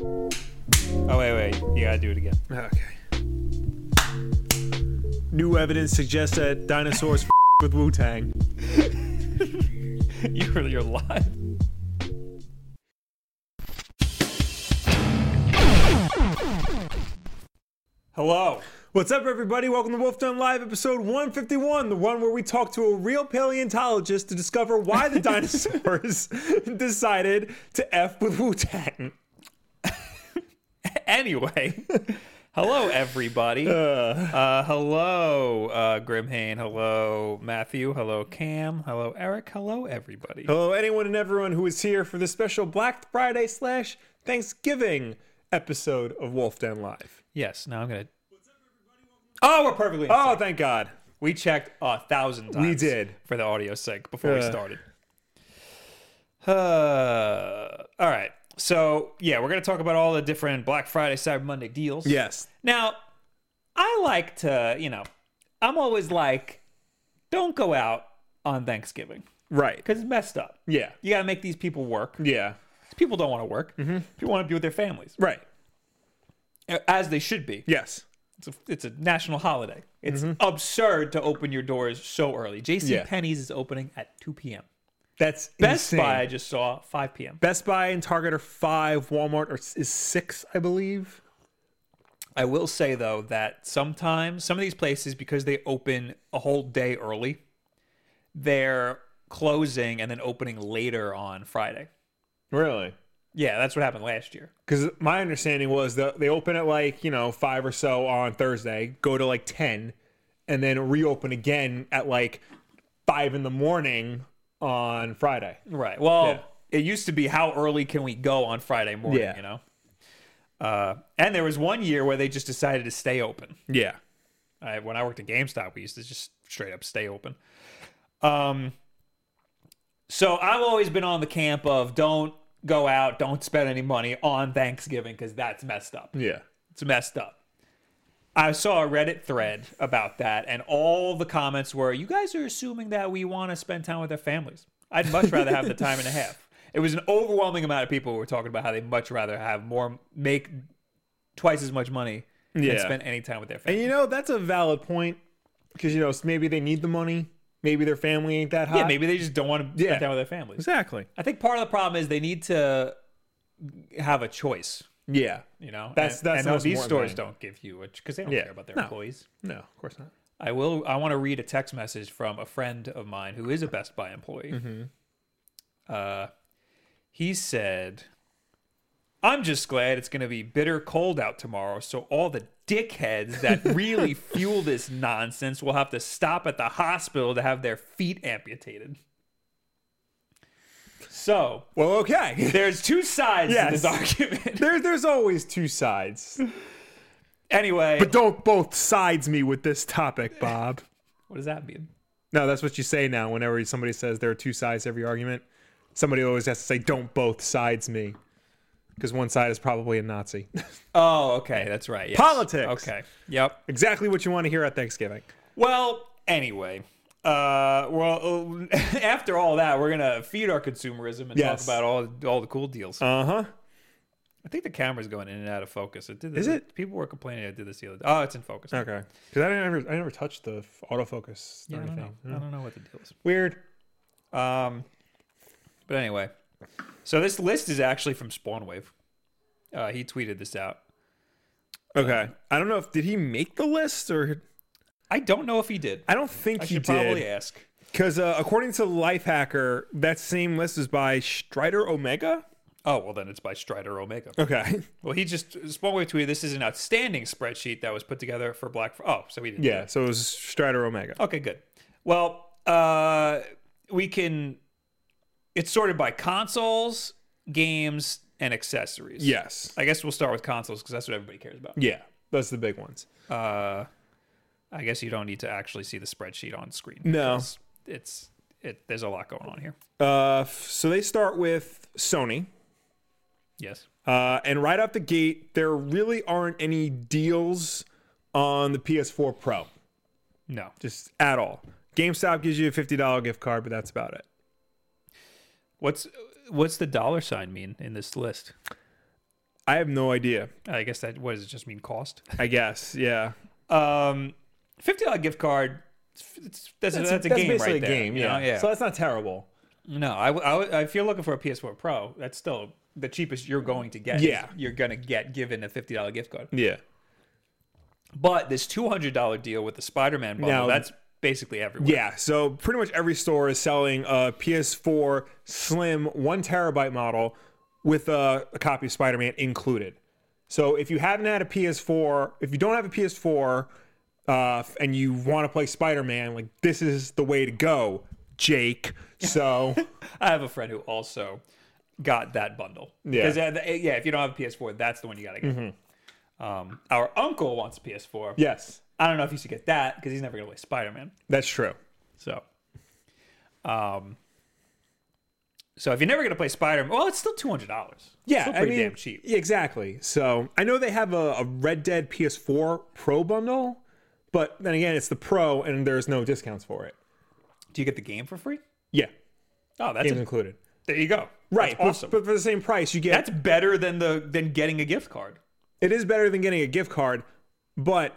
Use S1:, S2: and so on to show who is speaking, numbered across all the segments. S1: Oh, You gotta do it again.
S2: Okay. New evidence suggests that dinosaurs f- with Wu Tang.
S1: You're, you're live. Hello.
S2: What's up, everybody? Welcome to Wolf Den Live, episode 151, the one where we talk to a real paleontologist to discover why the dinosaurs decided to F with Wu Tang.
S1: Anyway, hello, everybody. Uh, hello, uh, Grimhane. Hello, Matthew. Hello, Cam. Hello, Eric. Hello, everybody.
S2: Hello, anyone and everyone who is here for this special Black Friday slash Thanksgiving episode of Wolf Den Live.
S1: Yes, now I'm gonna. Oh, we're perfectly.
S2: Oh, thank God.
S1: We checked a thousand times.
S2: did.
S1: for the audio sync before we
S2: Yeah.
S1: started. Uh, all right. So yeah, we're gonna talk about all the different Black Friday, Cyber Monday deals.
S2: Yes.
S1: Now, I like to, you know, I'm always like, don't go out on Thanksgiving
S2: Right.
S1: because it's messed up.
S2: Yeah.
S1: You gotta make these people work.
S2: Yeah.
S1: People don't want to work. People want to be with their families,
S2: Right.
S1: as they should be.
S2: Yes.
S1: It's a, it's a national holiday. It's absurd to open your doors so early. J.C.
S2: Yeah.
S1: Penney's is opening at 2 p.m.
S2: That's
S1: Best
S2: insane.
S1: Buy I just saw 5 p.m.
S2: Best Buy and Target are five. Walmart are, is six, I believe.
S1: I will say though that sometimes some of these places because they open a whole day early, they're closing and then opening later on Friday.
S2: Really?
S1: Yeah, that's what happened last year.
S2: Because my understanding was that they open at like you know five or so on Thursday, go to like ten, and then reopen again at like five in the morning on Friday.
S1: Right. Well,
S2: Yeah.
S1: it used to be how early can we go on Friday morning,
S2: Yeah.
S1: you know? Uh, and there was one year where they just decided to stay open.
S2: Yeah.
S1: I, when I worked at GameStop, we used to just straight up stay open. Um, so I've always been on the camp of don't go out, don't spend any money on Thanksgiving because that's messed up.
S2: Yeah.
S1: It's messed up. I saw a Reddit thread about that, and all the comments were, "You guys are assuming that we want to spend time with our families. I'd much rather have the time and a half." It was an overwhelming amount of people who were talking about how they would much rather have more, make twice as much money,
S2: Yeah.
S1: and spend any time with their
S2: And
S1: family.
S2: you know that's a valid point because you know maybe they need the money, maybe their family ain't that hot.
S1: Yeah, maybe they just don't want to
S2: Yeah.
S1: spend time with their families.
S2: exactly.
S1: I think part of the problem is they need to have a choice.
S2: Yeah.
S1: You know,
S2: That's-
S1: and,
S2: that's
S1: and
S2: the most
S1: these
S2: important
S1: stores
S2: thing.
S1: don't give you because they don't
S2: Yeah.
S1: care about their
S2: No.
S1: employees.
S2: No, of course not.
S1: I will. I want to read a text message from a friend of mine who is a Best Buy employee. Uh, he said, "I'm just glad it's going to be bitter cold out tomorrow, so all the dickheads that really fuel this nonsense will have to stop at the hospital to have their feet amputated." So
S2: Well, okay.
S1: there's two sides to
S2: Yes.
S1: this argument.
S2: there, there's always two sides.
S1: anyway,
S2: But don't both sides me with this topic, Bob.
S1: what does that mean?
S2: No, that's what you say now. Whenever somebody says there are two sides to every argument, somebody always has to say, "Don't both sides me," because one side is probably a Nazi.
S1: Oh, okay, that's right. yes.
S2: Politics.
S1: Okay. Yep.
S2: exactly what you want to hear at Thanksgiving.
S1: Well, anyway, uh, well, after all that, we're gonna feed our consumerism and
S2: Yes.
S1: talk about all all the cool deals.
S2: Uh huh.
S1: I think the camera's going in and out of focus. It did.
S2: Is it?
S1: People were complaining. I did this the other. Oh, it's in focus. now.
S2: Okay. Because I never, I never touched the f- autofocus or
S1: I don't
S2: anything.
S1: know. I don't know what the deal is.
S2: Weird.
S1: Um, but anyway, so this list is actually from Spawnwave. Uh, he tweeted this out. Um,
S2: Okay. I don't know if did he make the list or
S1: I don't know if he did.
S2: I don't think
S1: I
S2: he
S1: should probably
S2: did.
S1: ask.
S2: Because uh, according to Lifehacker, that same list is by Strider Omega.
S1: Oh well, then it's by Strider Omega.
S2: Okay.
S1: Well, he just Spawnwave tweeted. This is an outstanding spreadsheet that was put together for Black. Fr- oh, so he didn't. do
S2: Yeah. So it was Strider Omega.
S1: Okay, good. Well, uh, we can. It's sorted by consoles, games, and accessories.
S2: Yes.
S1: I guess we'll start with consoles because that's what everybody cares about.
S2: Yeah. That's the big ones.
S1: Uh, I guess you don't need to actually see the spreadsheet on screen.
S2: No.
S1: because It's, it. There's a lot going on here.
S2: Uh, f- so they start with Sony,
S1: Yes.
S2: uh, and right out the gate, there really aren't any deals on the PS4 Pro,
S1: No.
S2: just at all. GameStop gives you a fifty dollar gift card, but that's about it.
S1: What's what's the dollar sign mean in this list?
S2: I have no idea.
S1: I guess that what does it just mean cost?
S2: I guess. Yeah.
S1: Um, fifty dollar gift card. It's, it's- that's, that's, a game
S2: basically
S1: right
S2: a
S1: there.
S2: game.
S1: you
S2: Yeah.
S1: know? yeah.
S2: So that's not terrible.
S1: no, I, w- I w- if you're looking for a PS4 Pro, that's still the cheapest you're going to get.
S2: Yeah.
S1: you're gonna get given a fifty dollar gift card.
S2: Yeah.
S1: But this two hundred dollar deal with the Spider Man bundle,
S2: Now-
S1: that's basically everywhere.
S2: Yeah. So pretty much every store is selling a PS4 Slim one terabyte model with a, a copy of Spider Man included. So if you haven't had a PS4, if you don't have a PS4 uh, and you want to play Spider Man, like this is the way to go, Jake. So
S1: I have a friend who also got that bundle.
S2: Yeah.
S1: 'Cause, uh, th- yeah, if you don't have a PS4, that's the one you gotta get.
S2: Mm-hmm.
S1: Um, our uncle wants a PS4.
S2: yes,
S1: I don't know if he should get that because he's never gonna play Spider Man.
S2: that's true.
S1: So, um, so if you're never gonna play Spider Man, well, it's still two hundred dollars.
S2: Yeah,
S1: still
S2: I
S1: pretty
S2: mean,
S1: damn cheap.
S2: yeah, Exactly. So I know they have a, a Red Dead PS4 Pro bundle, but then again, it's the Pro and there's no discounts for it.
S1: Do you get the game for free?
S2: Yeah,
S1: Oh, that's
S2: it's
S1: a,
S2: included.
S1: there you go.
S2: Right,
S1: That's
S2: but-
S1: awesome.
S2: But, for the same price, you get
S1: that's better than the than getting a gift card.
S2: it is better than getting a gift card. But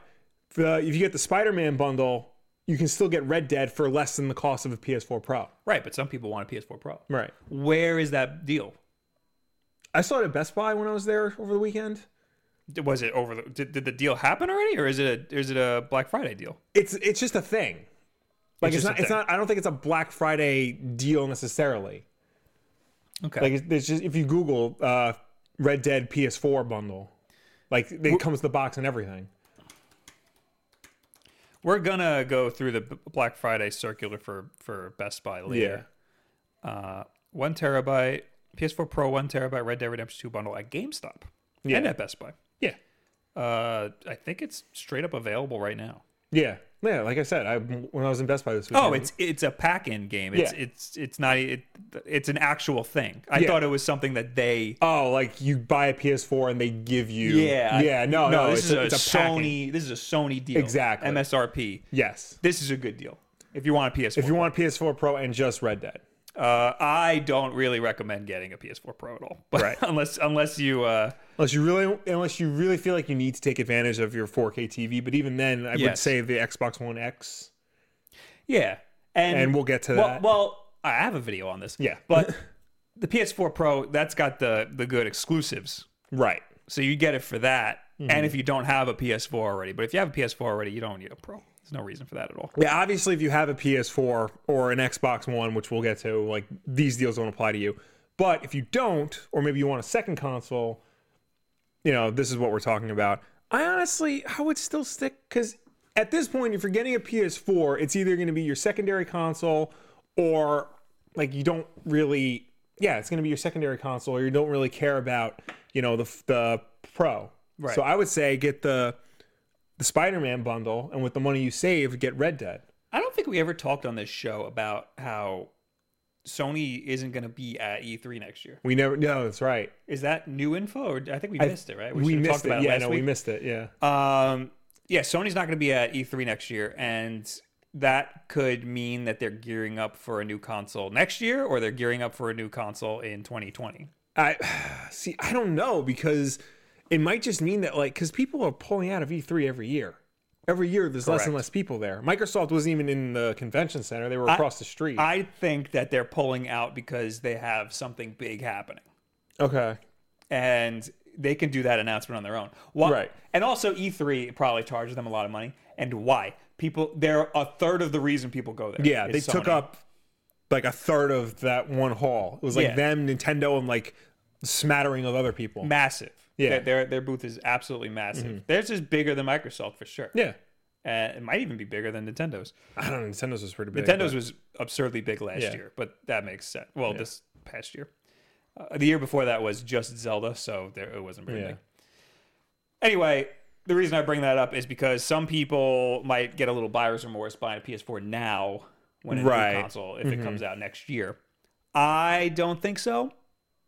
S2: the, if you get the Spider-Man bundle, you can still get Red Dead for less than the cost of a PS4 Pro.
S1: Right, but some people want a PS4 Pro.
S2: Right.
S1: Where is that deal?
S2: I saw it at Best Buy when I was there over the weekend.
S1: Was it over the did, did the deal happen already, or is it a is it a Black Friday deal?
S2: It's it's just a thing. Like it's,
S1: It's just a
S2: not it's
S1: thing.
S2: not I don't think it's a Black Friday deal necessarily.
S1: Okay,
S2: Like it's, there's just if you Google uh, Red Dead PS4 bundle, like it comes with the box and everything.
S1: we're gonna go through the B- Black Friday circular for for Best Buy later. Uh, one terabyte PS4 Pro, one terabyte Red Dead Redemption Two bundle at GameStop
S2: Yeah.
S1: and at Best Buy.
S2: Yeah.
S1: Uh, I think it's straight up available right now.
S2: Yeah. Yeah, like I said, I when I was in Best Buy this weekend.
S1: Oh, it's it's a pack-in game. It's
S2: Yeah.
S1: it's it's not e, it, it's an actual thing. I
S2: Yeah.
S1: thought it was something that they
S2: Oh, like you buy a PS4 and they give you. Yeah. No. No.
S1: no, this
S2: it's
S1: is a,
S2: it's
S1: Sony
S2: packing.
S1: this is a Sony deal.
S2: Exactly.
S1: MSRP.
S2: Yes.
S1: This is a good deal. If you want a PS4.
S2: If you want a PS4 Pro and just Red Dead.
S1: Uh, I don't really recommend getting a PS4 Pro at all. But
S2: Right.
S1: unless unless you uh,
S2: Unless you really, unless you really feel like you need to take advantage of your 4K TV, but even then, I would
S1: Yes.
S2: say the Xbox One X.
S1: yeah. And
S2: And we'll get to
S1: Mm. well,
S2: that.
S1: Well, I have a video on this.
S2: Yeah.
S1: But the PS4 Pro, that's got the the good exclusives.
S2: Right.
S1: So you get it for that.
S2: Mm-hmm.
S1: And if you don't have a PS4 already, but if you have a PS4 already, you don't need a Pro. There's no reason for that at all.
S2: Yeah. Obviously, if you have a PS4 or an Xbox One, which we'll get to, like these deals don't apply to you. But if you don't, or maybe you want a second console, you know, this is what we're talking about. I honestly, I would still stick because at this point, if you're getting a PS4, it's either going to be your secondary console or like you don't really, yeah, it's going to be your secondary console or you don't really care about, you know, the the Pro.
S1: Right.
S2: So I would say get the the Spider-Man bundle, and with the money you save, get Red Dead.
S1: I don't think we ever talked on this show about how Sony isn't going to be at E3 next year.
S2: We never. No, that's right.
S1: Is that new info? Or I think we missed it, right?
S2: we
S1: should've
S2: missed it. Yeah, no, we missed it. Yeah.
S1: Um, yeah, Sony's not going to be at E3 next year, and that could mean that they're gearing up for a new console next year, or they're gearing up for a new console in 2020.
S2: I see. I don't know because it might just mean that like because people are pulling out of E3 every year. Every year, there's less and
S1: Correct.
S2: less people there. Microsoft wasn't even in the convention center; they were across the street.
S1: I think that they're pulling out because they have something big happening,
S2: okay.
S1: and they can do that announcement on their own. Why?
S2: Right.
S1: And also, E3 probably charges them a lot of money, and why? People, they're a third of the reason people go there.
S2: Yeah,
S1: is
S2: they took
S1: Sony.
S2: up like a third of that one hall. It was like
S1: Yeah.
S2: them, Nintendo, and like a smattering of other people.
S1: massive.
S2: Yeah. Mm-hmm.
S1: Their- their their booth is absolutely massive. Theirs is bigger than Microsoft for sure.
S2: yeah,
S1: Uh, it might even be bigger than Nintendo's.
S2: I don't know. Nintendo's was pretty big.
S1: Nintendo's was absurdly big last
S2: Yeah.
S1: year, but that makes sense. Well, this past year, uh, the year before that was just Zelda, so there it wasn't
S2: but-
S1: very
S2: yeah.
S1: big. Anyway, the reason I bring that up is because some people might get a little buyer's remorse buying a PS4 now when a new
S2: Right. Mm-hmm.
S1: console if it comes out next year. I don't think so.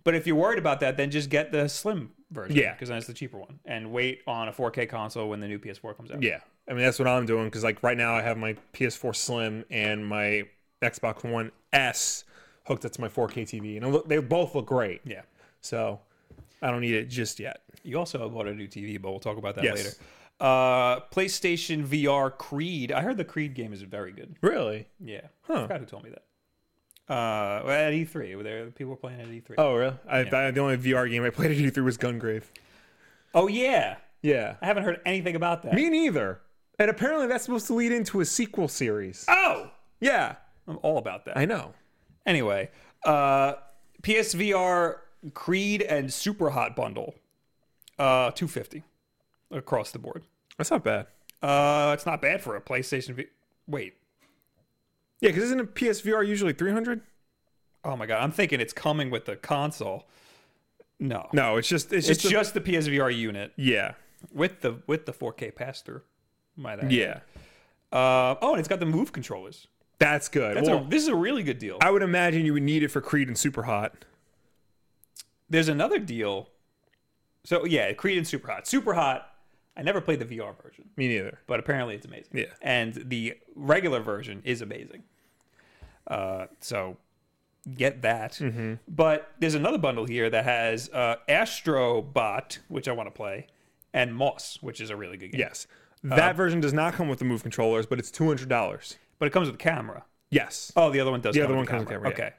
S1: But if you're worried about that, then just get the slim version.
S2: Yeah.
S1: Because then it's the cheaper one. And wait on a 4K console when the new PS4 comes out.
S2: Yeah, I mean that's what I'm doing because like right now I have my PS4 Slim and my Xbox One S hooked up to my 4K TV, and it look, they both look great.
S1: Yeah.
S2: So I don't need it just yet.
S1: You also bought a new TV, but we'll talk about that
S2: Yes.
S1: later. Uh, PlayStation VR Creed. I heard the Creed game is very good.
S2: Really?
S1: Yeah, I forgot who told me that. Uh, well, at E3, were there people playing at E E3?
S2: Oh, really? I, I, the only VR game I played at E3 was Gungrave.
S1: Oh, yeah,
S2: Yeah.
S1: I haven't heard anything about that.
S2: Me neither. And apparently that's supposed to lead into a sequel series.
S1: Oh,
S2: Yeah.
S1: I'm all about that.
S2: I know.
S1: Anyway, uh, PSVR Creed and Super Hot Bundle, uh, two fifty across the board.
S2: That's not bad.
S1: Uh, it's not bad for a PlayStation. V- Wait,
S2: Yeah, because isn't a PSVR usually 300?
S1: oh my god, I'm thinking it's coming with the console. No,
S2: No, it's just it's,
S1: it's
S2: just, a-
S1: just the PSVR unit
S2: yeah.
S1: with the with the 4K pass through. Might I? add.
S2: Yeah.
S1: Uh, oh, and it's got the Move controllers.
S2: That's good.
S1: That's
S2: well,
S1: a, this is a really good deal.
S2: I would imagine you would need it for Creed and Super Hot.
S1: There's another deal. So yeah, Creed and Super Hot. Super Hot. I never played the VR version.
S2: Me neither.
S1: but apparently it's amazing.
S2: Yeah.
S1: And the regular version is amazing. Uh, so get that.
S2: Mm-hmm.
S1: But there's another bundle here that has uh, Astrobot, which I want to play, and Moss, which is a really good game.
S2: Yes. That version does not come with the move controllers, but it's two hundred dollars.
S1: But it comes with a camera.
S2: Yes.
S1: Oh, the other one does. The
S2: other
S1: with
S2: one comes
S1: camera.
S2: with
S1: Okay.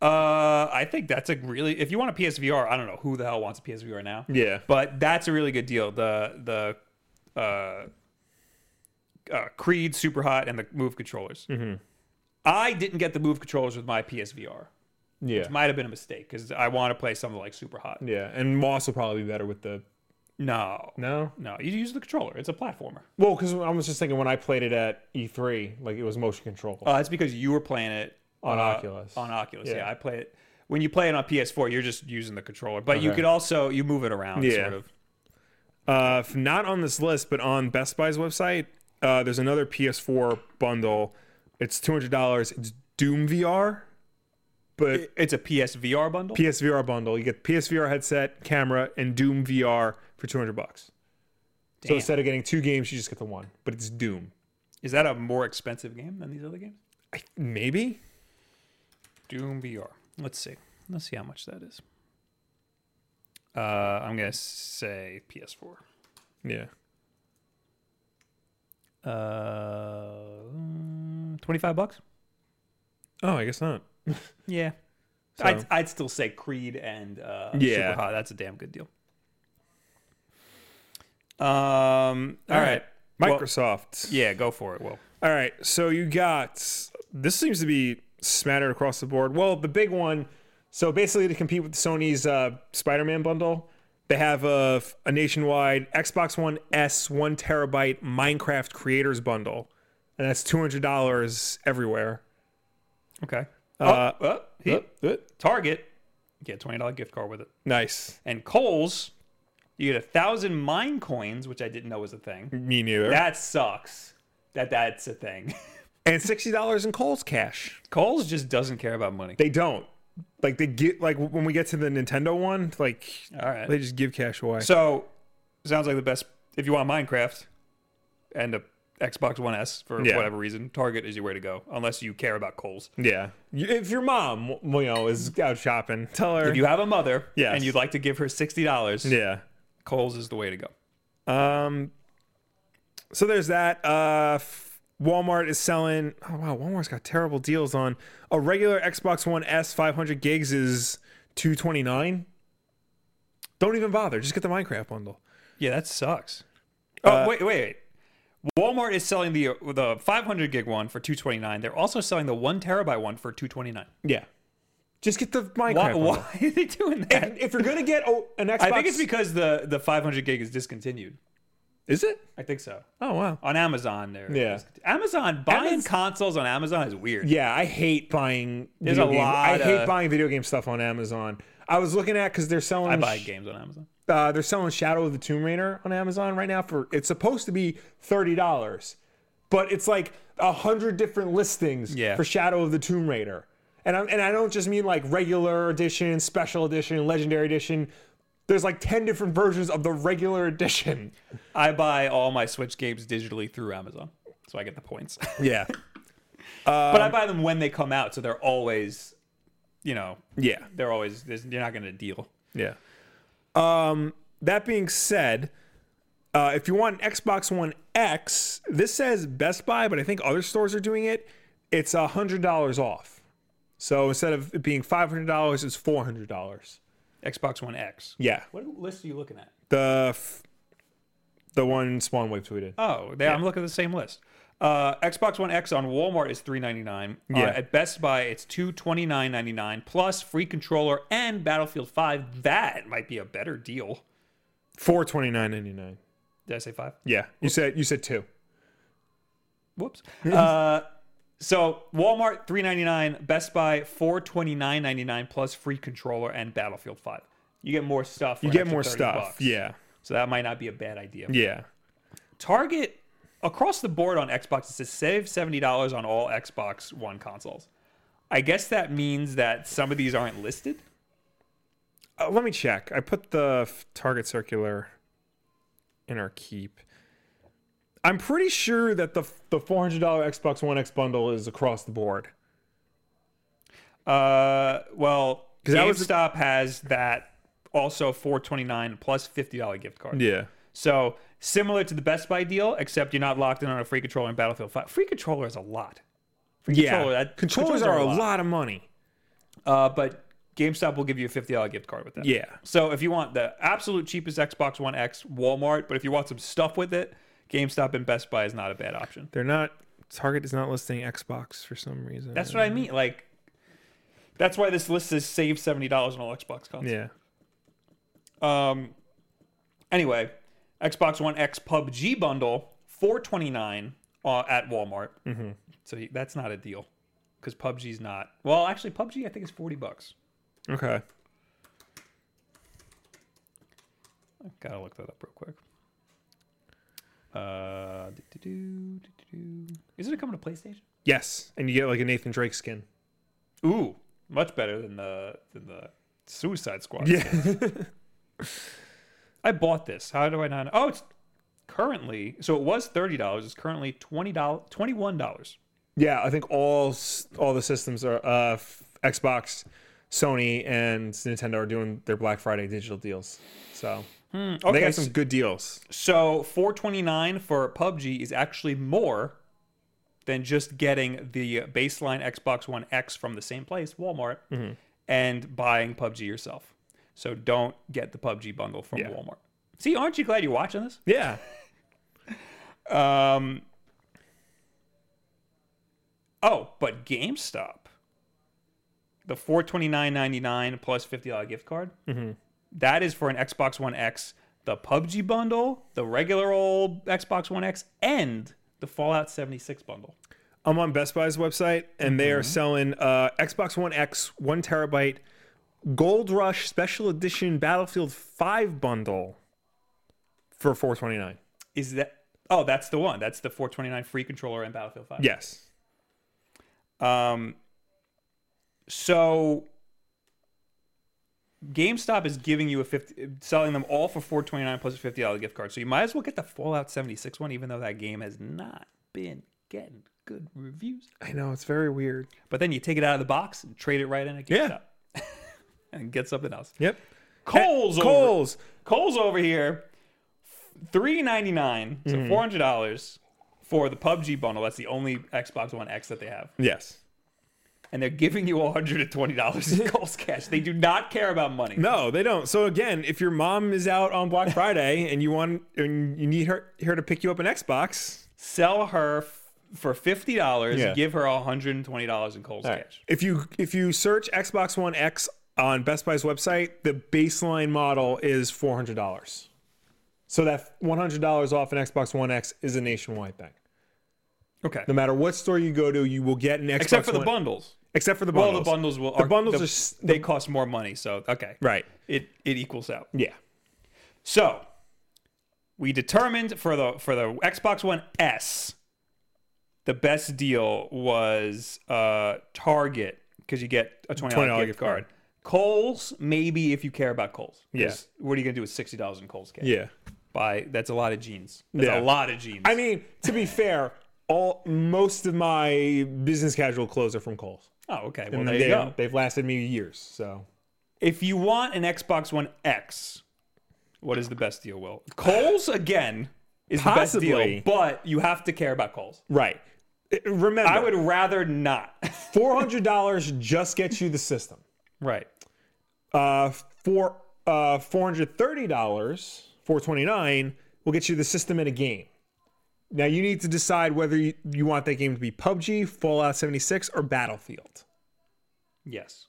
S1: Uh, I think that's a really. If you want a PSVR, I don't know who the hell wants a PSVR now.
S2: Yeah.
S1: But that's a really good deal. The the uh, uh, Creed Super Hot and the Move controllers.
S2: Mm-hmm.
S1: I didn't get the Move controllers with my PSVR.
S2: Yeah.
S1: Might have been a mistake because I want to play something like Super Hot.
S2: yeah. And Moss will probably be better with the
S1: No,
S2: no.
S1: no, you use the controller. It's a platformer.
S2: Well, because I was just thinking when I played it at E3, like it was motion control.
S1: Oh, that's because you were playing it
S2: On
S1: uh,
S2: Oculus.
S1: On Oculus, yeah.
S2: Yeah.
S1: I play it when you play it on PS4. You're just using the controller, but you
S2: Okay.
S1: could also you move it around.
S2: Yeah.
S1: Sort of.
S2: Uh, if not on this list, but on Best Buy's website, uh, there's another PS4 bundle. It's two hundred dollars. It's Doom VR, but
S1: It's a PSVR bundle.
S2: PSVR bundle. You get PSVR headset, camera, and Doom VR for two hundred bucks. So
S1: Damn.
S2: instead of getting two games, you just get the one. But it's Doom.
S1: Is that a more expensive game than these other games?
S2: I, maybe
S1: Doom VR. Let's see. Let's see how much that is. Uh, I'm gonna say PS4.
S2: Yeah.
S1: Uh, twenty-five bucks.
S2: Oh, I guess not.
S1: Yeah, I'd, I'd still say Creed and uh,
S2: Yeah.
S1: Super Hot. That's a damn good deal. Um. all right. Well,
S2: Microsoft.
S1: yeah, go for it. Well,
S2: all right. So you got this seems to be smattered across the board. Well, the big one. So basically, to compete with Sony's uh, Spider-Man bundle, they have a, a nationwide Xbox One S one terabyte Minecraft Creators bundle, and that's two hundred dollars everywhere.
S1: okay.
S2: Uh,
S1: oh, oh, he-
S2: Uh,
S1: Target, get a twenty dollar gift card with it,
S2: Nice.
S1: and Kohl's, you get a thousand mine coins, which I didn't know was a thing.
S2: Me neither.
S1: That sucks. That that's a thing.
S2: and sixty dollars in Kohl's cash.
S1: Coles just doesn't care about money.
S2: They don't. Like they get like when we get to the Nintendo one, like
S1: All right.
S2: they just give cash away.
S1: So sounds like the best if you want Minecraft and a Xbox One S for
S2: Yeah.
S1: whatever reason. Target is your way to go unless you care about Coles.
S2: Yeah. You- If your mom, you know, is out shopping, tell her.
S1: If you have a mother
S2: Yes.
S1: and you'd like to give her sixty dollars,
S2: yeah.
S1: Coles is the way to go.
S2: Um. So there's that. Uh, f- Walmart is selling. Oh wow, Walmart's got terrible deals on a regular Xbox One S 500 gigs is 229. Don't even bother. Just get the Minecraft bundle.
S1: Yeah, that sucks. Oh
S2: Uh,
S1: wait, wait, wait. Walmart is selling the the 500 gig one for 229. They're also selling the one terabyte one for 229.
S2: Yeah. Just get the Minecraft.
S1: Why,
S2: bundle.
S1: why are they doing that?
S2: If you're gonna get oh, an Xbox,
S1: I think it's because the the 500 gig is discontinued.
S2: is it?
S1: I think so.
S2: Oh wow.
S1: On Amazon, there.
S2: Yeah.
S1: Amazon buying
S2: Amaz-
S1: consoles on Amazon is weird.
S2: Yeah, I hate buying.
S1: There's
S2: video
S1: a
S2: game- I
S1: lot
S2: hate
S1: of-
S2: buying video game stuff on Amazon. I was looking at because they're selling.
S1: I buy games on Amazon.
S2: Uh, they're selling Shadow of the Tomb Raider on Amazon right now for it's supposed to be thirty dollars, but it's like a hundred different listings
S1: Yeah.
S2: for Shadow of the Tomb Raider, and I'm, and I don't just mean like regular edition, special edition, legendary edition. There's like ten different versions of the regular edition.
S1: I buy all my Switch games digitally through Amazon, so I get the points.
S2: Yeah,
S1: but
S2: Um,
S1: I buy them when they come out, so they're always, you know,
S2: yeah,
S1: they're always. there's- You're not going to deal.
S2: yeah. Um, that being said, uh, if you want an Xbox One X, this says Best Buy, but I think other stores are doing it. It's hundred dollars off. So instead of it being five hundred dollars, it's four hundred dollars.
S1: Xbox One X.
S2: Yeah,
S1: What list are you looking at?
S2: the f- the one Spawn Wave tweeted.
S1: Oh, they, I'm looking at the same list. Uh, Xbox One X on Walmart is three ninety nine.
S2: Yeah.
S1: at Best Buy it's two twenty nine ninety nine plus free controller and Battlefield Five. That might be a better deal.
S2: Four twenty nine ninety nine.
S1: Did I say five?
S2: Yeah, you said you said two.
S1: Whoops. uh, so Walmart three ninety nine, Best Buy four twenty nine ninety nine plus free controller and Battlefield Five. You get more stuff.
S2: You get more stuff. Yeah,
S1: So that might not be a bad idea.
S2: yeah.
S1: Target across the board on Xbox it says save seventy dollars on all Xbox One consoles. I guess that means that some of these aren't listed.
S2: Uh, let me check. I put the f- target circular in our keep. I'm pretty sure that the f- the four hundred dollar Xbox One X bundle is across the board.
S1: Uh, well,
S2: 'Cause that was the-
S1: GameStop has that also four twenty nine plus fifty dollar gift card.
S2: Yeah.
S1: So similar to the Best Buy deal, except you're not locked in on a free controller in Battlefield 5. Free controller is a lot. Free
S2: Yeah.
S1: controller, that-
S2: uh, Controllers, are, a lot. of money.
S1: Uh, but GameStop will give you a fifty dollar gift card with that.
S2: Yeah.
S1: So if you want the absolute cheapest Xbox One X, Walmart. But if you want some stuff with it, GameStop and Best Buy is not a bad option.
S2: They're not. Target is not listing Xbox for some reason.
S1: That's what I mean. Like, that's why this list says save seventy dollars on all Xbox consoles.
S2: Yeah.
S1: Um, anyway, Xbox One X PUBG bundle, four twenty nine uh, at Walmart. Mm-hmm. So you- that's not a deal because PUBG's not. Well, actually, PUBG I think is forty bucks.
S2: Okay.
S1: I gotta look that up real quick. Uh, do-do-do, do-do-do. Isn't it coming to PlayStation?
S2: Yes, and you get like a Nathan Drake skin.
S1: Ooh, much better than the than the Suicide Squad.
S2: Yeah.
S1: I bought this. How do I not? Oh, it's currently so it was thirty dollars. It's currently twenty dollars, twenty one dollars.
S2: yeah, I think all s- all the systems are uh, f- Xbox, Sony, and Nintendo are doing their Black Friday digital deals. So
S1: Hmm, Okay,
S2: they got some good deals.
S1: So 429 for PUBG is actually more than just getting the baseline Xbox One X from the same place, Walmart, and buying PUBG yourself. So don't get the PUBG bundle from
S2: Yeah.
S1: Walmart. See, aren't you glad you're watching this?
S2: Yeah.
S1: Um, oh, but GameStop, the four twenty nine ninety nine plus fifty dollar gift card. that is for an Xbox One X, the PUBG bundle, the regular old Xbox One X, and the Fallout seventy six bundle.
S2: I'm on Best Buy's website, and they are selling uh, Xbox One X, one terabyte Gold Rush Special Edition Battlefield 5 bundle for 429.
S1: Is that? Oh, that's the one. That's the four twenty nine free controller and Battlefield Five.
S2: Yes.
S1: Um, so GameStop is giving you a 50, selling them all for four twenty nine plus a fifty dollar gift card. So you might as well get the Fallout seventy six one, even though that game has not been getting good reviews.
S2: I know it's very weird.
S1: But then you take it out of the box and trade it right in at
S2: Yeah.
S1: GameStop and get something else.
S2: Yep.
S1: Cole's over,
S2: Coles.
S1: Cole's over here, three ninety nine, so four hundred dollars for the PUBG bundle. That's the only Xbox One X that they have
S2: Yes.
S1: and they're giving you $120 in Coles cash. They do not care about money.
S2: No, they don't. So again, if your mom is out on Black Friday and you want and you need her her to pick you up an Xbox,
S1: Sell her f- for $50,
S2: Yeah.
S1: give her $120 in Coles cash.
S2: if you if you search Xbox One X on Best Buy's website, the baseline model is four hundred dollars. So that one hundred dollars off an Xbox One X is a nationwide thing.
S1: Okay.
S2: No matter what store you go to, you will get an Xbox
S1: Except for the
S2: One-
S1: bundles.
S2: Except for the
S1: Well,
S2: bundles.
S1: the bundles will
S2: The bundles
S1: the-
S2: are s-
S1: they cost more money, so okay.
S2: right.
S1: It it equals out.
S2: Yeah.
S1: So, we determined for the for the Xbox One S the best deal was uh Target because you get a
S2: $20
S1: $20, gift,
S2: gift
S1: card.
S2: card.
S1: Kohl's maybe if you care about Kohl's. 'Cause What are you going to do with $60 in Kohl's cash?
S2: Yeah.
S1: By that's a lot of jeans. That's
S2: Yeah.
S1: a lot of jeans.
S2: I mean, to be fair, all most of my business casual clothes are from Kohl's.
S1: oh, okay. Well,
S2: And
S1: there
S2: they,
S1: you go.
S2: They've lasted me years. So
S1: If you want an Xbox One X, What is the best deal, Will? Coles again is the best
S2: Possibly.
S1: deal, but you have to care about Coles.
S2: Right. Uh, Remember,
S1: I would rather not.
S2: four hundred dollars just gets you the system.
S1: right.
S2: Uh, for uh, four hundred thirty dollars, four twenty nine will get you the system and a game. Now you need to decide whether you, you want that game to be PUBG, Fallout seventy six, or Battlefield.
S1: Yes.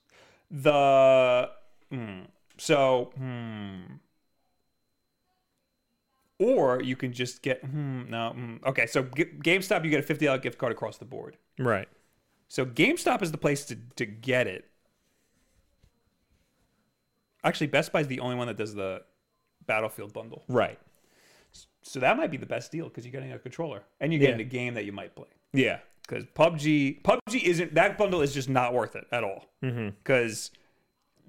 S1: The hmm. so hmm. Or you can just get hmm, no hmm. okay. So G- GameStop, you get a fifty dollar gift card across the board.
S2: Right.
S1: So GameStop is the place to to get it. Actually, Best Buy is the only one that does the Battlefield bundle.
S2: Right.
S1: So that might be the best deal because you're getting a controller and you're getting
S2: Yeah.
S1: a game that you might play.
S2: Yeah.
S1: because PUBG PUBG isn't that bundle is just not worth it at all
S2: Mm-hmm.
S1: because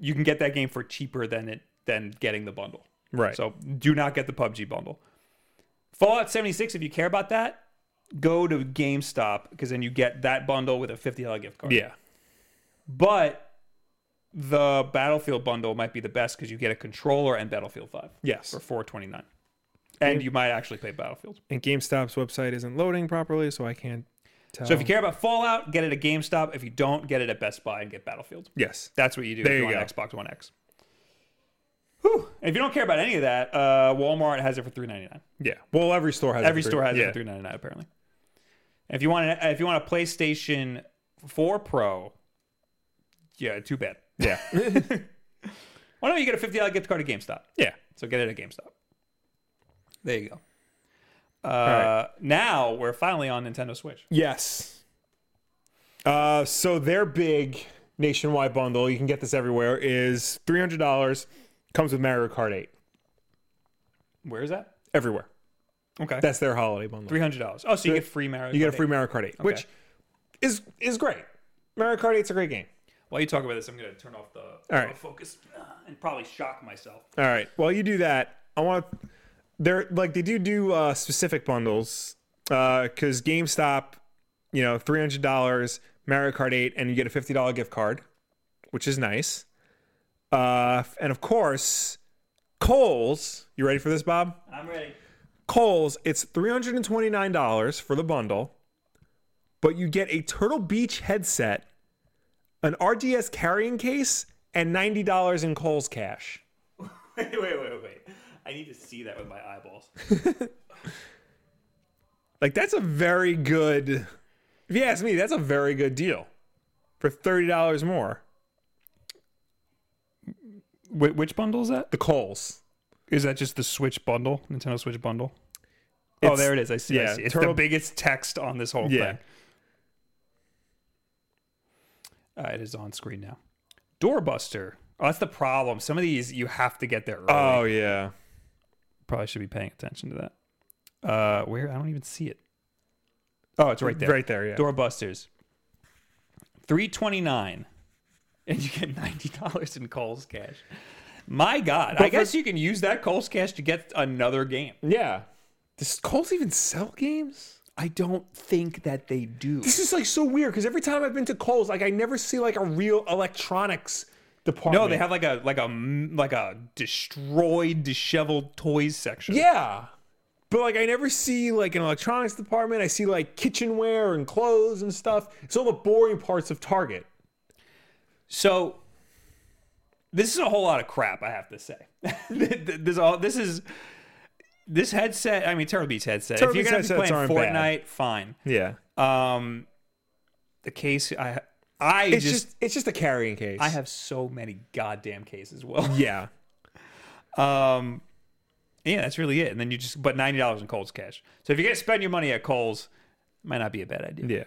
S1: you can get that game for cheaper than it than getting the bundle.
S2: Right.
S1: So do not get the PUBG bundle. Fallout 76, if you care about that, go to GameStop because then you get that bundle with a fifty dollar gift card.
S2: yeah.
S1: But the Battlefield bundle might be the best because you get a controller and Battlefield 5
S2: Yes.
S1: for four twenty nine, and you might actually play Battlefield.
S2: And GameStop's website isn't loading properly, so I can't tell.
S1: So if you care about Fallout, get it at GameStop. If you don't, get it at Best Buy and get Battlefield.
S2: yes.
S1: That's what you do
S2: There
S1: if you,
S2: you
S1: want Xbox One X. Whew. And if you don't care about any of that, uh, Walmart has it for three ninety nine.
S2: Yeah. Well, every store has
S1: Every store has
S2: yeah.
S1: it for three ninety nine apparently. And if you want, a, if you want a PlayStation Four Pro, yeah, too bad.
S2: Yeah.
S1: Why don't you get a fifty dollar gift card at GameStop?
S2: yeah.
S1: So get it at GameStop. There you go. Uh,
S2: right.
S1: Now we're finally on Nintendo Switch.
S2: Yes. Uh, so their big nationwide bundle, you can get this everywhere, is three hundred dollars. Comes with Mario Kart Eight
S1: Where is that?
S2: everywhere.
S1: Okay,
S2: That's their holiday bundle.
S1: three hundred dollars. Oh, so you get free Mario.
S2: you get a
S1: Kart
S2: free Mario Kart Eight, which is is great. Mario Kart Eight's a great game.
S1: While you talk about this, I'm going to turn off the
S2: right.
S1: focus uh, and probably shock myself.
S2: All right. While you do that, I want to. They're like they do do uh, specific bundles because GameStop, you know, three hundred dollars Mario Kart Eight, and you get a fifty dollar gift card, which is nice. Uh, and of course, Kohl's. You ready for this, Bob?
S1: I'm ready.
S2: Kohl's. It's three hundred and twenty nine dollars for the bundle, but you get a Turtle Beach headset, an RDS carrying case, and ninety dollars in Kohl's cash.
S1: Wait, wait, wait, wait. I need to see that with my eyeballs.
S2: Like that's a very good. If you ask me, that's a very good deal for thirty dollars more.
S1: which bundle is that?
S2: The Coles.
S1: Is that just the Switch bundle, Nintendo Switch bundle? oh,
S2: It's-
S1: there it is. I see. I
S2: yeah,
S1: see. It's
S2: Turtle-
S1: the biggest text on this whole
S2: Yeah.
S1: thing. Uh, it is on screen now. Doorbuster. Oh, that's the problem. Some of these you have to get there early.
S2: Oh yeah.
S1: Probably should be paying attention to that. Uh, where? I don't even see it. Oh, it's right there.
S2: Right there. Yeah.
S1: Doorbusters. Three twenty nine, and you get ninety dollars in Coles cash. My God, I
S2: for-
S1: guess you can use that Coles cash to get another game.
S2: yeah. Does Coles even sell games?
S1: I don't think that they do.
S2: This is like so weird because every time I've been to Coles, like I never see like a real electronics department.
S1: No, they have like a like a m- like a destroyed, disheveled toys section.
S2: Yeah. But like I never see like an electronics department. I see like kitchenware and clothes and stuff. It's all the boring parts of Target.
S1: So this is a whole lot of crap, I have to say. this all this is this headset. I mean, Turtle Beach headset.
S2: Turtle
S1: if you're
S2: Beach
S1: gonna be
S2: headsets
S1: playing Fortnite,
S2: aren't bad.
S1: fine.
S2: Yeah.
S1: Um, the case I I
S2: It's
S1: just,
S2: just, it's just a carrying case.
S1: I have so many goddamn cases. Well,
S2: Yeah.
S1: um, yeah, that's really it. And then you just but ninety dollars in Kohl's cash. So if you're gonna spend your money at Kohl's, might not be a bad idea.
S2: Yeah.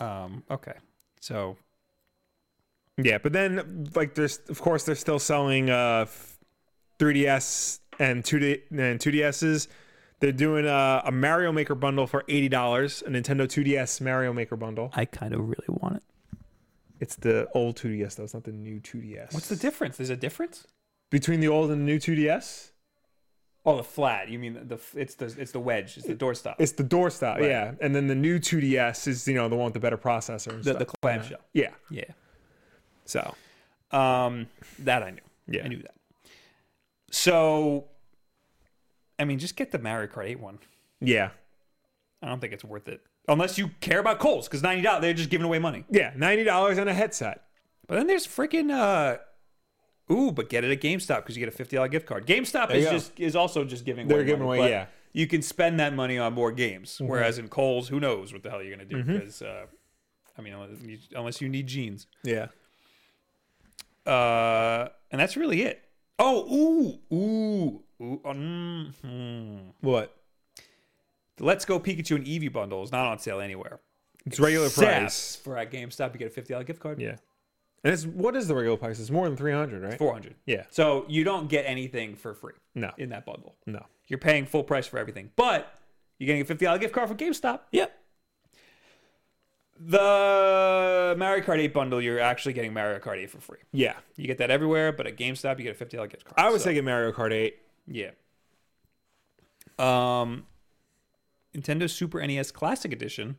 S1: Um, okay, so
S2: Yeah, but then like there's of course they're still selling uh f- 3DS and 2D and 2DSs. They're doing a, a Mario Maker bundle for eighty dollars, a Nintendo 2DS Mario Maker bundle.
S1: I kind of really want it.
S2: It's the old 2DS though, it's not the new 2DS.
S1: What's the difference? There's a difference.
S2: between the old and the new 2DS?
S1: Oh, the flat. You mean the, the it's the it's the wedge. It's the doorstop.
S2: It's the doorstop, yeah. And then the new 2DS is you know the one with the better processor. And
S1: the,
S2: stuff.
S1: the clamshell.
S2: yeah.
S1: Yeah.
S2: So
S1: Um, that I knew.
S2: Yeah.
S1: I knew that. So, I mean, just get the Mario Kart 8 one.
S2: Yeah.
S1: I don't think it's worth it. Unless you care about Kohl's, because $90, they're just giving away money.
S2: Yeah. Ninety dollars on a headset.
S1: But then there's freaking, uh, ooh, but get it at GameStop because you get a $50 gift card. GameStop
S2: you
S1: is
S2: go.
S1: just is also just giving
S2: They're
S1: away
S2: giving
S1: money,
S2: away,
S1: but
S2: yeah. Mm-hmm.
S1: You can spend that money on more games. Whereas in Kohl's, who knows what the hell you're going to do? Because, uh, I mean, unless you, unless you need jeans.
S2: Yeah.
S1: Uh, and that's really it. Oh, ooh, ooh, ooh. mm, hmm.
S2: What?
S1: The Let's Go Pikachu and Eevee bundle is not on sale anywhere.
S2: It's regular
S1: Except
S2: price.
S1: For at GameStop, you get a fifty dollar gift card.
S2: Yeah. And it's what is the regular price? It's more than three hundred, right?
S1: four hundred.
S2: Yeah.
S1: So you don't get anything for free
S2: No.
S1: in that bundle.
S2: No.
S1: You're paying full price for everything, but you're getting a fifty dollar gift card from GameStop.
S2: Yep.
S1: The Mario Kart Eight bundle, you're actually getting Mario Kart Eight for free.
S2: Yeah.
S1: You get that everywhere, but at GameStop, you get a fifty dollar gift card.
S2: I was
S1: So-
S2: thinking Mario Kart Eight.
S1: Yeah. Um, Nintendo Super NES Classic Edition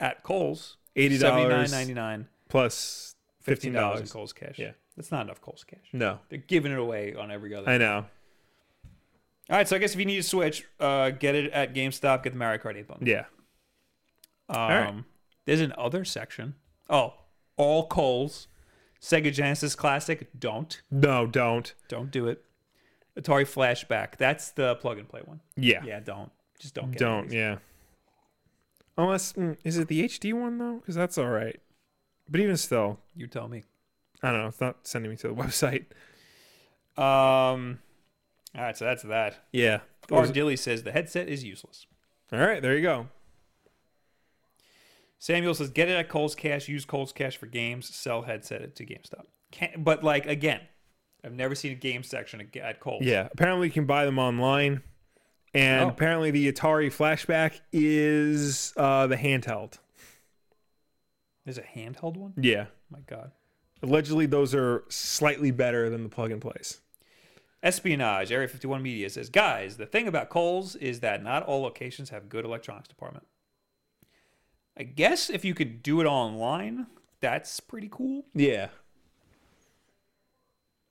S1: at Kohl's
S2: $80.
S1: $79.99,
S2: plus fifteen
S1: $15 in
S2: dollars.
S1: Kohl's cash.
S2: Yeah.
S1: that's not enough Kohl's cash.
S2: No,
S1: They're giving it away on every other.
S2: I know.
S1: All right, so I guess if you need a Switch, uh, get it at GameStop. Get the Mario Kart 8 bundle.
S2: Yeah,
S1: Um, There's an other section. Oh, all Kohl's, Sega Genesis Classic. Don't
S2: no, don't.
S1: don't do it. Atari Flashback. That's the plug and play one.
S2: Yeah,
S1: Yeah, don't just don't get
S2: don't.
S1: It.
S2: Yeah, unless mm, is it the HD one though? Because that's all right. But even still,
S1: You tell me.
S2: I don't know. It's not sending me to the website.
S1: Um. All right, so that's that.
S2: Yeah.
S1: Or Dilly says the headset is useless.
S2: all right, there you go.
S1: Samuel says get it at Kohl's Cash. Use Kohl's Cash for games. Sell headset to GameStop. Can't, but like again, I've never seen a game section at- at Kohl's.
S2: Yeah. Apparently, you can buy them online, and
S1: Oh.
S2: apparently, the Atari Flashback is uh, the handheld.
S1: There's a handheld one. Oh
S2: Yeah.
S1: my God.
S2: Allegedly, those are slightly better than the plug and plays.
S1: Espionage Area 51 Media says, guys, the thing about Kohl's is that not all locations have good electronics department. I guess if you could do it online, that's pretty cool.
S2: Yeah.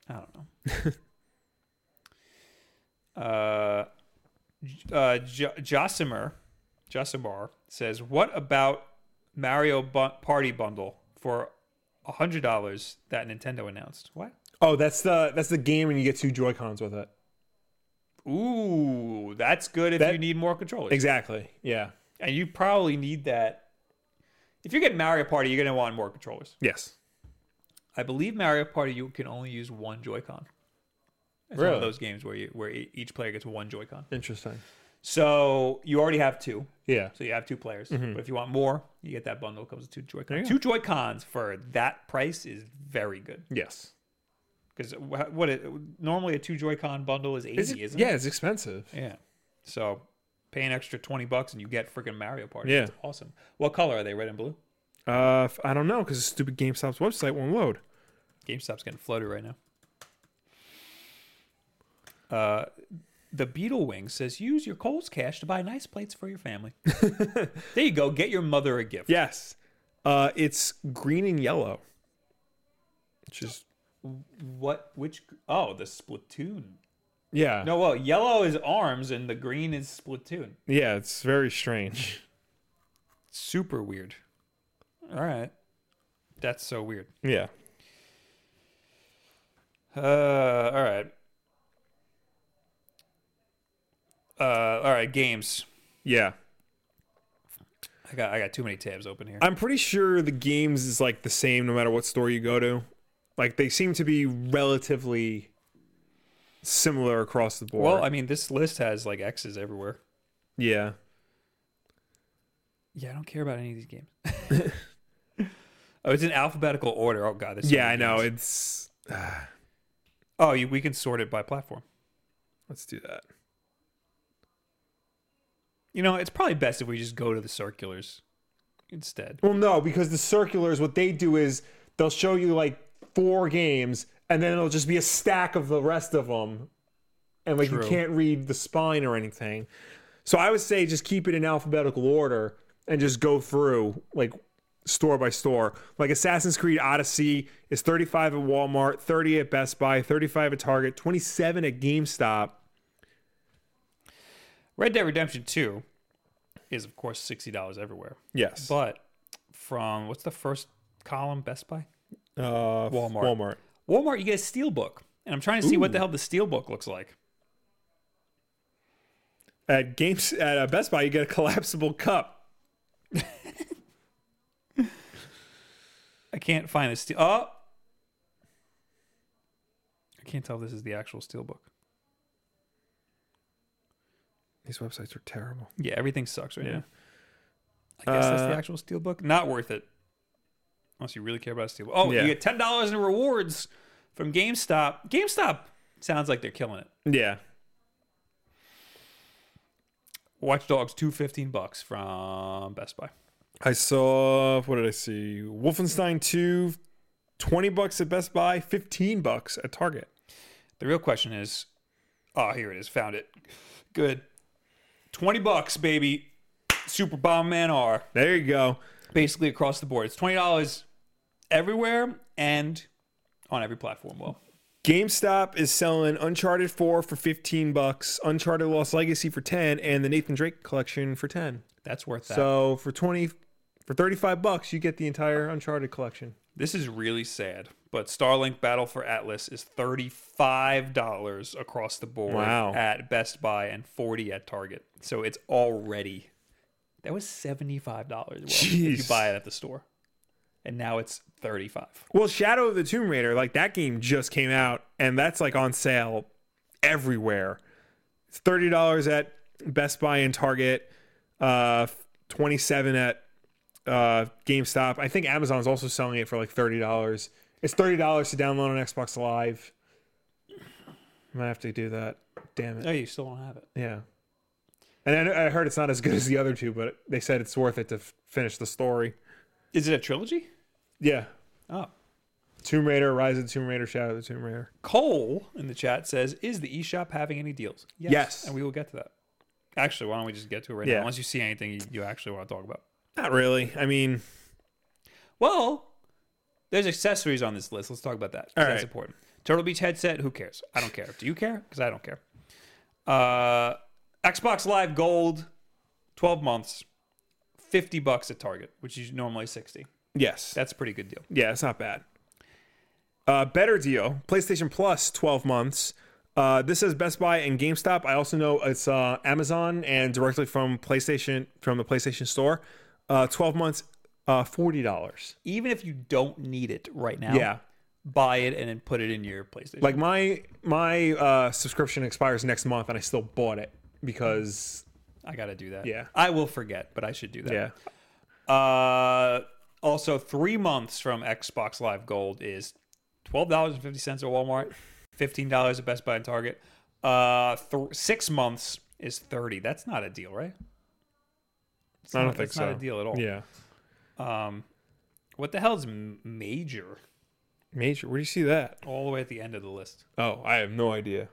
S1: I don't know. uh, J- uh, J- Josimer, Josimar says, "What about Mario bu- Party Bundle for hundred dollars that Nintendo announced?" What?
S2: Oh, that's the that's the game, and you get two Joy Cons with it.
S1: Ooh, that's good if
S2: That-
S1: you need more controllers,
S2: Exactly. Yeah.
S1: and you probably need that. If you're getting Mario Party, you're gonna want more controllers.
S2: Yes.
S1: I believe Mario Party you can only use one Joy-Con. It's one
S2: Really?
S1: of those games where you where e- each player gets one Joy-Con.
S2: Interesting.
S1: So you already have two.
S2: Yeah.
S1: So you have two players. But if you want more, you get that bundle. Comes with two Joy
S2: Mm-hmm. you
S1: Cons.
S2: go.
S1: Two Joy Cons for that price is very good
S2: Yes.
S1: because what it, normally a two Joy Con bundle is eighty,
S2: Is it-
S1: is isn't
S2: yeah, it's expensive.
S1: it? Yeah. So pay an extra twenty bucks and you get freaking Mario Party.
S2: Yeah.
S1: That's awesome. What color are they? Red and blue.
S2: Uh, f- I don't know because stupid GameStop's website won't load.
S1: GameStop's getting floated right now. Uh, the Beetle Wing says use your Kohl's cash to buy nice plates for your family. there you go. Get your mother a gift.
S2: Yes. Uh, it's green and yellow. Which is
S1: What? Which? Oh, the Splatoon
S2: yeah,
S1: No, well, yellow is arms and the green is Splatoon.
S2: yeah. It's very strange.
S1: Super weird. All right. That's so weird.
S2: Yeah.
S1: Uh, all right. Uh, all right, games.
S2: Yeah.
S1: I got I got too many tabs open here.
S2: I'm pretty sure the games is like the same no matter what store you go to. Like they seem to be relatively similar across the board.
S1: Well, I mean, this list has like X's everywhere.
S2: yeah.
S1: Yeah, I don't care about any of these games. oh, it's in alphabetical order. Oh god, there's so
S2: Yeah, I
S1: many
S2: know.
S1: games.
S2: It's
S1: Oh, you, we can sort it by platform.
S2: let's do that.
S1: You know, it's probably best if we just go to the circulars instead.
S2: Well, no, because the circulars, what they do is they'll show you like four games, and then it'll just be a stack of the rest of them, and like
S1: True.
S2: you can't read the spine or anything. So I would say just keep it in alphabetical order and just go through like store by store. Like Assassin's Creed Odyssey is 35 at Walmart, 30 at Best Buy, 35 at Target, 27 at GameStop.
S1: Red Dead Redemption 2 is, of course, $60 everywhere.
S2: Yes.
S1: But from what's the first column? Best Buy?
S2: uh,
S1: Walmart.
S2: Walmart.
S1: Walmart, you get a steelbook. And I'm trying to see what the hell the steelbook looks like.
S2: At games at uh, Best Buy, you get a collapsible cup.
S1: I can't find the steel. Oh! I can't tell if this is the actual steelbook.
S2: These websites are terrible.
S1: Yeah, everything sucks right now. I guess that's
S2: Uh,
S1: the actual steelbook. Not worth it. Unless you really care about steelbook. Oh,
S2: Yeah.
S1: you get ten dollars in rewards from GameStop. GameStop sounds like they're killing it.
S2: Yeah.
S1: Watch Dogs two fifteen bucks from Best Buy.
S2: I saw what did I see? Wolfenstein 2 20 bucks at Best Buy, 15 bucks at Target.
S1: The real question is, oh, here it is. Found it. Good. Twenty bucks, baby. Super Bomberman R.
S2: There you go.
S1: Basically across the board, it's twenty dollars everywhere and on every platform. Well,
S2: GameStop is selling Uncharted 4 for 15 bucks, Uncharted Lost Legacy for 10, and the Nathan Drake collection for 10.
S1: that's worth that.
S2: So for 20 for 35 bucks, you get the entire Uncharted collection.
S1: This is really sad, but Starlink Battle for Atlas is $35 across the board
S2: Wow.
S1: at Best Buy and 40 at Target. So it's already that was $75 well, if you
S2: Jeez.
S1: buy it at the store. And now it's 35.
S2: Well, Shadow of the Tomb Raider, like that game just came out and that's like on sale everywhere. It's $30 at Best Buy and Target, uh 27 at uh GameStop. I think Amazon's also selling it for like $30. It's $30 to download on Xbox Live. I might have to do that. Damn
S1: Oh,
S2: it.
S1: you still don't have it.
S2: Yeah. And I, I heard it's not as good as the other two, but they said it's worth it to f- finish the story.
S1: Is it a trilogy?
S2: Yeah.
S1: Oh.
S2: Tomb Raider, Rise of the Tomb Raider, Shadow of the Tomb Raider.
S1: Cole in the chat says, "Is the eShop having any deals?"
S2: Yes.
S1: and we will get to that. Actually, why don't we just get to it right
S2: Yeah.
S1: now? Unless you see anything you, you actually want to talk about.
S2: Not really. I mean,
S1: Well, there's accessories on this list. Let's talk about that. 'cause
S2: All
S1: that's
S2: right.
S1: important. Turtle Beach headset. Who cares? I don't care. Do you care? Because I don't care. Uh, Xbox Live Gold, 12 months, 50 bucks at Target, which is normally 60.
S2: yes.
S1: That's a pretty good deal.
S2: yeah, it's not bad. Uh, better deal. PlayStation Plus, 12 months. Uh, this is Best Buy and GameStop. I also know it's uh, Amazon and directly from PlayStation from the PlayStation Store. Uh, 12 months, uh, $40.
S1: Even if you don't need it right now,
S2: Yeah.
S1: buy it and then put it in your PlayStation.
S2: Like my my uh, subscription expires next month and I still bought it because
S1: I got to do that.
S2: Yeah.
S1: I will forget, but I should do that.
S2: yeah.
S1: Uh, also, three months from Xbox Live Gold is twelve dollars and fifty cents at Walmart, fifteen dollars at Best Buy and Target. Uh, th- six months is thirty. That's not a deal, right? It's
S2: I don't
S1: not-
S2: think
S1: that's Not a
S2: so.
S1: deal at all.
S2: Yeah.
S1: Um, what the hell is m- major?
S2: Major. Where do you see that?
S1: All the way at the end of the list.
S2: Oh, I have no idea.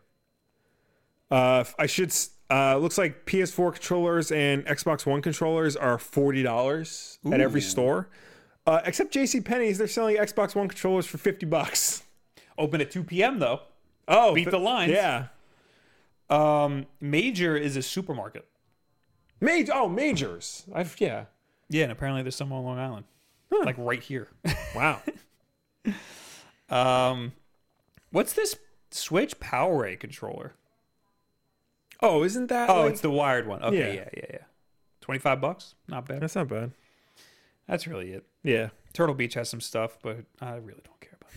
S2: Uh, f- I should. s- Uh, looks like PS4 controllers and Xbox One controllers are forty dollars at every
S1: Ooh.
S2: store, uh, except JC Penney's. They're selling Xbox One controllers for fifty bucks.
S1: Open at two p.m. though.
S2: Oh,
S1: Beat
S2: th-
S1: the lines.
S2: Yeah,
S1: Um, major is a supermarket.
S2: major. Oh, majors. I've yeah.
S1: Yeah, and apparently there's some on Long Island, like right here.
S2: Wow.
S1: um, what's this Switch PowerA controller?
S2: oh, isn't that?
S1: Oh,
S2: like-
S1: it's the wired one. Okay,
S2: Yeah.
S1: yeah, yeah, yeah. Twenty-five bucks, not bad.
S2: that's not bad.
S1: That's really it.
S2: Yeah.
S1: Turtle Beach has some stuff, but I really don't care about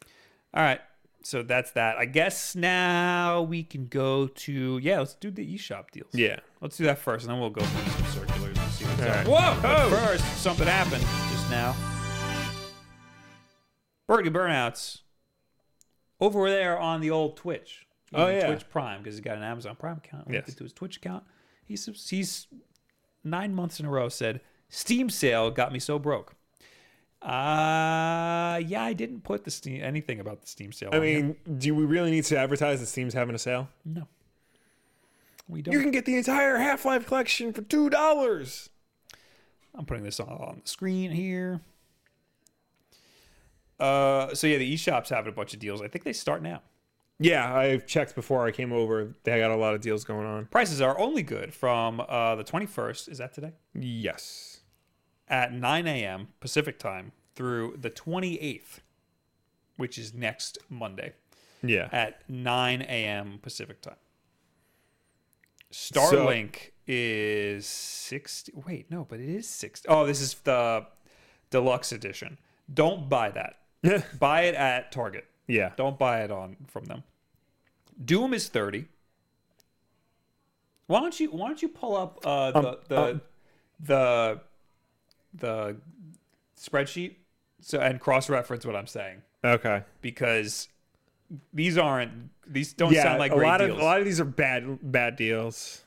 S1: that. All right, so that's that. I guess now we can go to yeah. Let's do the eShop deals.
S2: Yeah.
S1: Let's do that first, and then we'll go through some circulars and see what's
S2: All
S1: up.
S2: right.
S1: Whoa! But first, something happened just now. Burger Burnouts over there on the old Twitch. He's
S2: Oh,
S1: on
S2: yeah.
S1: Twitch Prime because he's got an Amazon Prime account linked
S2: Yes.
S1: to his Twitch account. He's he's nine months in a row said Steam sale got me so broke. Uh yeah, I didn't put the Steam anything about the Steam sale.
S2: I
S1: on here.
S2: mean, do we really need to advertise that Steam's having a sale?
S1: no, we don't.
S2: You can get the entire Half Life collection for two dollars.
S1: I'm putting this on, on the screen here. Uh, so yeah, the eShops having a bunch of deals. I think they start now.
S2: Yeah, I checked before I came over. They got a lot of deals going on.
S1: Prices are only good from uh, the 21st. Is that today?
S2: Yes.
S1: At 9 a.m. Pacific time through the 28th, which is next Monday
S2: Yeah.
S1: at 9 a.m. Pacific time. Starlink is 60. Wait, no, but it is 60. Oh, this is the deluxe edition. Don't buy that.
S2: Uh,
S1: buy it at Target.
S2: yeah.
S1: Don't buy it on from them. Doom is thirty. Why don't you Why don't you pull up uh, the the,
S2: um.
S1: the the spreadsheet so and cross reference what I'm saying
S2: Okay.
S1: because these aren't these don't
S2: Yeah,
S1: sound like
S2: a
S1: great
S2: lot
S1: deals.
S2: of a lot of these are bad bad deals.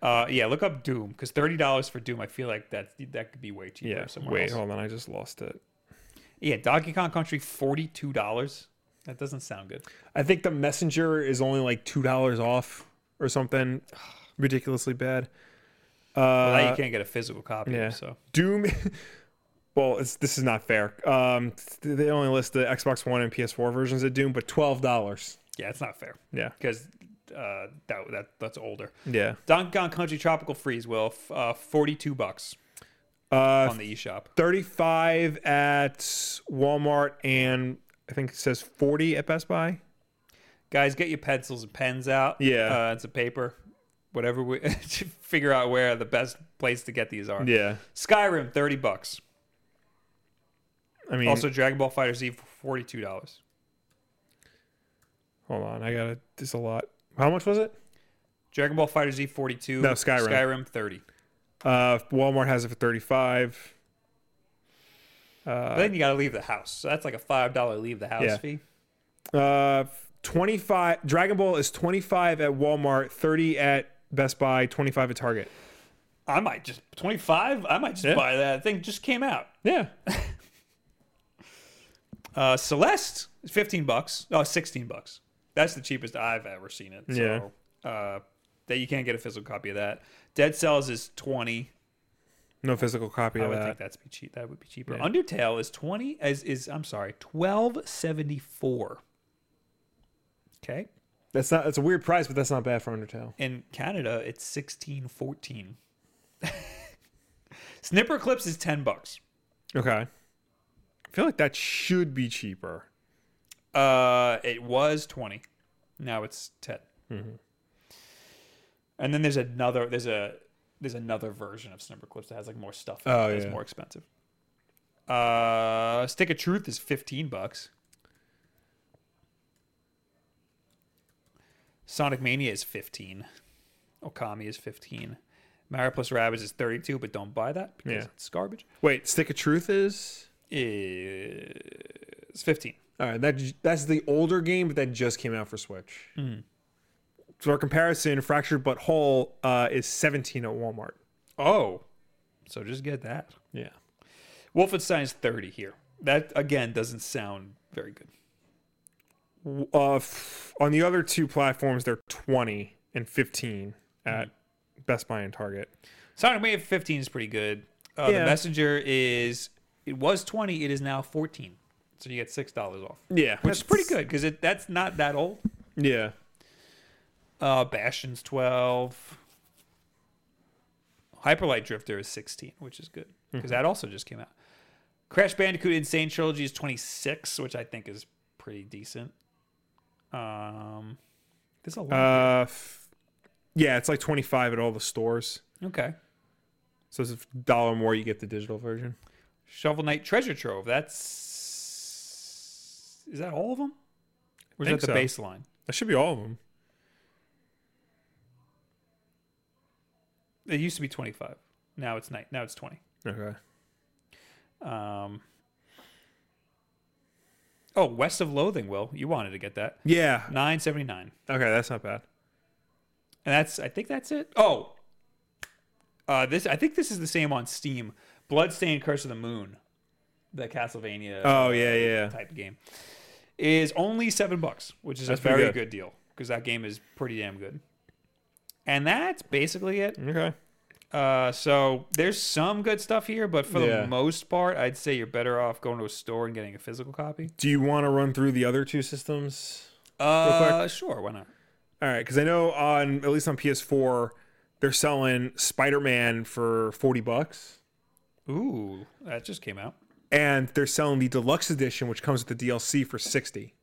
S1: uh, yeah, look up Doom because thirty dollars for Doom. I feel like that that could be way cheaper
S2: Yeah.
S1: somewhere
S2: Wait,
S1: else.
S2: hold on. I just lost it.
S1: Yeah, Donkey Kong Country forty two dollars. That doesn't sound good.
S2: I think the messenger is only like two dollars off or something ridiculously bad.
S1: Well, now
S2: Uh,
S1: you can't get a physical copy.
S2: yeah.
S1: So
S2: Doom. Well, it's, this is not fair. Um, they only list the Xbox One and PS4 versions of Doom, but twelve dollars.
S1: yeah, it's not fair.
S2: Yeah,
S1: because uh, that that that's older.
S2: yeah.
S1: Donkey Kong Country Tropical Freeze will f- uh, forty two bucks
S2: Uh,
S1: on the eShop.
S2: thirty-five at Walmart, and I think it says forty at Best Buy.
S1: Guys, get your pencils and pens out.
S2: Yeah.
S1: uh, and some paper. Whatever we to figure out where the best place to get these are.
S2: Yeah,
S1: Skyrim thirty bucks.
S2: I mean,
S1: Also, Dragon Ball Fighter Z forty two dollars.
S2: hold on, I got to This a lot. How much was it?
S1: Dragon Ball Fighter Z forty two.
S2: No, Skyrim.
S1: Skyrim thirty.
S2: Uh, Walmart has it for thirty-five.
S1: But then you got to leave the house. So that's like a five dollar leave the house
S2: Uh, Yeah.
S1: fee.
S2: Uh, 25 Dragon Ball is 25 at Walmart, 30 at Best Buy, 25 at Target.
S1: I might just twenty five. I might just
S2: Yeah.
S1: buy that thing. Just came out.
S2: Yeah.
S1: Uh, Celeste is 15 bucks. Oh, 16 bucks. That's the cheapest I've ever seen it. So, uh, that you can't get a physical copy of that. Dead Cells is 20.
S2: No physical copy
S1: I
S2: of
S1: would
S2: that.
S1: think that's be cheap. That would be cheaper. Undertale is 20 is is I'm sorry, 1274. Okay.
S2: That's not that's a weird price, but that's not bad for Undertale.
S1: In Canada, it's 1614. Snipper Clips is 10 bucks.
S2: Okay. I feel like that should be cheaper.
S1: Uh, it was twenty. Now it's 10 And then there's another. There's a there's another version of Snipper Clips that has like more stuff. in it
S2: Oh,
S1: that's
S2: yeah.
S1: more expensive. Uh, Stick of Truth is fifteen bucks. Sonic Mania is fifteen. Okami is fifteen. Mario plus Rabbids is thirty-two, but don't buy that because
S2: Yeah.
S1: it's garbage.
S2: Wait, Stick of Truth is
S1: It's fifteen.
S2: all right. That that's the older game, but that just came out for Switch. So our comparison, Fractured But Whole, uh, is 17 at Walmart.
S1: Oh, so just get that.
S2: Yeah.
S1: Wolfenstein's 30 here. That again doesn't sound very good.
S2: uh, f- on the other two platforms, they're 20 and 15 at Best Buy and Target.
S1: Sonic Mania 15 is pretty good. Uh, The
S2: Yeah.
S1: Messenger is it was 20, it is now 14. So you get six dollars off,
S2: Yeah,
S1: which is pretty good because it that's not that old.
S2: Yeah,
S1: Uh, Bastion's 12. Hyperlight Drifter is 16, which is good
S2: Mm-hmm.
S1: because that also just came out. Crash Bandicoot Insane Trilogy is 26, which I think is pretty decent. Um, there's a lot.
S2: uh, f- yeah, it's like 25 at all the stores.
S1: okay.
S2: So it's a dollar more you get the digital version.
S1: Shovel Knight Treasure Trove. That's is that all of them? Or is
S2: Think
S1: that the
S2: so.
S1: baseline?
S2: That should be all of them.
S1: It used to be twenty five. Now it's night. Now it's twenty.
S2: Okay.
S1: Um, oh, West of Loathing. Will you wanted to get that
S2: Yeah.
S1: nine seventy nine?
S2: Okay, that's not bad.
S1: And that's I think that's it. Oh, uh, this I think this is the same on Steam. Bloodstained Curse of the Moon, the Castlevania. uh,
S2: Oh yeah, yeah.
S1: type game is only seven bucks, which is
S2: That's
S1: a
S2: pretty
S1: very good,
S2: good.
S1: deal because that game is pretty damn good. And that's basically it.
S2: Okay.
S1: Uh, so there's some good stuff here, but for
S2: Yeah.
S1: the most part, I'd say you're better off going to a store and getting a physical copy.
S2: Do you want to run through the other two systems?
S1: Uh, sure, why not?
S2: All right, because I know on at least on PS4, they're selling Spider Man for forty bucks,
S1: Ooh, that just came out.
S2: and they're selling the deluxe edition, which comes with the DLC for sixty.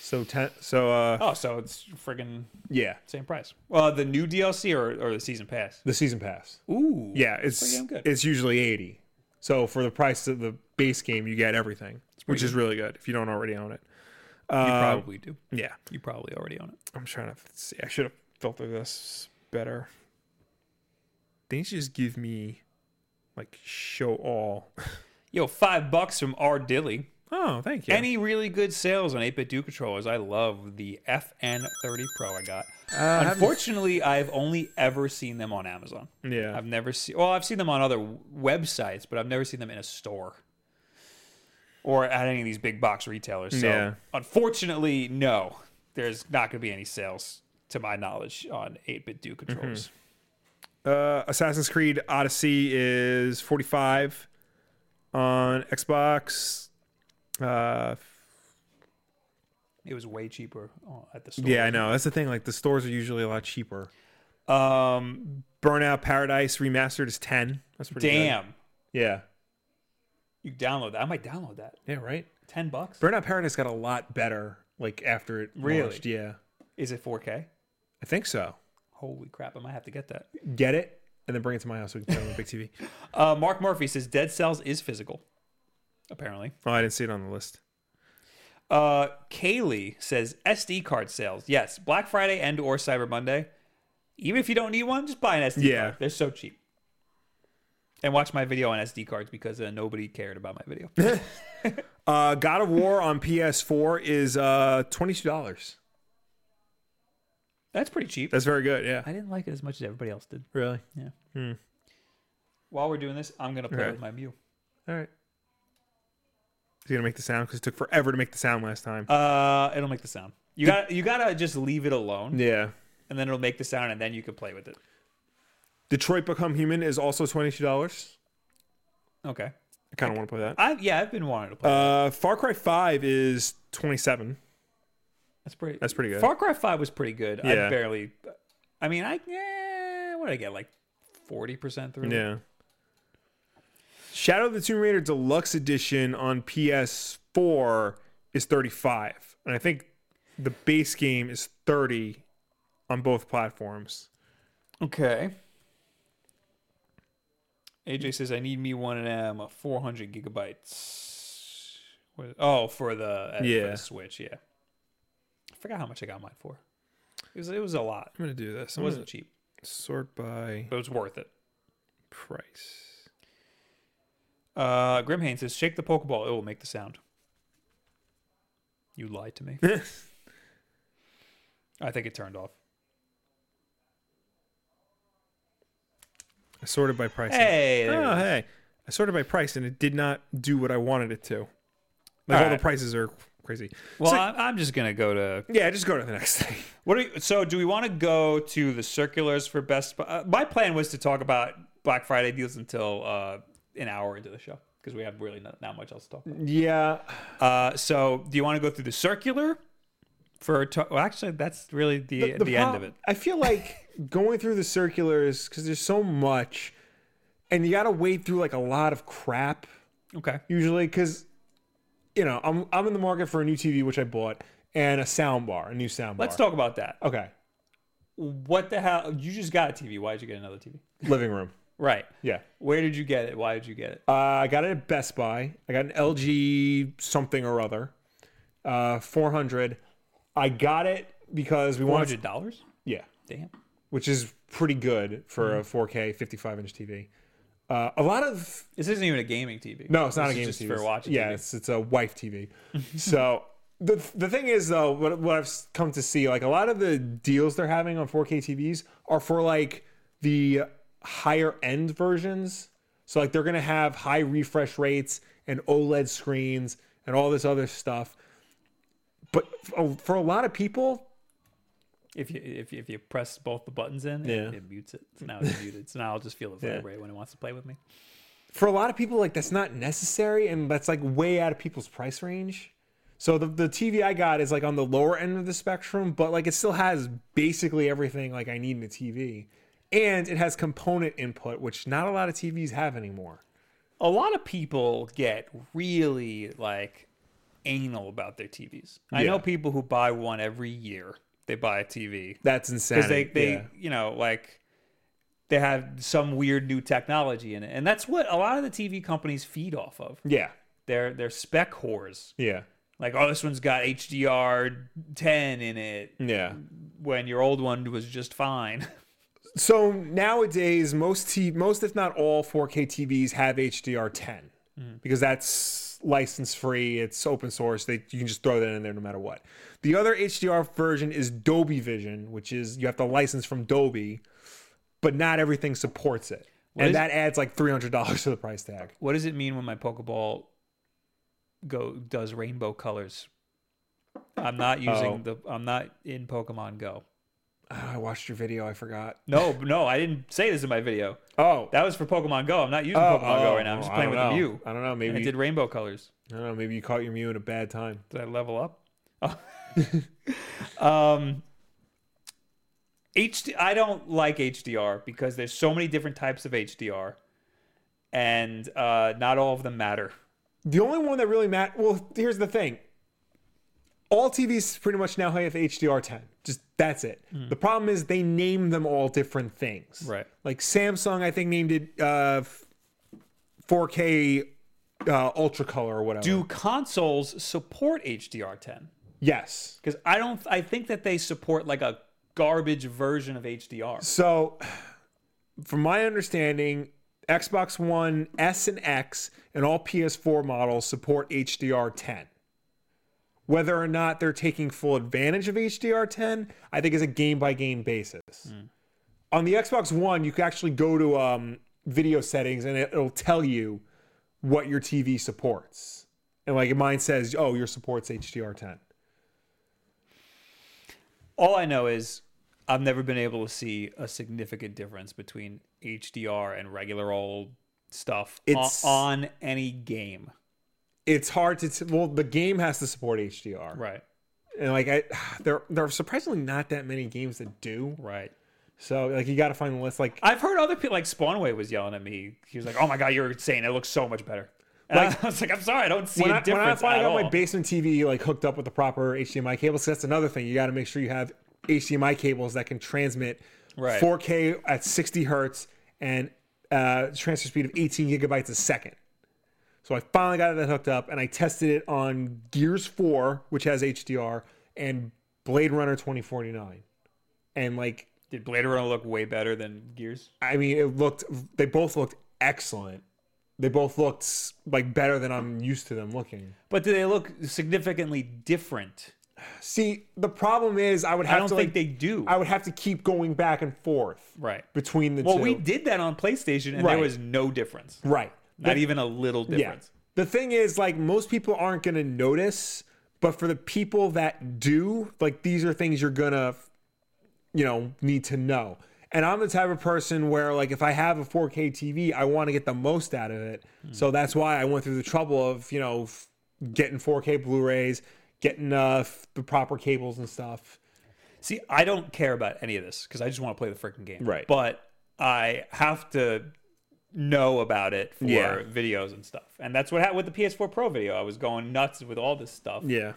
S2: So ten. So uh,
S1: Oh, so it's friggin'
S2: yeah,
S1: same price. Well, the new DLC or, or the season pass?
S2: the season pass.
S1: Ooh,
S2: Yeah, it's
S1: pretty damn good.
S2: it's usually eighty. So for the price of the base game, you get everything, which is really good if you don't already own it. Um,
S1: you probably do.
S2: Yeah,
S1: You probably already own it.
S2: I'm trying to see. I should have filtered this better. They need to just give me like show all.
S1: Yo, five bucks from R Dilly.
S2: Oh, thank you.
S1: Any really good sales on 8-bit Duke controllers? I love the FN30 Pro I got.
S2: Uh, haven't-
S1: Unfortunately, I've only ever seen them on Amazon.
S2: yeah.
S1: I've never seen. Well, I've seen them on other w- websites, but I've never seen them in a store or at any of these big box retailers. So,
S2: Yeah.
S1: unfortunately, no. There's not going to be any sales, to my knowledge, on
S2: Mm-hmm.
S1: 8-bit Duke controllers.
S2: uh, Assassin's Creed Odyssey is 45 on Xbox. Uh,
S1: It was way cheaper uh, at the store.
S2: yeah, I know. That's the thing. Like the stores are usually a lot cheaper.
S1: Um,
S2: Burnout Paradise remastered is 10. That's pretty good.
S1: damn.
S2: Yeah.
S1: You can download that. I might download that.
S2: Yeah. Right.
S1: Ten bucks.
S2: Burnout Paradise got a lot better. Like after it
S1: Really?
S2: launched. Yeah.
S1: Is it 4K?
S2: I think so.
S1: Holy crap! I might have to get that.
S2: Get it and then bring it to my house so we can play it on the big TV.
S1: Uh, Mark Murphy says Dead Cells is physical. Apparently,
S2: Oh, I didn't see it on the list.
S1: uh, Kaylee says SD card sales. Yes, Black Friday and or Cyber Monday. Even if you don't need one, just buy an SD
S2: Yeah.
S1: card. They're so cheap. And watch my video on SD cards because uh, nobody cared about my video.
S2: Uh, God of War on PS4 is uh, $22.
S1: That's pretty cheap.
S2: That's very good. Yeah.
S1: I didn't like it as much as everybody else did.
S2: Really?
S1: Yeah. While we're doing this, I'm gonna play
S2: Okay.
S1: with my Mew.
S2: All right. Is he gonna make the sound? Because it took forever to make the sound last time.
S1: Uh, it'll make the sound. You got to you gotta just leave it alone,
S2: yeah.
S1: and then it'll make the sound, and then you can play with it.
S2: Detroit Become Human is also twenty two dollars.
S1: Okay.
S2: I kind of want to play
S1: I yeah, I've been wanting
S2: that.
S1: to play.
S2: Uh, Far Cry Five is twenty seven.
S1: that's pretty.
S2: That's pretty good.
S1: Far Cry Five was pretty good.
S2: Yeah.
S1: I barely. I mean, I yeah, what did I get? Like forty percent through.
S2: yeah. Shadow of the Tomb Raider Deluxe Edition on PS four is thirty five, and I think the base game is thirty on both platforms.
S1: Okay. AJ says I need me one of them uh, four hundred gigabytes. What- Oh, for the uh, for the
S2: Yeah.
S1: Switch, yeah. I forgot how much I got mine for. It was it was a lot.
S2: I'm gonna do this.
S1: It
S2: I'm
S1: wasn't cheap,
S2: sort by
S1: but it was worth it.
S2: price.
S1: Uh, Grimhane says, "Shake the Pokeball; it will make the sound." You lied to me. I think it turned off.
S2: I sorted by price.
S1: Hey, there
S2: oh
S1: it is.
S2: hey, I sorted by price and it did not do what I wanted it to. Like all, the
S1: Alright.
S2: prices are crazy.
S1: well,
S2: So-
S1: I- I'm just gonna go to
S2: yeah, just go to the next thing.
S1: what? Are you, so, do we want to go to the circulars for Best Buy? Uh, my plan was to talk about Black Friday deals until uh, an hour into the show because we have really not, not much else to talk.
S2: Yeah,
S1: About. Uh, so, do you want to go through the circular for? To- well, actually, that's really the the, end of it.
S2: I feel like going through the circulars because there's so much, and you got to wade through like a lot of crap
S1: Okay.
S2: usually because, you know, I'm I'm in the market for a new TV which I bought and a sound bar, a new sound bar.
S1: Let's talk about that.
S2: Okay,
S1: What the hell? You just got a TV. Why did you get another TV?
S2: living room.
S1: Right.
S2: Yeah.
S1: Where did you get it? Why did you get it?
S2: Uh, I got it at Best Buy. I got an LG something or other, uh, 400. I got it because we
S1: Four
S2: wanted,
S1: hundred dollars.
S2: yeah,
S1: Damn.
S2: which is pretty good
S1: Mm-hmm.
S2: for a 4K 55 inch TV. Uh, a lot of
S1: This isn't even a gaming TV.
S2: no, it's not
S1: This
S2: a
S1: is
S2: game
S1: just
S2: TV.
S1: for
S2: It's-
S1: watching.
S2: Yeah,
S1: TV.
S2: It's, it's a wife TV. so the the thing is though, what what I've s- come to see, like a lot of the deals they're having on 4K TVs are for like the higher end versions. So like they're gonna have high refresh rates and OLED screens oh, and all this other stuff. But f- for a lot of people,
S1: If you if you, if you press both the buttons in,
S2: Yeah.
S1: it, it mutes it. So now it's muted. So now I'll just feel it
S2: Yeah.
S1: vibrate when it wants to play with me.
S2: for a lot of people like that's not necessary and that's like way out of people's price range so the, the tv i got is like on the lower end of the spectrum but like it still has basically everything like i need in a tv and it has component input which not a lot of tvs have anymore
S1: A lot of people get really like anal about their TVs. I
S2: Yeah.
S1: know people who buy one every year. They buy a TV
S2: that's insane
S1: because they they you know like they have some weird new technology in it, and that's what a lot of the TV companies feed off of.
S2: yeah
S1: They're they're spec whores.
S2: yeah
S1: Like oh, this one's got HDR ten in it.
S2: yeah, yeah.
S1: when your old one was just fine.
S2: so nowadays most t- most if not all 4K TVs have HDR10
S1: Mm-hmm.
S2: because that's license free, it's open source. They you can just throw that in there no matter what. The other HDR version is Dolby Vision, which is you have to license from Dolby, but not everything supports it.
S1: What
S2: and
S1: is-
S2: that adds like $300 to the price tag.
S1: what does it mean when my Pokeball go does rainbow colors? I'm not using
S2: Oh.
S1: the. I'm not in Pokemon Go. Uh,
S2: Ah, I watched your video, I forgot.
S1: No, no, I didn't say this in my video.
S2: Oh,
S1: That was for Pokemon Go. I'm not using Pokemon Go right now. I'm just
S2: I
S1: playing with
S2: don't
S1: the
S2: know.
S1: Mew.
S2: I don't know,
S1: And
S2: maybe
S1: it did rainbow colors.
S2: I don't know, maybe you caught your Mew at a bad time.
S1: Did I level up? Oh. um, HD, I don't like HDR because there's so many different types of HDR, and uh, not all of them matter.
S2: The only one that really matters. Well, here's the thing. All TVs pretty much now have HDR10. Just that's it. The problem is they name them all different things.
S1: Mm. Right.
S2: Like Samsung, I think named it uh, f- 4K uh, Ultra Color or whatever.
S1: Do consoles support HDR10?
S2: yes.
S1: Because I don't. I think that they support like a garbage version of HDR.
S2: So, from my understanding, Xbox One S and X and all PS4 models support HDR10. Whether or not they're taking full advantage of HDR10, I think is a game by game basis. On the Xbox One, you can actually go to um, video settings and it- it'll tell you what your TV supports. And like mine says, oh, your supports HDR10.
S1: All I know is I've never been able to see a significant difference between HDR and regular old stuff o-
S2: It's-
S1: on any game.
S2: It's hard to t- well, the game has to support HDR.
S1: Right.
S2: and like I, there there are surprisingly not that many games that do.
S1: Right.
S2: So like you got to find the list. Like
S1: I've heard other people like Spawnway was yelling at me. He was like, "Oh my god, you're insane! It looks so much better." And I was like, "I'm sorry, I don't see
S2: when
S1: a
S2: I, when I
S1: difference
S2: finally
S1: at
S2: got
S1: all."
S2: my basement TV like hooked up with the proper HDMI cables, 'cause that's another thing. You got to make sure you have HDMI cables that can transmit
S1: Right.
S2: 4K at 60 hertz and uh, transfer speed of 18 gigabytes a second. So I finally got that hooked up, and I tested it on Gears 4, which has HDR, and Blade Runner 2049, and like
S1: Did Blade Runner look way better than Gears?
S2: I mean, it looked. They both looked excellent. They both looked like better than I'm used to them looking.
S1: But do they look significantly different?
S2: See, the problem is, I would have
S1: I don't
S2: to.
S1: think
S2: like,
S1: they do.
S2: I would have to keep going back and forth
S1: right.
S2: between the
S1: Well,
S2: two.
S1: we did that on PlayStation, and
S2: Right.
S1: there was no difference.
S2: right.
S1: Not even a little
S2: Yeah.
S1: difference.
S2: The thing is, like, most people aren't going to notice, but for the people that do, like, these are things you're going to, you know, need to know. And I'm the type of person where, like, if I have a 4K TV, I want to get the most out of it. So that's why I went through the trouble of, you know, f- getting 4K Blu rays, getting uh, f- the proper cables and stuff.
S1: See, I don't care about any of this because I just want to play the freaking game.
S2: Right.
S1: But I have to know about it for
S2: Yeah.
S1: videos and stuff. And that's what happened with the PS4 Pro video. I was going nuts with all this stuff.
S2: Yeah.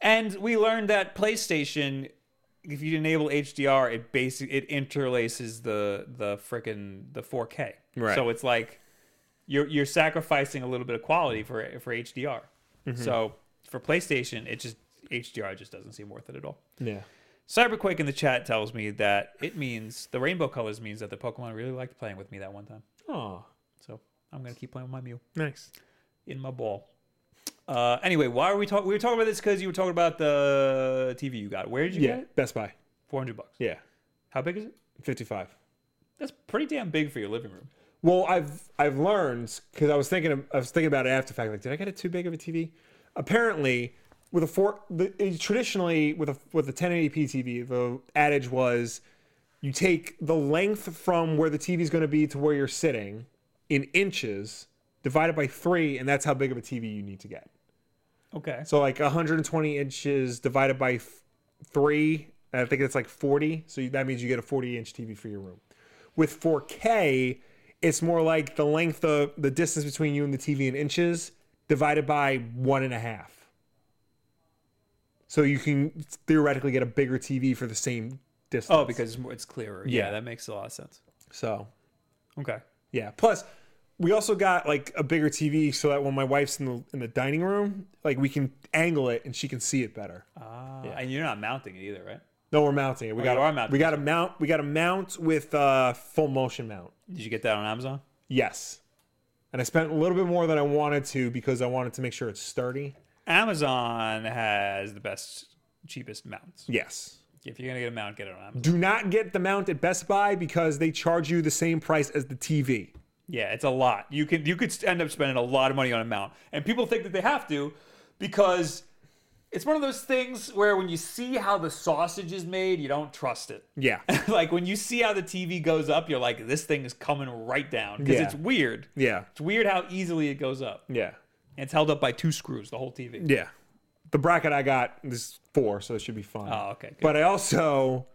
S1: And we learned that PlayStation, if you enable HDR, it basically it interlaces the the frickin' the 4K.
S2: Right.
S1: So it's like you're you're sacrificing a little bit of quality for for HDR.
S2: Mm-hmm.
S1: So for PlayStation, it just HDR just doesn't seem worth it at all.
S2: Yeah.
S1: Cyberquake in the chat tells me that it means the rainbow colors means that the Pokemon really liked playing with me that one time.
S2: Oh,
S1: So I'm gonna keep playing with my Mew
S2: nice.
S1: in my ball. Uh, anyway, why are we talking? We were talking about this because you were talking about the TV you got. Where did you
S2: Yeah.
S1: get it?
S2: Best Buy.
S1: Four hundred bucks.
S2: Yeah.
S1: How big is it?
S2: 55.
S1: That's pretty damn big for your living room.
S2: Well, I've I've learned because I was thinking of, I was thinking about it after the fact. Like, did I get it too big of a TV? Apparently, with a four the, it- traditionally with a with a 1080p TV, the adage was you take the length from where the TV is going to be to where you're sitting in inches, divided by three, and that's how big of a TV you need to get.
S1: Okay.
S2: So like 120 inches divided by th- three, and I think it's like 40. So you, that means you get a 40 inch TV for your room. With 4K, it's more like the length of the distance between you and the TV in inches divided by one and a half. So you can theoretically get a bigger TV for the same distance.
S1: Oh, because it's, more, it's clearer. Yeah.
S2: Yeah.
S1: that makes a lot of sense.
S2: so
S1: Okay.
S2: yeah. Plus, we also got like a bigger TV so that when my wife's in the in the dining room, like we can angle it and she can see it better.
S1: Ah, and you're not mounting it either, right?
S2: No, we're mounting it. We got
S1: Oh, you are mounting
S2: We got a mount. We got a mount with uh, full motion mount.
S1: Did you get that on Amazon?
S2: Yes, and I spent a little bit more than I wanted to because I wanted to make sure it's sturdy.
S1: Amazon has the best, cheapest mounts.
S2: Yes.
S1: If you're gonna get a mount, get it on Amazon.
S2: Do not get the mount at Best Buy because they charge you the same price as the TV.
S1: Yeah, it's a lot. You can you could end up spending a lot of money on a mount, and people think that they have to because it's one of those things where when you see how the sausage is made, you don't trust it.
S2: Yeah.
S1: like when you see how the TV goes up, you're like, this thing is coming right down because
S2: Yeah.
S1: it's weird.
S2: Yeah.
S1: It's weird how easily it goes up.
S2: Yeah.
S1: And it's held up by two screws, the whole TV.
S2: Yeah. The bracket I got is four, so it should be fun.
S1: Oh, okay. Good.
S2: But I also,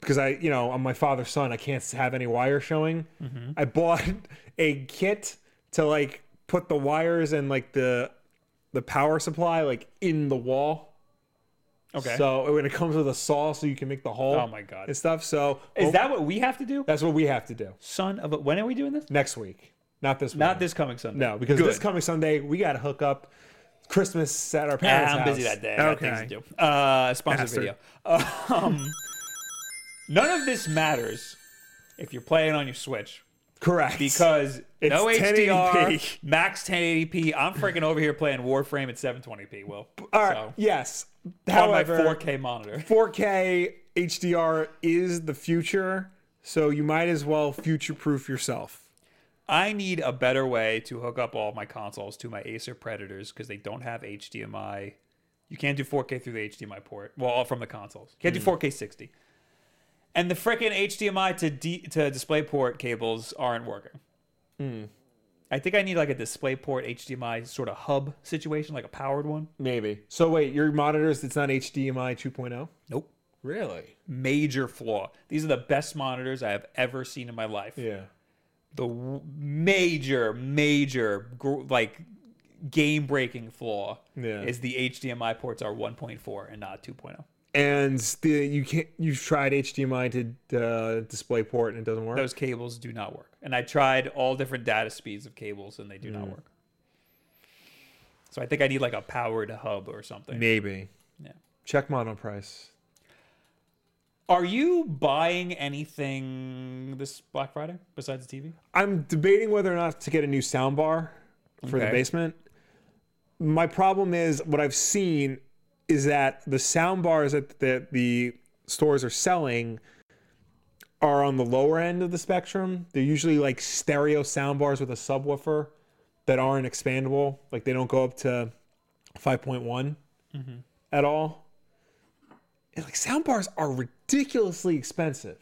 S2: because I, you know, I'm my father's son, I can't have any wire showing.
S1: Mm-hmm.
S2: I bought a kit to like put the wires and like the the power supply like in the wall.
S1: okay.
S2: So when it comes with a saw, so you can make the hole.
S1: Oh my God.
S2: And stuff. So oh,
S1: is that what we have to do?
S2: that's what we have to do
S1: Son of a. When are we doing this?
S2: next week, not this.
S1: Not
S2: week.
S1: this coming Sunday.
S2: No, because
S1: Good.
S2: this coming Sunday we got to hook up. Christmas at our
S1: Ah,
S2: parents'
S1: I'm busy
S2: house.
S1: that day. I got things to do. Uh, sponsored
S2: Bastard.
S1: video. Um, none of this matters if you're playing on your Switch
S2: Correct.
S1: because no
S2: 1080p.
S1: HDR, max 1080p. I'm freaking over here playing Warframe at 720p. Well,
S2: all right.
S1: so,
S2: yes.
S1: on my
S2: However,
S1: 4K monitor.
S2: 4K HDR is the future, so you might as well future proof yourself.
S1: I need a better way to hook up all my consoles to my Acer Predators because they don't have HDMI. You can't do 4K through the HDMI port. Well, all from the consoles. You can't do 4K 60. And the frickin' HDMI to D- to DisplayPort cables aren't working. I think I need like a DisplayPort HDMI sort of hub situation, like a powered one.
S2: Maybe. So wait, your monitors it's not HDMI 2.0?
S1: Nope.
S2: Really?
S1: Major flaw. These are the best monitors I have ever seen in my life.
S2: Yeah.
S1: the w- major, major gr- like game breaking flaw
S2: Yeah.
S1: is the HDMI ports are 1.4 and not oh. 2.0.
S2: And the you can't you've tried HDMI to uh, DisplayPort and it doesn't work.
S1: Those cables do not work. And I tried all different data speeds of cables and they do
S2: Mm.
S1: not work. So I think I need like a powered hub or something.
S2: Maybe.
S1: Yeah.
S2: Check mono price.
S1: Are you buying anything this Black Friday besides the TV?
S2: I'm debating whether or not to get a new sound bar for the
S1: Okay.
S2: basement. My problem is what I've seen is that the sound bars that the, the stores are selling are on the lower end of the spectrum. They're usually like stereo sound bars with a subwoofer that aren't expandable. Like they don't go up to 5one
S1: Mm-hmm.
S2: at all. And like sound bars are ridiculously expensive.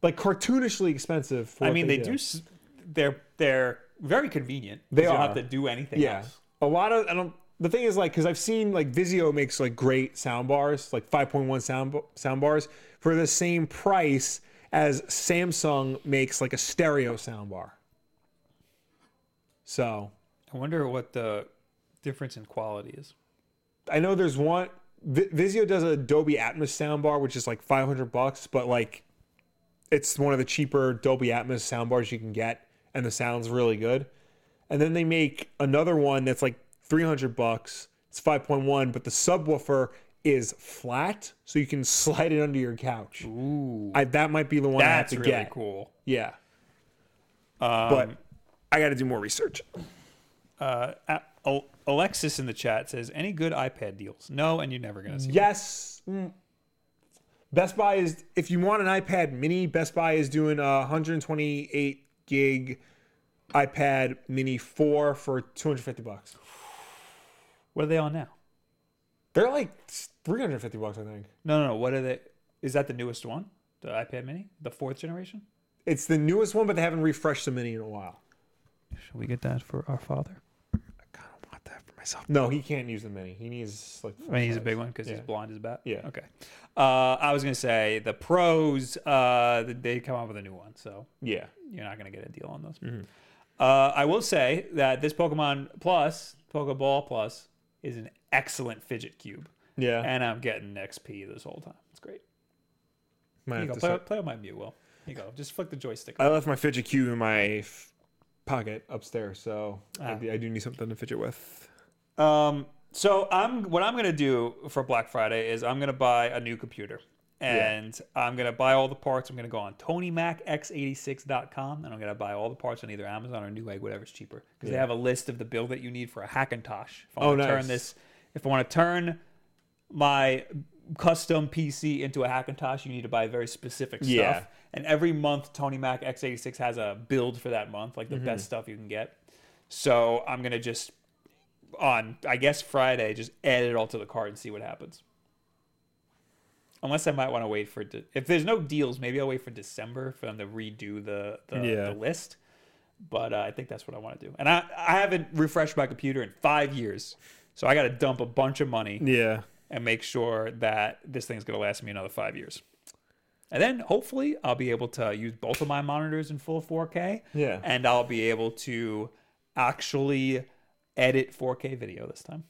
S2: Like cartoonishly expensive. For
S1: I
S2: what
S1: mean, they,
S2: do.
S1: do. s They're they're very convenient. 'cause
S2: They
S1: You don't
S2: are.
S1: have to do anything
S2: Yeah.
S1: else.
S2: A lot of I don't the thing is like cuz I've seen like Vizio makes like great sound bars, like 5.1 sound sound bars for the same price as Samsung makes like a stereo sound bar. So,
S1: I wonder what the difference in quality is.
S2: I know there's one Vi- Vizio does a Dolby Atmos sound bar which is like 500 bucks, but like it's one of the cheaper Dolby Atmos sound bars you can get and the sound's really good. and then they make another one that's like 300 bucks it's 5.1 but the subwoofer is flat so you can slide it under your couch
S1: Ooh,
S2: I, that might be the one
S1: that's
S2: i have
S1: really
S2: to get
S1: cool. Um,
S2: yeah but i gotta do more research
S1: Uh, A- Al- Alexis in the chat says, "Any good iPad deals?" No, and you're never gonna see.
S2: yes mm. best buy is if you want an ipad mini best buy is doing a 128 gig ipad mini 4 for 250 bucks
S1: What are they on now?
S2: They're like 350 bucks, I think.
S1: No, no, no. What are they? Is that the newest one? The iPad Mini, the fourth generation?
S2: It's the newest one, but they haven't refreshed the mini in a while.
S1: Should we get that for our father?
S2: I kind of want that for myself. No, he can't use the mini. He needs like.
S1: I mean, he's a big one because he's
S2: Yeah.
S1: blind as a bat.
S2: Yeah.
S1: Okay. Uh, I was gonna say the pros. Uh, they come up with a new one, so
S2: Yeah.
S1: you're not gonna get a deal on those. Uh, I will say that this Pokemon Plus, Pokeball Plus, is an excellent fidget cube,
S2: Yeah.
S1: and I'm getting XP this whole time. It's great.
S2: Might
S1: Here
S2: have
S1: you go.
S2: to
S1: Play,
S2: set-
S1: play with my mute, Will. Here you go. Just flick the joystick.
S2: I left my fidget cube in my f- pocket upstairs, so I,
S1: Ah.
S2: do- I do need something to fidget with.
S1: Um, so I'm what I'm gonna do for Black Friday is I'm gonna buy a new computer. And I'm gonna buy all the parts. I'm gonna go on TonyMacX86.com and I'm gonna buy all the parts on either Amazon or Newegg, whatever's cheaper, because they
S2: Yeah.
S1: have a list of the build that you need for a Hackintosh. If I
S2: Oh,
S1: want to turn
S2: nice.
S1: this, if I want to turn my custom PC into a Hackintosh, you need to buy very specific stuff.
S2: Yeah.
S1: And every month, Tony Mac X86 has a build for that month, like the
S2: Mm-hmm.
S1: best stuff you can get. So I'm gonna just on I guess Friday, just add it all to the cart and see what happens. Unless I might want to wait for de- if there's no deals, maybe I'll wait for December for them to redo the the,
S2: Yeah.
S1: the list. But uh, I think that's what I want to do, and I I haven't refreshed my computer in five years, so I got to dump a bunch of money
S2: Yeah.
S1: and make sure that this thing's gonna last me another five years, and then hopefully I'll be able to use both of my monitors in full 4K,
S2: Yeah.
S1: and I'll be able to actually edit 4K video this time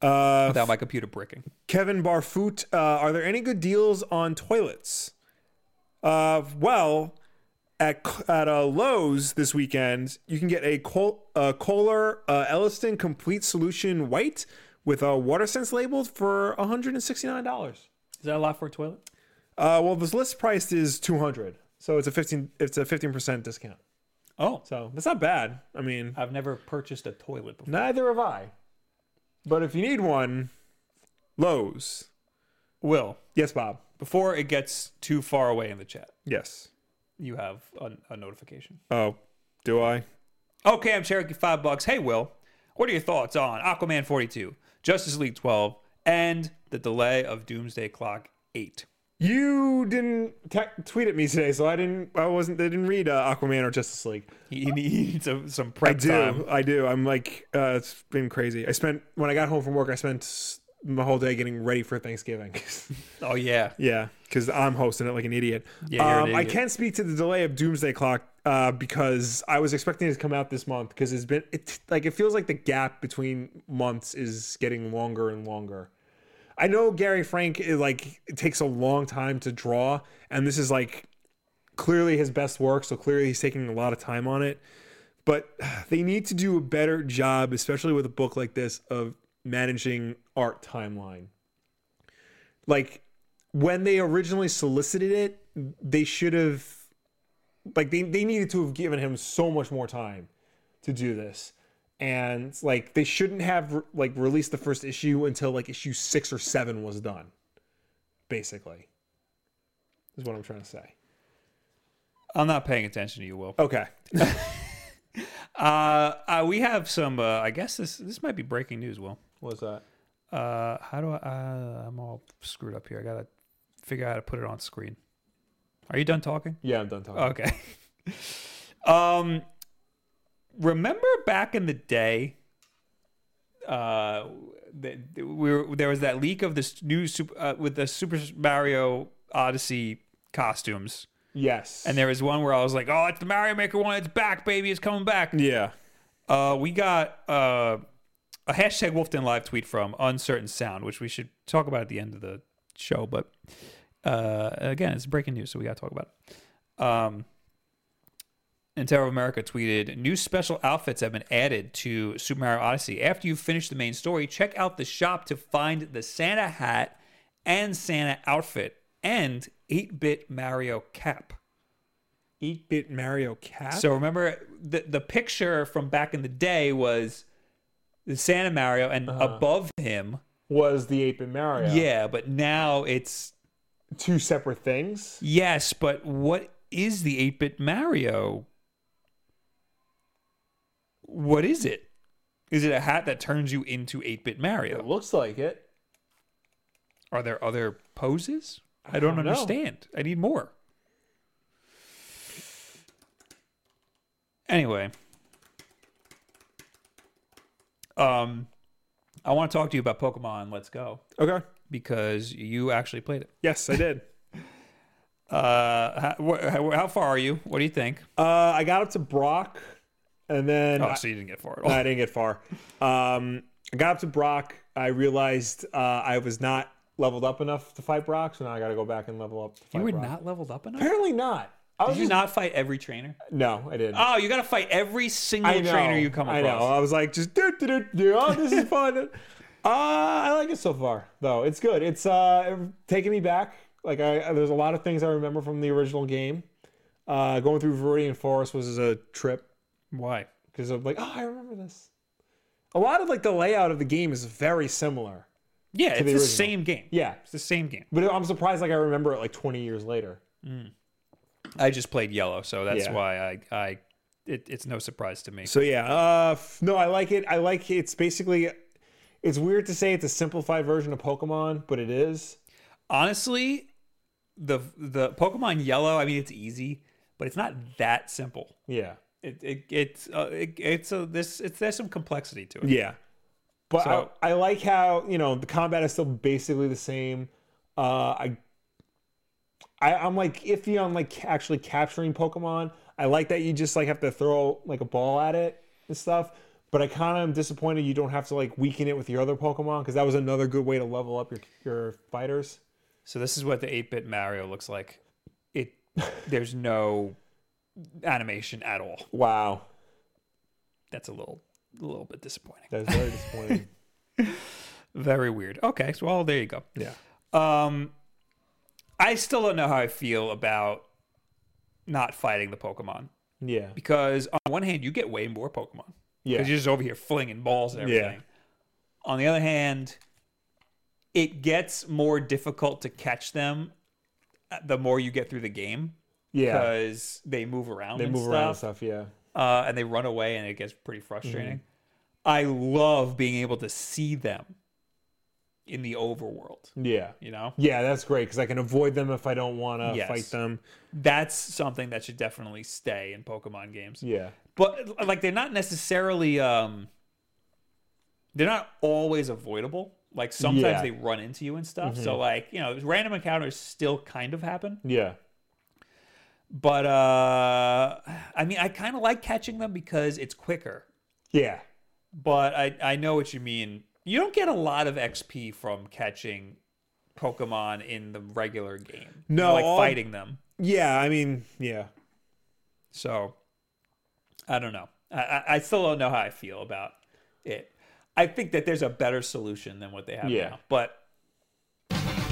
S2: Uh,
S1: without my computer bricking.
S2: Kevin Barfoot, uh, are there any good deals on toilets? Uh, well, at at uh, Lowe's this weekend, you can get a Col- uh, Kohler uh, Elliston Complete Solution White with a water sense label for one hundred and sixty nine dollars.
S1: Is that a lot for a toilet?
S2: Uh, well, this list price is two hundred, so it's a fifteen it's a fifteen percent discount.
S1: Oh,
S2: So that's not bad. I mean,
S1: I've never purchased a toilet before.
S2: neither have I. But if you need one, Lowe's.
S1: Will,
S2: Yes, Bob.
S1: before it gets too far away in the chat,
S2: Yes.
S1: you have a, a notification.
S2: Oh, do I?
S1: Okay, I'm Cherokee Five Bucks. Hey, Will, what are your thoughts on Aquaman 42, Justice League 12, and the delay of Doomsday Clock 8?
S2: You didn't te- tweet at me today, so I didn't. I wasn't. I didn't read uh, Aquaman or Justice League.
S1: He he needs a, some
S2: I
S1: prep
S2: do.
S1: time.
S2: I do. I'm like, uh, it's been crazy. I spent when I got home from work. I spent my whole day getting ready for Thanksgiving.
S1: Oh yeah,
S2: yeah, because I'm hosting it like an idiot. Um,
S1: Yeah, you're an
S2: I
S1: idiot.
S2: can speak to the delay of Doomsday Clock uh, because I was expecting it to come out this month because it's been it, like it feels like the gap between months is getting longer and longer. I know Gary Frank it, like it takes a long time to draw, and this is like clearly his best work, so clearly he's taking a lot of time on it. But they need to do a better job, especially with a book like this, of managing art timeline. Like when they originally solicited it, they should have like they, they needed to have given him so much more time to do this. And like they shouldn't have like released the first issue until like issue 6 or 7 was done. Basically. Is what I'm trying to say.
S1: I'm not paying attention to you, Will.
S2: Okay.
S1: Uh, uh, we have some. Uh, I guess this this might be breaking news, Will.
S2: What's that?
S1: Uh, how do I? Uh, I'm all screwed up here. I gotta figure out how to put it on screen. Are you done talking?
S2: Yeah, I'm done talking.
S1: Okay. um, remember back in the day, uh, that we were, there was that leak of this new super, uh, with the Super Mario Odyssey costumes,
S2: yes.
S1: and there was one where I was like, "Oh, it's the Mario Maker one! It's back, baby! It's coming back!"
S2: yeah.
S1: Uh, we got uh, a hashtag Wolfden Live tweet from Uncertain Sound, which we should talk about at the end of the show. But uh, again, it's breaking news, so we got to talk about it. Um, and Terror of America tweeted New special outfits have been added to Super Mario Odyssey. After you've finished the main story, check out the shop to find the Santa hat and Santa outfit and 8 bit Mario cap.
S2: 8 bit Mario Cat.
S1: So remember the the picture from back in the day was the Santa Mario and above him.
S2: was the 8 bit Mario.
S1: Yeah. but now it's
S2: Two separate things.
S1: yes, but what is the 8-bit Mario? What is it? Is it a hat that turns you into 8-bit Mario?
S2: looks like it.
S1: Are there other poses? I don't,
S2: don't know.
S1: understand. I need more. Anyway, um, I want to talk to you about Pokemon Let's Go
S2: Okay.
S1: because you actually played it.
S2: Yes, I did.
S1: Uh, how, wh- how, how far are you? What do you think?
S2: uh, I got up to Brock, and then
S1: Oh,
S2: I-
S1: so you didn't get far at
S2: No,
S1: all.
S2: I didn't get far. Um, I got up to Brock. I realized uh, I was not leveled up enough to fight Brock, so now I got to go back and level up. To fight
S1: You were
S2: Brock.
S1: not leveled up enough.
S2: Apparently not. I was
S1: Did you
S2: just,
S1: not fight every trainer?
S2: no, I didn't.
S1: Oh, you got to fight every single
S2: I know,
S1: trainer you come
S2: I
S1: across.
S2: know. I was like, just do do do do. Oh, this is fun. uh, I like it so far, though. It's good. It's uh, taking me back. Like, I, I- there's a lot of things I remember from the original game. Uh, going through Viridian Forest was a trip.
S1: Why?
S2: because I'm like, oh, I remember this. A lot of like the layout of the game is very similar.
S1: Yeah, it's the,
S2: original.
S1: same game.
S2: Yeah,
S1: It's the same game.
S2: but I'm surprised like I remember it like 20 years later.
S1: I just played yellow, so that's
S2: Yeah.
S1: why I, I it, it's no surprise to me.
S2: So yeah, uh, f- no, I like it. I like it's basically, it's weird to say it's a simplified version of Pokemon, but it is.
S1: Honestly, the the Pokemon Yellow, I mean, it's easy, but it's not that simple.
S2: Yeah,
S1: It, it it's uh, it, it's a this it's there's some complexity to it.
S2: yeah. But
S1: So-
S2: I, I like how you know the combat is still basically the same. Uh, I, I I'm like iffy on like actually capturing Pokemon. I like that you just like have to throw like a ball at it and stuff. But I kind of am disappointed you don't have to like weaken it with your other Pokemon because that was another good way to level up your your fighters.
S1: So this is what the 8-bit Mario looks like. It there's no animation at all.
S2: Wow,
S1: That's a little a little bit disappointing.
S2: that's very disappointing.
S1: Very weird. Okay, so well, there you go.
S2: yeah,
S1: Um, I still don't know how I feel about not fighting the Pokemon
S2: yeah,
S1: because on one hand you get way more Pokemon
S2: yeah,
S1: because you're just over here flinging balls and
S2: Yeah.
S1: everything. On the other hand, it gets more difficult to catch them uh, the more you get through the game
S2: yeah.
S1: because they move around.
S2: They
S1: and
S2: move
S1: stuff
S2: around uh, and stuff. Yeah,
S1: uh, and they run away, and it gets pretty frustrating.
S2: Mm-hmm.
S1: I love being able to see them in the overworld.
S2: yeah,
S1: You know,
S2: yeah. That's great because I can avoid them if I don't want to
S1: Yes.
S2: fight them.
S1: that's something that should definitely stay in Pokemon games.
S2: Yeah,
S1: But like, they're not necessarily um, they're not always avoidable. Like sometimes
S2: Yeah. Mm-hmm.
S1: they run into you and stuff. So like, you know, random encounters still kind of happen.
S2: yeah.
S1: But uh, I mean, I kind of like catching them because it's quicker.
S2: Yeah.
S1: but I, I know what you mean. You don't get a lot of XP from catching Pokemon in the regular game.
S2: No,
S1: like
S2: all-
S1: fighting them.
S2: Yeah, I mean, yeah.
S1: So I don't know. I, I, I still don't know how I feel about it. I think that there's a better solution than what they have
S2: Yeah.
S1: now, but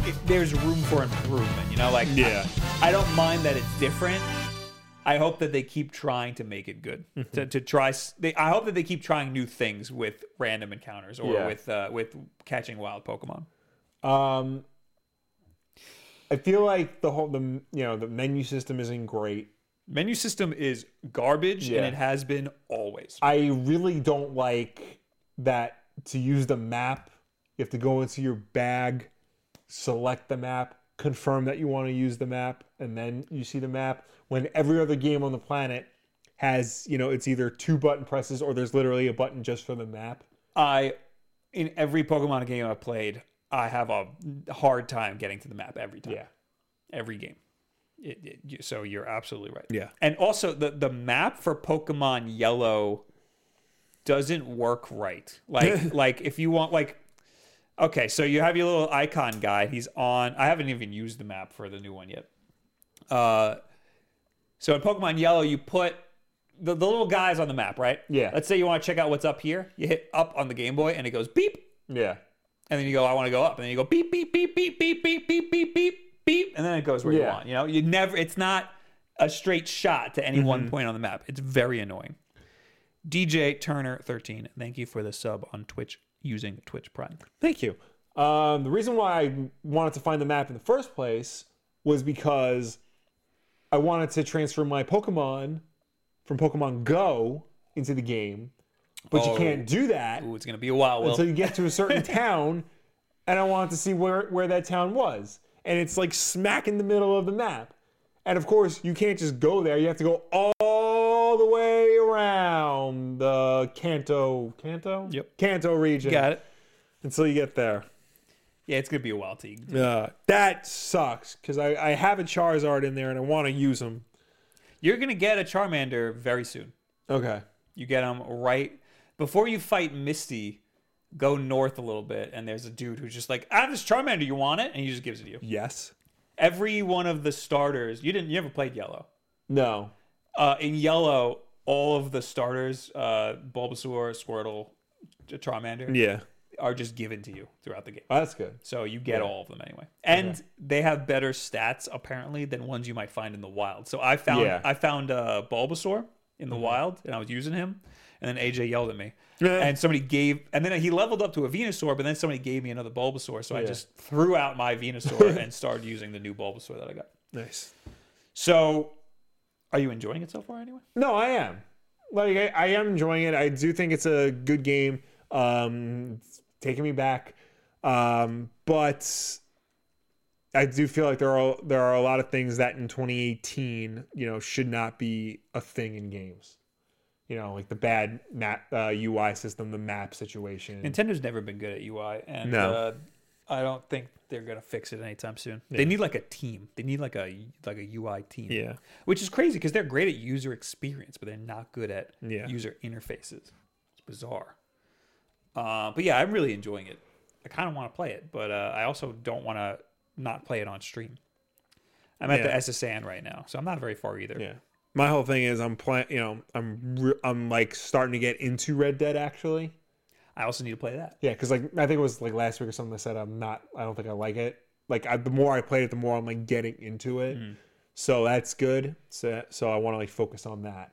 S1: it, there's room for improvement. You know, like I-
S2: Yeah.
S1: I, don't mind that it's different. I hope that they keep trying to make it good.
S2: Mm-hmm.
S1: To, to try, s- they, I hope that they keep trying new things with random encounters or
S2: Yeah.
S1: with uh, with catching wild Pokemon.
S2: Um I feel like the whole the you know, the menu system isn't great.
S1: Menu system is garbage,
S2: Yeah.
S1: and it has been always.
S2: I really don't like that to use the map, you have to go into your bag, select the map, confirm that you want to use the map, and then you see the map when every other game on the planet has, you know, it's either two button presses or there's literally a button just for the map.
S1: I in every Pokemon game I've played, I have a hard time getting to the map every time. Every game. It, it, you- so you're absolutely right.
S2: Yeah.
S1: And also the the map for Pokemon Yellow doesn't work right. Like like if you want like okay, so you have your little icon guy. He's on I haven't even used the map for the new one yet. Uh so in Pokemon Yellow, you put the, the little guys on the map, right?
S2: Yeah.
S1: Let's say you want to check out what's up here. You hit up on the Game Boy and it goes beep.
S2: Yeah.
S1: And then you go, I want to go up. And then you go beep, beep, beep, beep, beep, beep, beep, beep, beep, beep. And then it goes where you
S2: Yeah.
S1: want. You know, you never, it's not a straight shot to any one point on the map. It's very annoying. DJ Turner13, thank you for the sub on Twitch using Twitch Prime.
S2: Thank you. Um, the reason why I wanted to find the map in the first place was because I wanted to transfer my Pokemon from Pokemon Go into the game, but
S1: Oh.
S2: you can't do that
S1: Ooh, it's going to be a while, Will.
S2: until you get to a certain town. and I wanted to see where, where that town was. And it's like smack in the middle of the map. And of course, you can't just go there. You have to go all the way around the Kanto, Kanto,
S1: Yep.
S2: Kanto region
S1: Got it.
S2: until you get there.
S1: Yeah, it's gonna be a while till you
S2: Yeah, Uh, that sucks because I, I have a Charizard in there and I want to use him.
S1: You're gonna get a Charmander very soon.
S2: Okay.
S1: You get him right before you fight Misty. Go north a little bit, and there's a dude who's just like, "I have this Charmander. You want it?" And he just gives it to you.
S2: Yes.
S1: Every one of the starters. You didn't. You never played Yellow.
S2: No.
S1: Uh, in Yellow, all of the starters, uh, Bulbasaur, Squirtle, Charmander,
S2: Yeah.
S1: are just given to you throughout the game.
S2: Oh, that's good.
S1: So you get all of them anyway. And they have better stats apparently than ones you might find in the wild. So I found
S2: Yeah. Mm-hmm.
S1: I found uh, Bulbasaur in the wild and I was using him and then AJ yelled at me. and somebody gave and then he leveled up to a Venusaur, but then somebody gave me another Bulbasaur, so I
S2: Yeah.
S1: just threw out my Venusaur and started using the new Bulbasaur that I got.
S2: Nice.
S1: So are you enjoying it so far anyway?
S2: No, I am. Like I, I am enjoying it. I do think it's a good game. Um, it's taking me back, um, but I do feel like there are there are a lot of things that in 2018, you know, should not be a thing in games. You know, like the bad map uh, UI system, the map situation.
S1: Nintendo's never been good at UI, and
S2: No.
S1: uh, I don't think they're gonna fix it anytime soon. They need like a team. They need like a like a UI team.
S2: Yeah.
S1: which is crazy because they're great at user experience, but they're not good at
S2: Yeah.
S1: user interfaces. It's bizarre. Uh, but yeah, I'm really enjoying it. I kind of want to play it, but uh, I also don't want to not play it on stream. I'm at
S2: Yeah.
S1: the SSN right now, so I'm not very far either.
S2: Yeah. My whole thing is I'm playing, you know, I'm re- I'm like starting to get into Red Dead actually.
S1: I also need to play that.
S2: Yeah, because like I think it was like last week or something. I said I'm not. I don't think I like it. Like I, the more I played it, the more I'm like getting into it.
S1: Mm-hmm.
S2: So that's good. So so I want to like focus on that.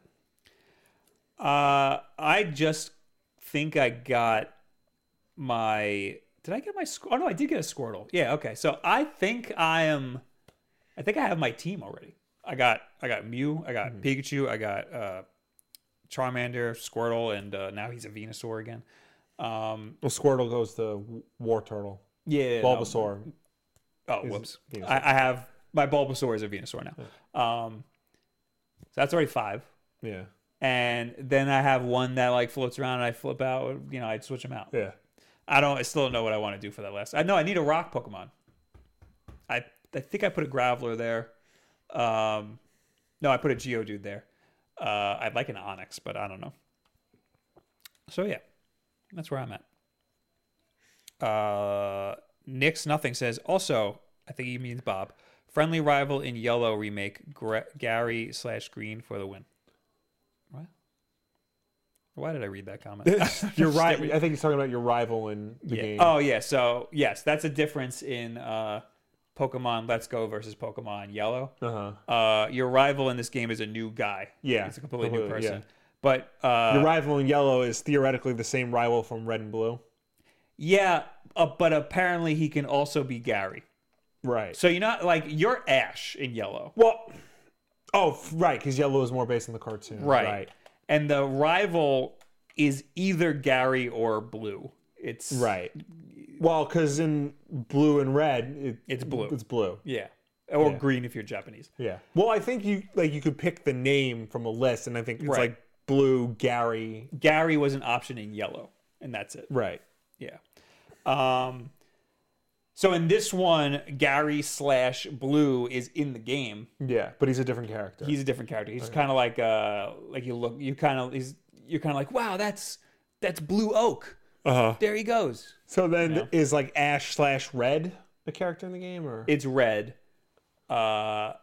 S1: Uh, I just think I got my. Did I get my? Squ- oh no, I did get a Squirtle. Yeah. Okay. So I think I am. I think I have my team already. I got I got Mew. I
S2: Mm-hmm.
S1: got Pikachu. I got uh, Charmander, Squirtle, and uh, now he's a Venusaur again. Um,
S2: Well, Squirtle goes to War Turtle.
S1: yeah. no.
S2: Bulbasaur.
S1: Oh, whoops.
S2: Venusaur.
S1: I, I have my Bulbasaur is a Venusaur now. Um, so that's already five.
S2: Yeah.
S1: And then I have one that like floats around and I flip out. You know, I'd switch them out.
S2: Yeah.
S1: I don't. I still don't know what I want to do for that last. I know I need a rock Pokemon. I I think I put a Graveler there. Um, no, I put a Geodude there. Uh, I'd like an Onyx, but I don't know. So yeah, that's where I'm at. Uh, Nick's nothing says also. I think he means Bob. Friendly rival in yellow remake Gra- Gary slash Green for the win. What? Why did I read that comment?
S2: You're right. I think he's talking about your rival in the
S1: Yeah.
S2: game.
S1: Oh yeah. So yes, that's a difference in uh, Pokemon Let's Go versus Pokemon Yellow.
S2: Uh-huh.
S1: Uh, your rival in this game is a new guy.
S2: Yeah,
S1: it's a completely, new
S2: completely,
S1: person. But uh,
S2: Your rival in yellow is theoretically the same rival from Red and Blue.
S1: yeah, uh, but apparently he can also be Gary.
S2: Right.
S1: So you're not like you're Ash in Yellow,
S2: Well, oh f- right, because yellow is more based on the cartoon.
S1: And the rival is either Gary or Blue. It's
S2: Right. Well, because in blue and red, it,
S1: It's blue.
S2: It's blue.
S1: Yeah, or
S2: Yeah.
S1: green if you're Japanese.
S2: Yeah. Well, I think you like you could pick the name from a list, and I think it's
S1: Right.
S2: like blue Gary.
S1: Gary was an option in Yellow, and that's it.
S2: Right.
S1: Yeah. Um, so in this one, Gary slash Blue is in the game.
S2: Yeah, but he's a different character.
S1: He's a different character. He's kind of like uh, like you look, you kind of he's you're kind of like, wow, that's that's Blue Oak.
S2: Uh huh.
S1: There he goes.
S2: So then is like Ash slash Red a character in the game, or
S1: It's red. Uh,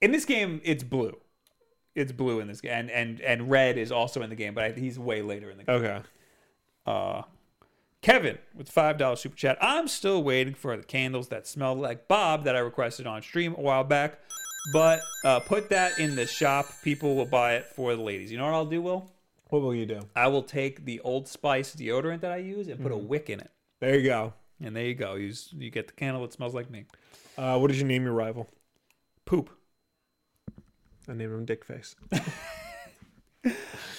S1: in this game, it's blue. It's blue in this game, and and and red is also in the game, but I, he's way later in the game.
S2: okay.
S1: Uh, Kevin with five dollar super chat. I'm still waiting for the candles that smell like Bob that I requested on stream a while back, but uh, put that in the shop. People will buy it for the ladies. You know what I'll do, Will?
S2: What will you do?
S1: I will take the Old Spice deodorant that I use and put a wick in it,
S2: There you go.
S1: and there you go. You s- you get the candle that smells like me.
S2: Uh, what did you name your rival?
S1: Poop.
S2: I named him Dickface.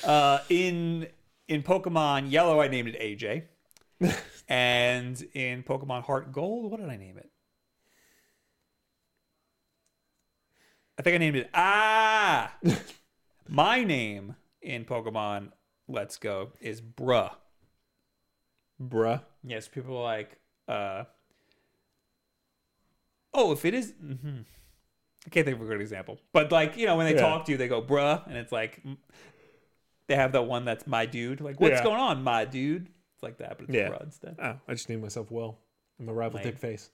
S1: Uh, in in Pokemon Yellow, I named it AJ. and in Pokemon Heart Gold, what did I name it? I think I named it Ah. My name in Pokemon Let's Go is Bruh.
S2: Bruh.
S1: Yes, people are like, uh, oh, if it is- mhm. I can't think of a good example, but like you know when they
S2: Yeah.
S1: talk to you, they go "bruh," and it's like mm, they have that one that's my dude. Like, what's
S2: Yeah.
S1: going on, my dude? It's like that, but it's
S2: Yeah.
S1: bruh instead.
S2: Oh, I just named myself Will. I'm a rival
S1: Lame.
S2: dick face.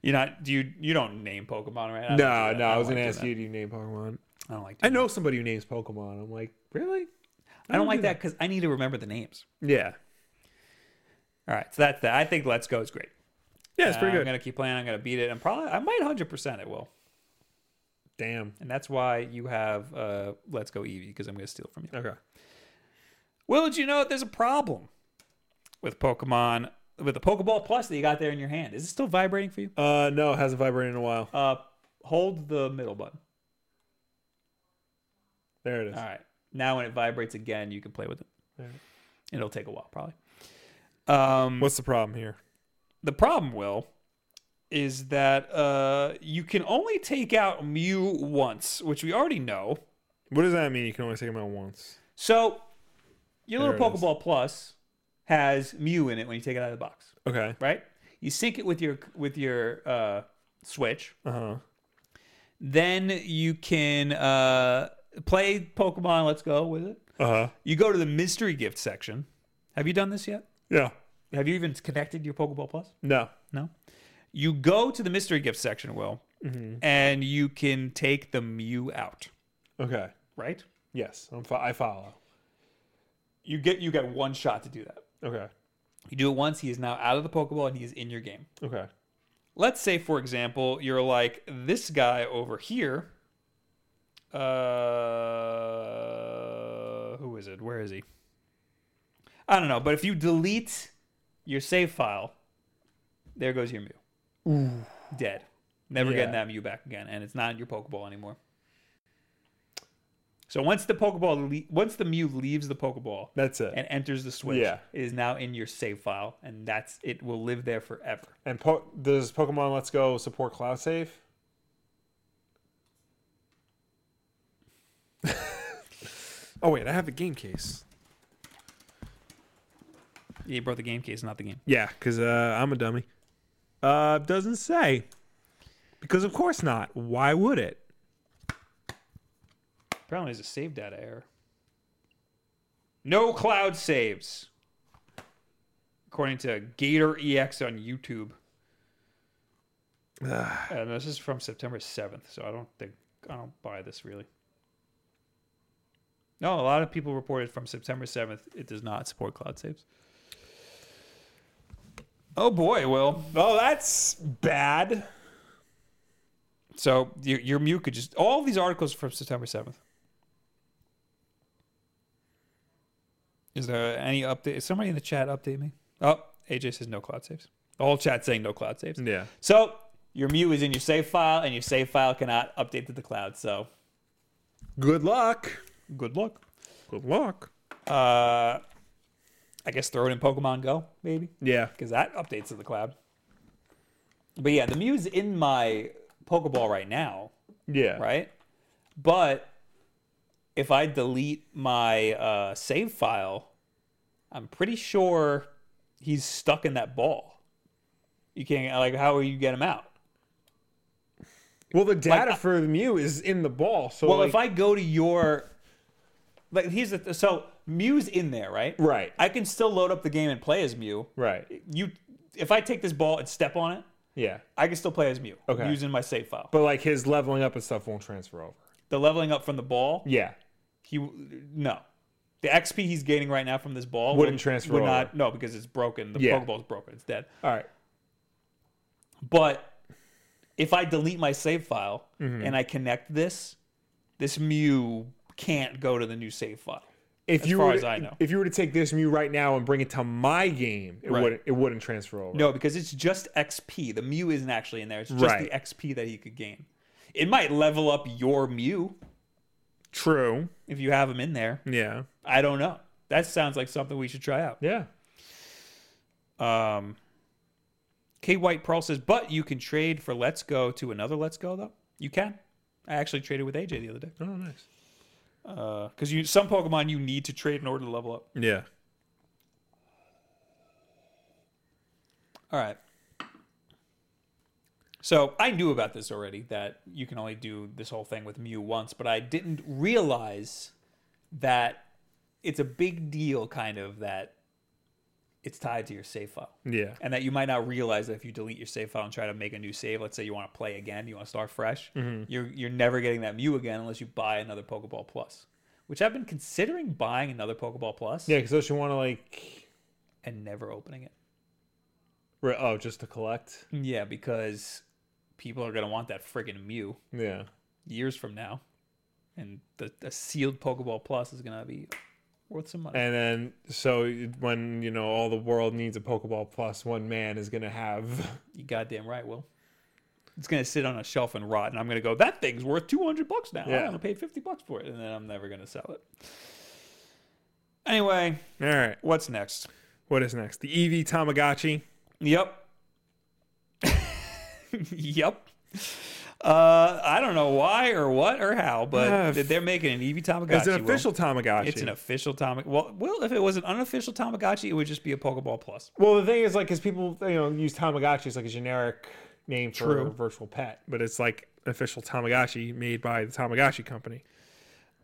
S1: You're not do you you don't name Pokemon right? I don't do
S2: No,
S1: that.
S2: no,
S1: don't
S2: I was
S1: like
S2: gonna
S1: doing
S2: ask
S1: that.
S2: you, do you name Pokemon?
S1: I don't like.
S2: I
S1: Doing
S2: know somebody who names Pokemon. I'm like, really?
S1: I don't like that because I need to remember the names.
S2: Yeah.
S1: All right, so that's that. I think Let's Go is great.
S2: Yeah, it's
S1: Uh,
S2: pretty
S1: I'm
S2: good.
S1: gonna keep playing. I'm gonna beat it. I'm probably I might 100 percent it will,
S2: Damn.
S1: and that's why you have uh Let's Go Eevee because I'm gonna steal it from you.
S2: Okay.
S1: Will, did you know that there's a problem with Pokemon with the Pokeball Plus that you got there in your hand? Is it still vibrating for you?
S2: Uh, no, it hasn't vibrated in a while.
S1: Uh, hold the middle button.
S2: There it is.
S1: All right. Now when it vibrates again, you can play with it.
S2: There.
S1: It'll take a while, probably. Um,
S2: What's the problem here?
S1: the problem, Will, is that uh, you can only take out Mew once, which we already know.
S2: What does that mean? You can only take them out once.
S1: So your
S2: There
S1: little
S2: it is.
S1: Pokeball Plus has Mew in it when you take it out of the box,
S2: Okay.
S1: right? You sync it with your with your uh, Switch.
S2: Uh huh.
S1: Then you can uh, play Pokemon Let's Go with it.
S2: Uh huh.
S1: You go to the mystery gift section. Have you done this yet?
S2: Yeah.
S1: Have you even connected your Pokeball Plus?
S2: No.
S1: No. You go to the mystery gift section, Will, and you can take the Mew out,
S2: Okay.
S1: right?
S2: Yes. I'm fo- I follow.
S1: You get you get one shot to do that.
S2: Okay.
S1: You do it once, he is now out of the Pokeball and he is in your game.
S2: Okay.
S1: let's say for example you're like this guy over here uh who is it where is he i don't know but if you delete your save file there goes your mew dead never getting
S2: Yeah.
S1: that mew back again and it's not in your pokeball anymore so once the pokeball le- once the mew leaves the pokeball
S2: That's it.
S1: and enters the switch
S2: Yeah.
S1: it is now in your save file and that's it will live there forever
S2: And po- does Pokemon Let's Go support cloud save? oh wait, I have the game case.
S1: Yeah, you brought the game case, not the game.
S2: Yeah, because uh, I'm a dummy. Uh, doesn't say. Because of course not. Why would it?
S1: Apparently, there's a save data error. No cloud saves, according to Gator EX on YouTube. and this is from September 7th, so I don't think I don't buy this really. No, a lot of people reported from September 7th it does not support cloud saves. Oh boy, Will.
S2: Oh, that's bad.
S1: So your your mute could just all these articles are from September seventh. Is there any update? Is somebody in the chat update me? Oh, AJ says no cloud saves. The whole chat saying no cloud saves.
S2: Yeah.
S1: So your mute is in your save file, and your save file cannot update to the cloud. So
S2: Good luck.
S1: good luck.
S2: Good luck.
S1: Uh, I guess throw it in Pokemon Go maybe
S2: Yeah.
S1: because that updates to the cloud. But yeah, the Mew's in my Pokeball right now.
S2: Yeah.
S1: right? But if I delete my uh, save file, I'm pretty sure he's stuck in that ball. You can't like how will you get him out?
S2: Well, the data for the Mew is in the ball. So
S1: Well,
S2: like,
S1: if I go to your like here's the th- so Mew's in there, right?
S2: right,
S1: I can still load up the game and play as Mew.
S2: right,
S1: You if I take this ball and step on it,
S2: yeah.
S1: I can still play as Mew
S2: Okay.
S1: using my save file.
S2: But like his leveling up and stuff won't transfer over.
S1: The leveling up from the ball,
S2: Yeah.
S1: he no the xp he's gaining right now from this ball
S2: Wouldn't
S1: would-
S2: transfer
S1: would
S2: over.
S1: not no because it's broken the
S2: Yeah.
S1: pokeball's broken it's dead
S2: All right.
S1: but if i delete my save file
S2: Mm-hmm.
S1: and i connect this this mew can't go to the new save file
S2: If you
S1: far
S2: were
S1: as
S2: to,
S1: I know.
S2: if you were to take this Mew right now and bring it to my game, it
S1: Right.
S2: wouldn't it wouldn't transfer over.
S1: no because it's just xp the mew isn't actually in there it's just
S2: Right.
S1: the xp that he could gain it might level up your mew
S2: True.
S1: if you have him in there
S2: Yeah.
S1: i don't know That sounds like something we should try out.
S2: Yeah.
S1: Um, K White Pearl says, but you can trade for Let's Go to another Let's Go though. You can. I actually traded with AJ the other day
S2: Oh, nice.
S1: because you some Pokemon you need to trade in order to level up.
S2: Yeah.
S1: All right. So I knew about this already that you can only do this whole thing with Mew once, but I didn't realize that it's a big deal, kind of, that it's tied to your save file.
S2: Yeah.
S1: And that you might not realize that if you delete your save file and try to make a new save, let's say you want to play again, you want to start fresh, you're, you're never getting that Mew again unless you buy another Pokeball Plus, which I've been considering buying another Pokeball Plus
S2: Yeah, because don't you want to like,
S1: and never opening it.
S2: re- oh, just to collect?
S1: Yeah, because people are going to want that friggin' Mew
S2: Yeah.
S1: years from now. And the, the sealed Pokeball Plus is going to be worth some money.
S2: And then, so when you know all the world needs a Pokeball plus, one man is gonna have.
S1: You goddamn right, Will. It's going to sit on a shelf and rot. And I'm going to go, that thing's worth 200 bucks now.
S2: Yeah.
S1: I'm going to pay 50 bucks for it. And then I'm never going to sell it. Anyway,
S2: All right.
S1: what's next?
S2: What is next? The EV Tamagotchi.
S1: Yep. yep. Uh, I don't know why or what or how, but
S2: Uh,
S1: they're making an Eevee Tamagotchi.
S2: It's an
S1: Will.
S2: official Tamagotchi.
S1: It's an official Tamagotchi. Well, well, if it was an unofficial Tamagotchi, it would just be a Pokeball Plus.
S2: well, the thing is, like, because people you know use Tamagotchi as like a generic name for
S1: True.
S2: a virtual pet, but it's like an official Tamagotchi made by the Tamagotchi company.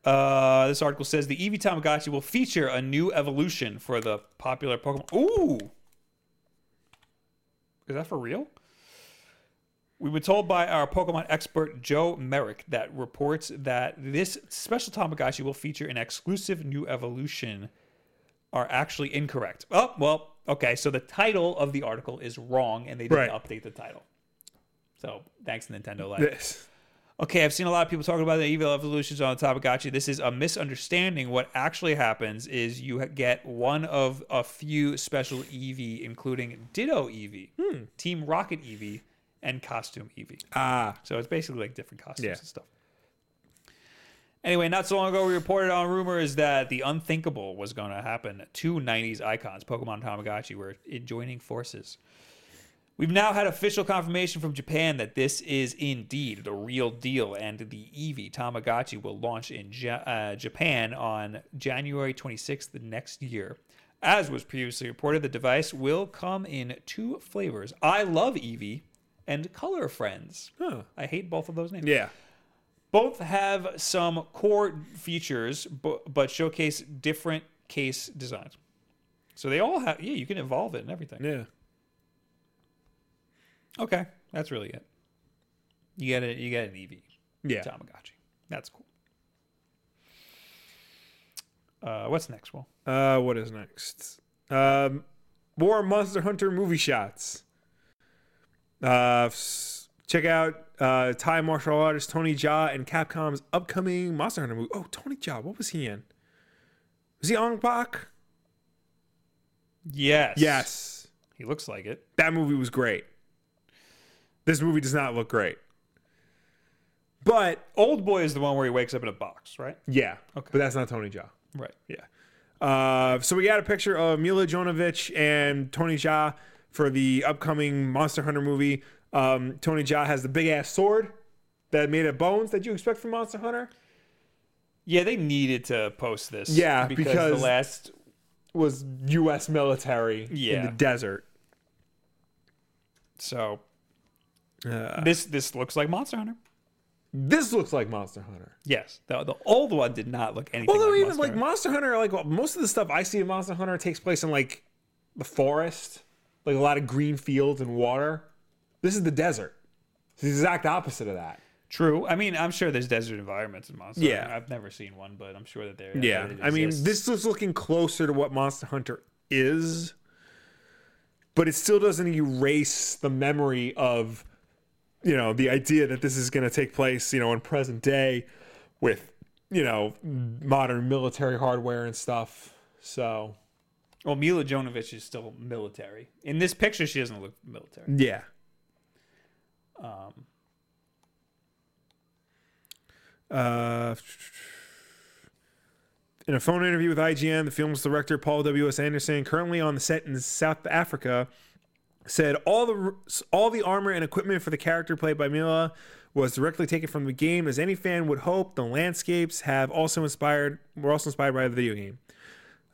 S1: Uh, this article says the Eevee Tamagotchi will feature a new evolution for the popular Pokemon. Ooh! Is that for real? We were told by our Pokemon expert Joe Merrick that reports that this special Tamagotchi will feature an exclusive new evolution are actually incorrect. Oh, well, okay, so the title of the article is wrong and they
S2: Right.
S1: didn't update the title. So thanks, Nintendo Life.
S2: This.
S1: Okay, I've seen a lot of people talking about the evil evolutions on the Tamagotchi. This is a misunderstanding. What actually happens is you ha- get one of a few special EV, including Ditto EV, Team Rocket EV, and Costume E EV.
S2: Ah.
S1: So it's basically like different costumes
S2: Yeah.
S1: and stuff. Anyway, not so long ago, we reported on rumors that the unthinkable was going to happen. Two 90s icons, Pokemon and Tamagotchi, were joining forces. We've now had official confirmation from Japan that this is indeed the real deal, and the Eevee Tamagotchi will launch in ja- uh, Japan on January 26th next year. As was previously reported, the device will come in two flavors I Love Eevee and Color Friends.
S2: Huh.
S1: I hate both of those names.
S2: Yeah.
S1: Both have some core features, bu- but showcase different case designs. So they all have, yeah, you can evolve it and everything.
S2: Yeah.
S1: Okay, that's really it. You get it. You get an EV
S2: Yeah.
S1: Tamagotchi. That's cool. Uh, what's next, Will?
S2: Uh, what is next? Um, more Monster Hunter movie shots. Uh, s- check out uh, Thai martial artist Tony Jaa and Capcom's upcoming Monster Hunter movie. Oh, Tony Jaa, what was he in? Was he Ong Bak?
S1: Yes.
S2: Yes,
S1: He looks like it.
S2: that movie was great. This movie does not look great, but
S1: Old boy is the one where he wakes up in a box, right?
S2: yeah,
S1: Okay.
S2: but that's not Tony Jaa.
S1: Right.
S2: Yeah. Uh, so we got a picture of Mila Jonovich and Tony Jaa for the upcoming Monster Hunter movie. Um, Tony Jaa has the big ass sword that made of bones that you expect from Monster Hunter.
S1: Yeah, they needed to post this.
S2: Yeah,
S1: because, the
S2: because-
S1: last
S2: Was U.S. military in
S1: Yeah.
S2: the desert.
S1: so
S2: Uh,
S1: this this looks like Monster Hunter.
S2: this looks like Monster Hunter.
S1: Yes, the, the old one did not look anything.
S2: Although
S1: like
S2: even
S1: Monster
S2: like
S1: Hunter.
S2: Monster Hunter, like well, most of the stuff I see in Monster Hunter takes place in like the forest, like a lot of green fields and water. This is the desert. It's the exact opposite of that.
S1: true. I mean, I'm sure there's desert environments in Monster.
S2: Yeah.
S1: Hunter. I've never seen one, but I'm sure that there.
S2: Yeah,
S1: that it
S2: I mean,
S1: exists.
S2: this is looking closer to what Monster Hunter is, but it still doesn't erase the memory of, you know, the idea that this is going to take place, you know, in present day, with, you know, modern military hardware and stuff. So
S1: Well, Mila Jonovich is still military. In this picture, she doesn't look military.
S2: yeah,
S1: Um,
S2: uh, In a phone interview with IGN, the film's director Paul W.S. Anderson, currently on the set in South Africa, said all the all the armor and equipment for the character played by Mila was directly taken from the game. As any fan would hope, the landscapes have also inspired were also inspired by the video game.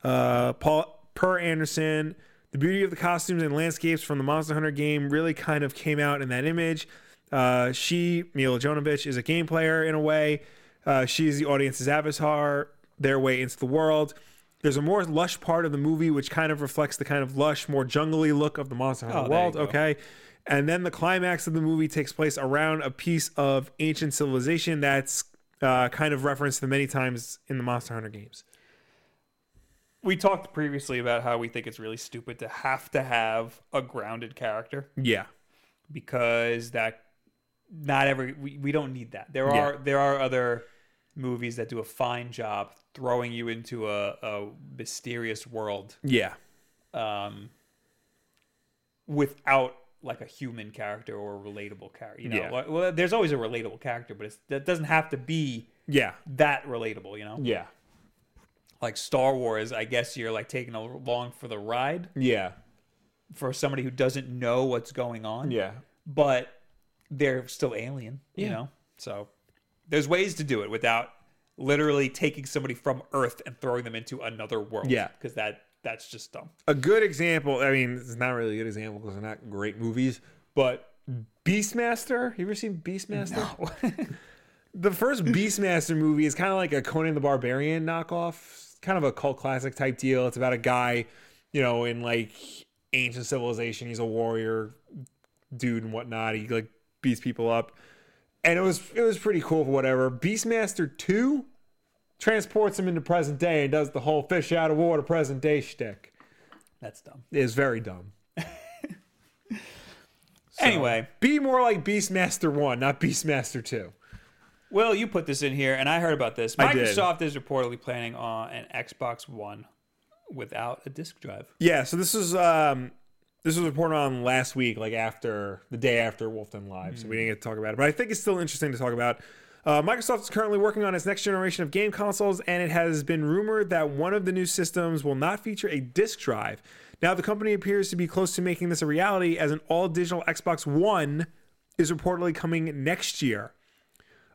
S2: Uh, Paul per Anderson, the beauty of the costumes and landscapes from the Monster Hunter game really kind of came out in that image. Uh, she, Mila Jonovich, is a game player in a way. Uh, she is the audience's avatar, their way into the world. There's a more lush part of the movie, which kind of reflects the kind of lush, more jungly look of the Monster Hunter
S1: Oh, there
S2: world.
S1: you go.
S2: Okay. And then the climax of the movie takes place around a piece of ancient civilization that's uh, kind of referenced to many times in the Monster Hunter games.
S1: We talked previously about how we think it's really stupid to have to have a grounded character
S2: Yeah.
S1: because that not every we, we don't need that. There
S2: Yeah.
S1: are there are other movies that do a fine job throwing you into a, a mysterious world
S2: Yeah.
S1: um, without like a human character or a relatable character. You know,
S2: Yeah.
S1: well, there's always a relatable character, but it's, that doesn't have to be
S2: Yeah.
S1: that relatable. You know,
S2: Yeah.
S1: like Star Wars, I guess you're like taking along for the ride
S2: Yeah.
S1: for somebody who doesn't know what's going on.
S2: Yeah.
S1: but they're still alien. You know, so there's ways to do it without literally taking somebody from Earth and throwing them into another world.
S2: Yeah.
S1: because that that's just dumb.
S2: a good example. I mean, it's not really a good example because they're not great movies, but Beastmaster. You ever seen Beastmaster? The first Beastmaster movie is kind of like a Conan the Barbarian knockoff, It's kind of a cult classic type deal. It's about a guy, you know, in like ancient civilization. He's a warrior dude and whatnot. He like beats people up, and it was it was pretty cool for whatever. Beastmaster two transports him into present day and does the whole fish out of water present day shtick
S1: that's dumb.
S2: is very dumb.
S1: Anyway,
S2: Be more like Beastmaster 1, not Beastmaster 2.
S1: Will, you put this in here, and I heard about this.
S2: I did.
S1: Microsoft is reportedly planning on an Xbox One without a disc drive.
S2: Yeah, so this is um this was reported on last week, like after the day after Wolf Den Live, so we didn't get to talk about it. But I think it's still interesting to talk about. Uh, Microsoft is currently working on its next generation of game consoles, and it has been rumored that one of the new systems will not feature a disc drive. Now, the company appears to be close to making this a reality, as an all digital Xbox One is reportedly coming next year.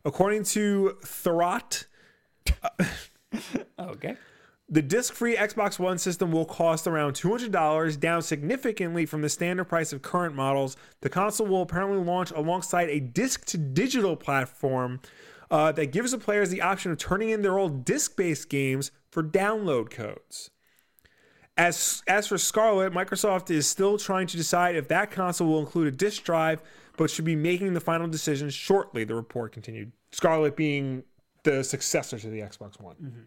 S2: According to Therot,
S1: Okay.
S2: The disc free Xbox One system will cost around $200, down significantly from the standard price of current models. The console will apparently launch alongside a disc to digital platform uh, that gives the players the option of turning in their old disc based games for download codes. As, as for Scarlet, Microsoft is still trying to decide if that console will include a disc drive, but should be making the final decision shortly, the report continued. Scarlet being the successor to the Xbox One.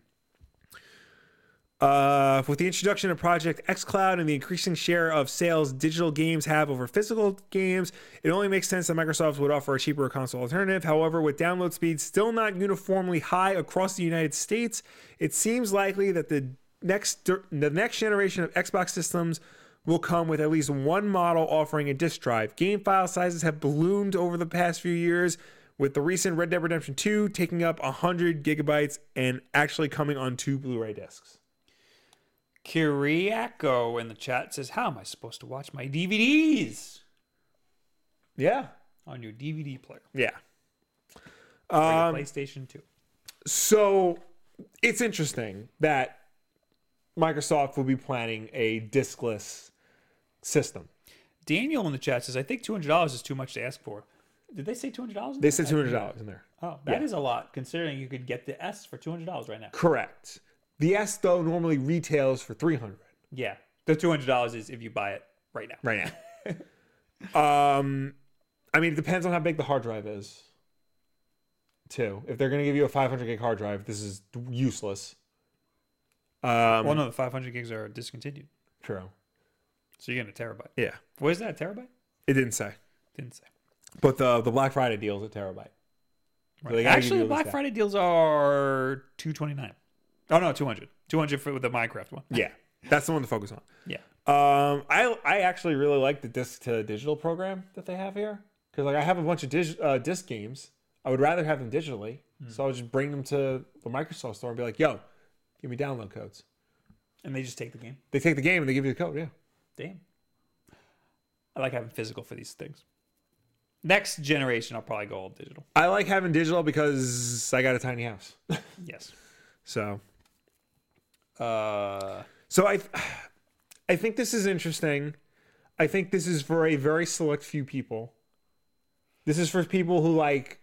S2: Uh, with the introduction of Project xCloud and the increasing share of sales digital games have over physical games, it only makes sense that Microsoft would offer a cheaper console alternative. However, with download speeds still not uniformly high across the United States, it seems likely that the next the next generation of Xbox systems will come with at least one model offering a disk drive. Game file sizes have ballooned over the past few years, with the recent Red Dead Redemption 2 taking up 100 gigabytes and actually coming on two Blu-ray discs.
S1: Kiriako in the chat says, How am I supposed to watch my DVDs
S2: Yeah.
S1: on your DVD player
S2: Yeah.
S1: for your
S2: Um,
S1: PlayStation 2?
S2: so it's interesting that Microsoft will be planning a diskless system.
S1: Daniel in the chat says, I think $200 is too much to ask for. Did they say $200?
S2: They said two hundred dollars in there.
S1: Oh, that is
S2: Yeah.
S1: a lot considering you could get the S for $200 right now.
S2: Correct. The S though normally retails for three hundred
S1: Yeah. The $200 is if you buy it right now.
S2: right now. um, I mean, it depends on how big the hard drive is. Too, if they're going to give you a five hundred gig hard drive, this is useless. Um,
S1: Well, no, the 500 gigs are discontinued.
S2: true.
S1: So you're getting a terabyte.
S2: Yeah,
S1: What is that, a terabyte?
S2: it didn't say,
S1: Didn't say.
S2: but the the Black Friday deal is a terabyte. So they gotta give
S1: Actually,
S2: you
S1: the
S2: at least
S1: Black
S2: that.
S1: Friday deals are two twenty nine. Oh no, two hundred. Two hundred for the Minecraft one.
S2: Yeah, that's the one to focus on.
S1: Yeah,
S2: Um, I I actually really like the disc to digital program that they have here because like I have a bunch of dig, uh, disc games. I would rather have them digitally, so I'll just bring them to the Microsoft store and be like, "Yo, Give me download codes.
S1: and they just take the game.
S2: They take the game and they give you the code. Yeah.
S1: Damn. I like having physical for these things. Next generation, I'll probably go all digital.
S2: I like having digital because I got a tiny house.
S1: Yes.
S2: So
S1: Uh,
S2: So I, I think this is interesting. I think this is for a very select few people. This is for people who like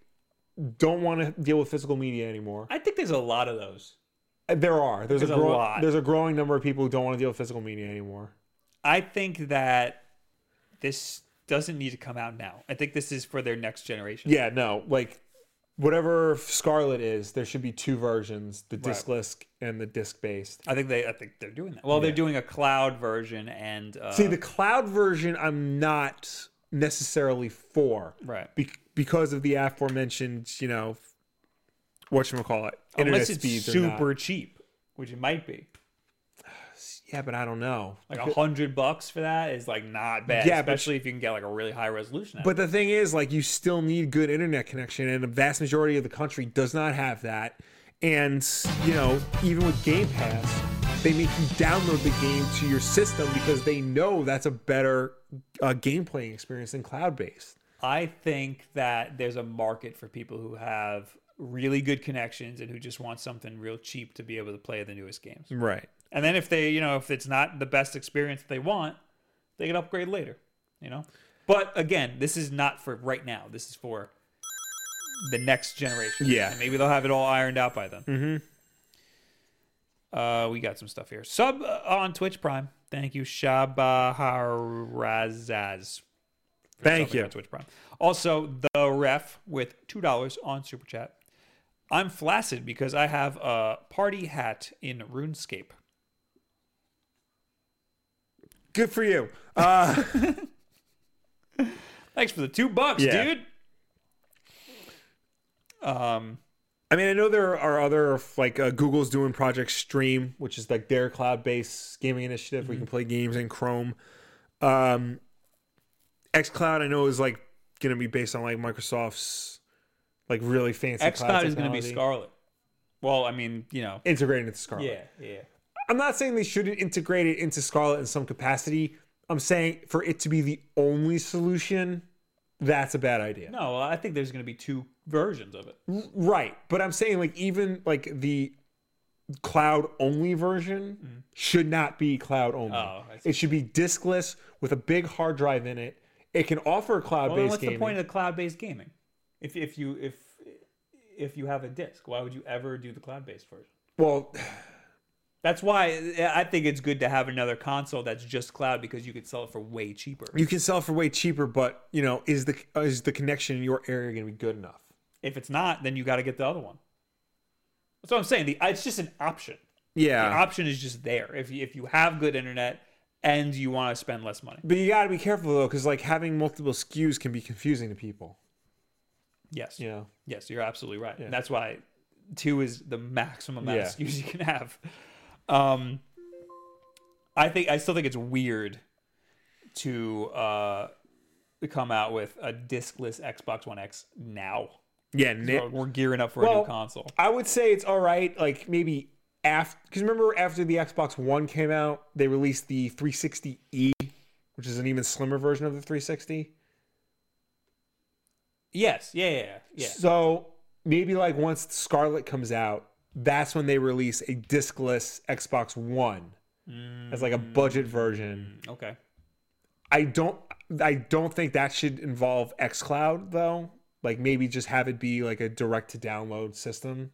S2: don't want to deal with physical media anymore. Uh,
S1: I think there's a lot of those.
S2: There are there's,
S1: There's
S2: a,
S1: a
S2: grow-
S1: lot.
S2: there's a growing number of people who don't want to deal with physical media anymore.
S1: I think that this doesn't need to come out now. I think this is for their next generation.
S2: Yeah, no, like whatever Scarlet is, there should be two versions: the disc disc and the disc based.
S1: I think they. I think they're doing that. Well, they're doing a cloud version and uh,
S2: See, the cloud version, I'm not necessarily for.
S1: right.
S2: be- because of the aforementioned, you know, what you call it,
S1: Unless it's super cheap, which it might be.
S2: Yeah, but I don't know.
S1: Like a hundred bucks for that is like not bad.
S2: Yeah, but-
S1: especially if you can get like a really high resolution.
S2: But the thing is, like, you still need good internet connection, and the vast majority of the country does not have that. And you know, even with Game Pass, they make you download the game to your system because they know that's a better uh, game playing experience than cloud based.
S1: I think that there's a market for people who have really good connections and who just want something real cheap to be able to play the newest games.
S2: Right.
S1: And then if they, you know, if it's not the best experience that they want, they can upgrade later, you know? But again, this is not for right now. This is for the next generation.
S2: Yeah.
S1: And maybe they'll have it all ironed out by then. Mm-hmm. Uh, we got some stuff here. Sub uh, on Twitch Prime. Thank you, Shabaharazaz.
S2: Thank
S1: Something
S2: you.
S1: on Twitch Prime. Also, the ref with two dollars on super chat. I'm flaccid because I have a party hat in RuneScape.
S2: Good for you. Uh,
S1: Thanks for the two bucks,
S2: Yeah.
S1: dude. Um,
S2: I mean, I know there are other like uh, Google's doing Project Stream, which is like their cloud-based gaming initiative. where We
S1: Mm-hmm.
S2: can play games in Chrome. Um, XCloud, I know, is like going to be based on like Microsoft's like really fancy
S1: XCloud is going to be
S2: technology.
S1: Scarlet. Well, I mean, you know,
S2: integrated into Scarlet.
S1: yeah, yeah.
S2: I'm not saying they shouldn't integrate it into Scarlet in some capacity. I'm saying for it to be the only solution, that's a bad idea.
S1: No, I think there's going to be two versions of it.
S2: Right, but I'm saying like even like the cloud only version should not be cloud only.
S1: Mm-hmm. Oh, I see.
S2: it should be diskless with a big hard drive in it. It can offer cloud
S1: Well, then
S2: based
S1: what's
S2: gaming.
S1: the point of cloud-based gaming? If if you if if you have a disc, why would you ever do the cloud-based version?
S2: well,
S1: That's why I think it's good to have another console that's just cloud because you could sell it for way cheaper.
S2: you can sell for way cheaper, but you know, is the is the connection in your area going to be good enough?
S1: If it's not, then you got to get the other one. That's what I'm saying. The it's just an option. The
S2: Yeah,
S1: option is just there if you, if you have good internet and you want to spend less money.
S2: but you got to be careful though, because like having multiple SKUs can be confusing to people.
S1: Yes.
S2: You know,
S1: Yes, you're absolutely right. And that's why two is the maximum amount of
S2: Yeah.
S1: SKUs you can have. Um, I think I still think it's weird to uh, come out with a diskless Xbox One X now.
S2: yeah,
S1: We're- We're gearing up for a
S2: Well,
S1: new console.
S2: I would say it's all right. Like maybe after, because remember after the Xbox One came out, they released the 360e, which is an even slimmer version of the 360.
S1: Yes, yeah, yeah, yeah, yeah.
S2: So maybe like once Scarlet comes out, that's when they release a discless Xbox One as like a budget version.
S1: Okay.
S2: I don't, I don't think that should involve XCloud though. Like maybe just have it be like a direct to download system.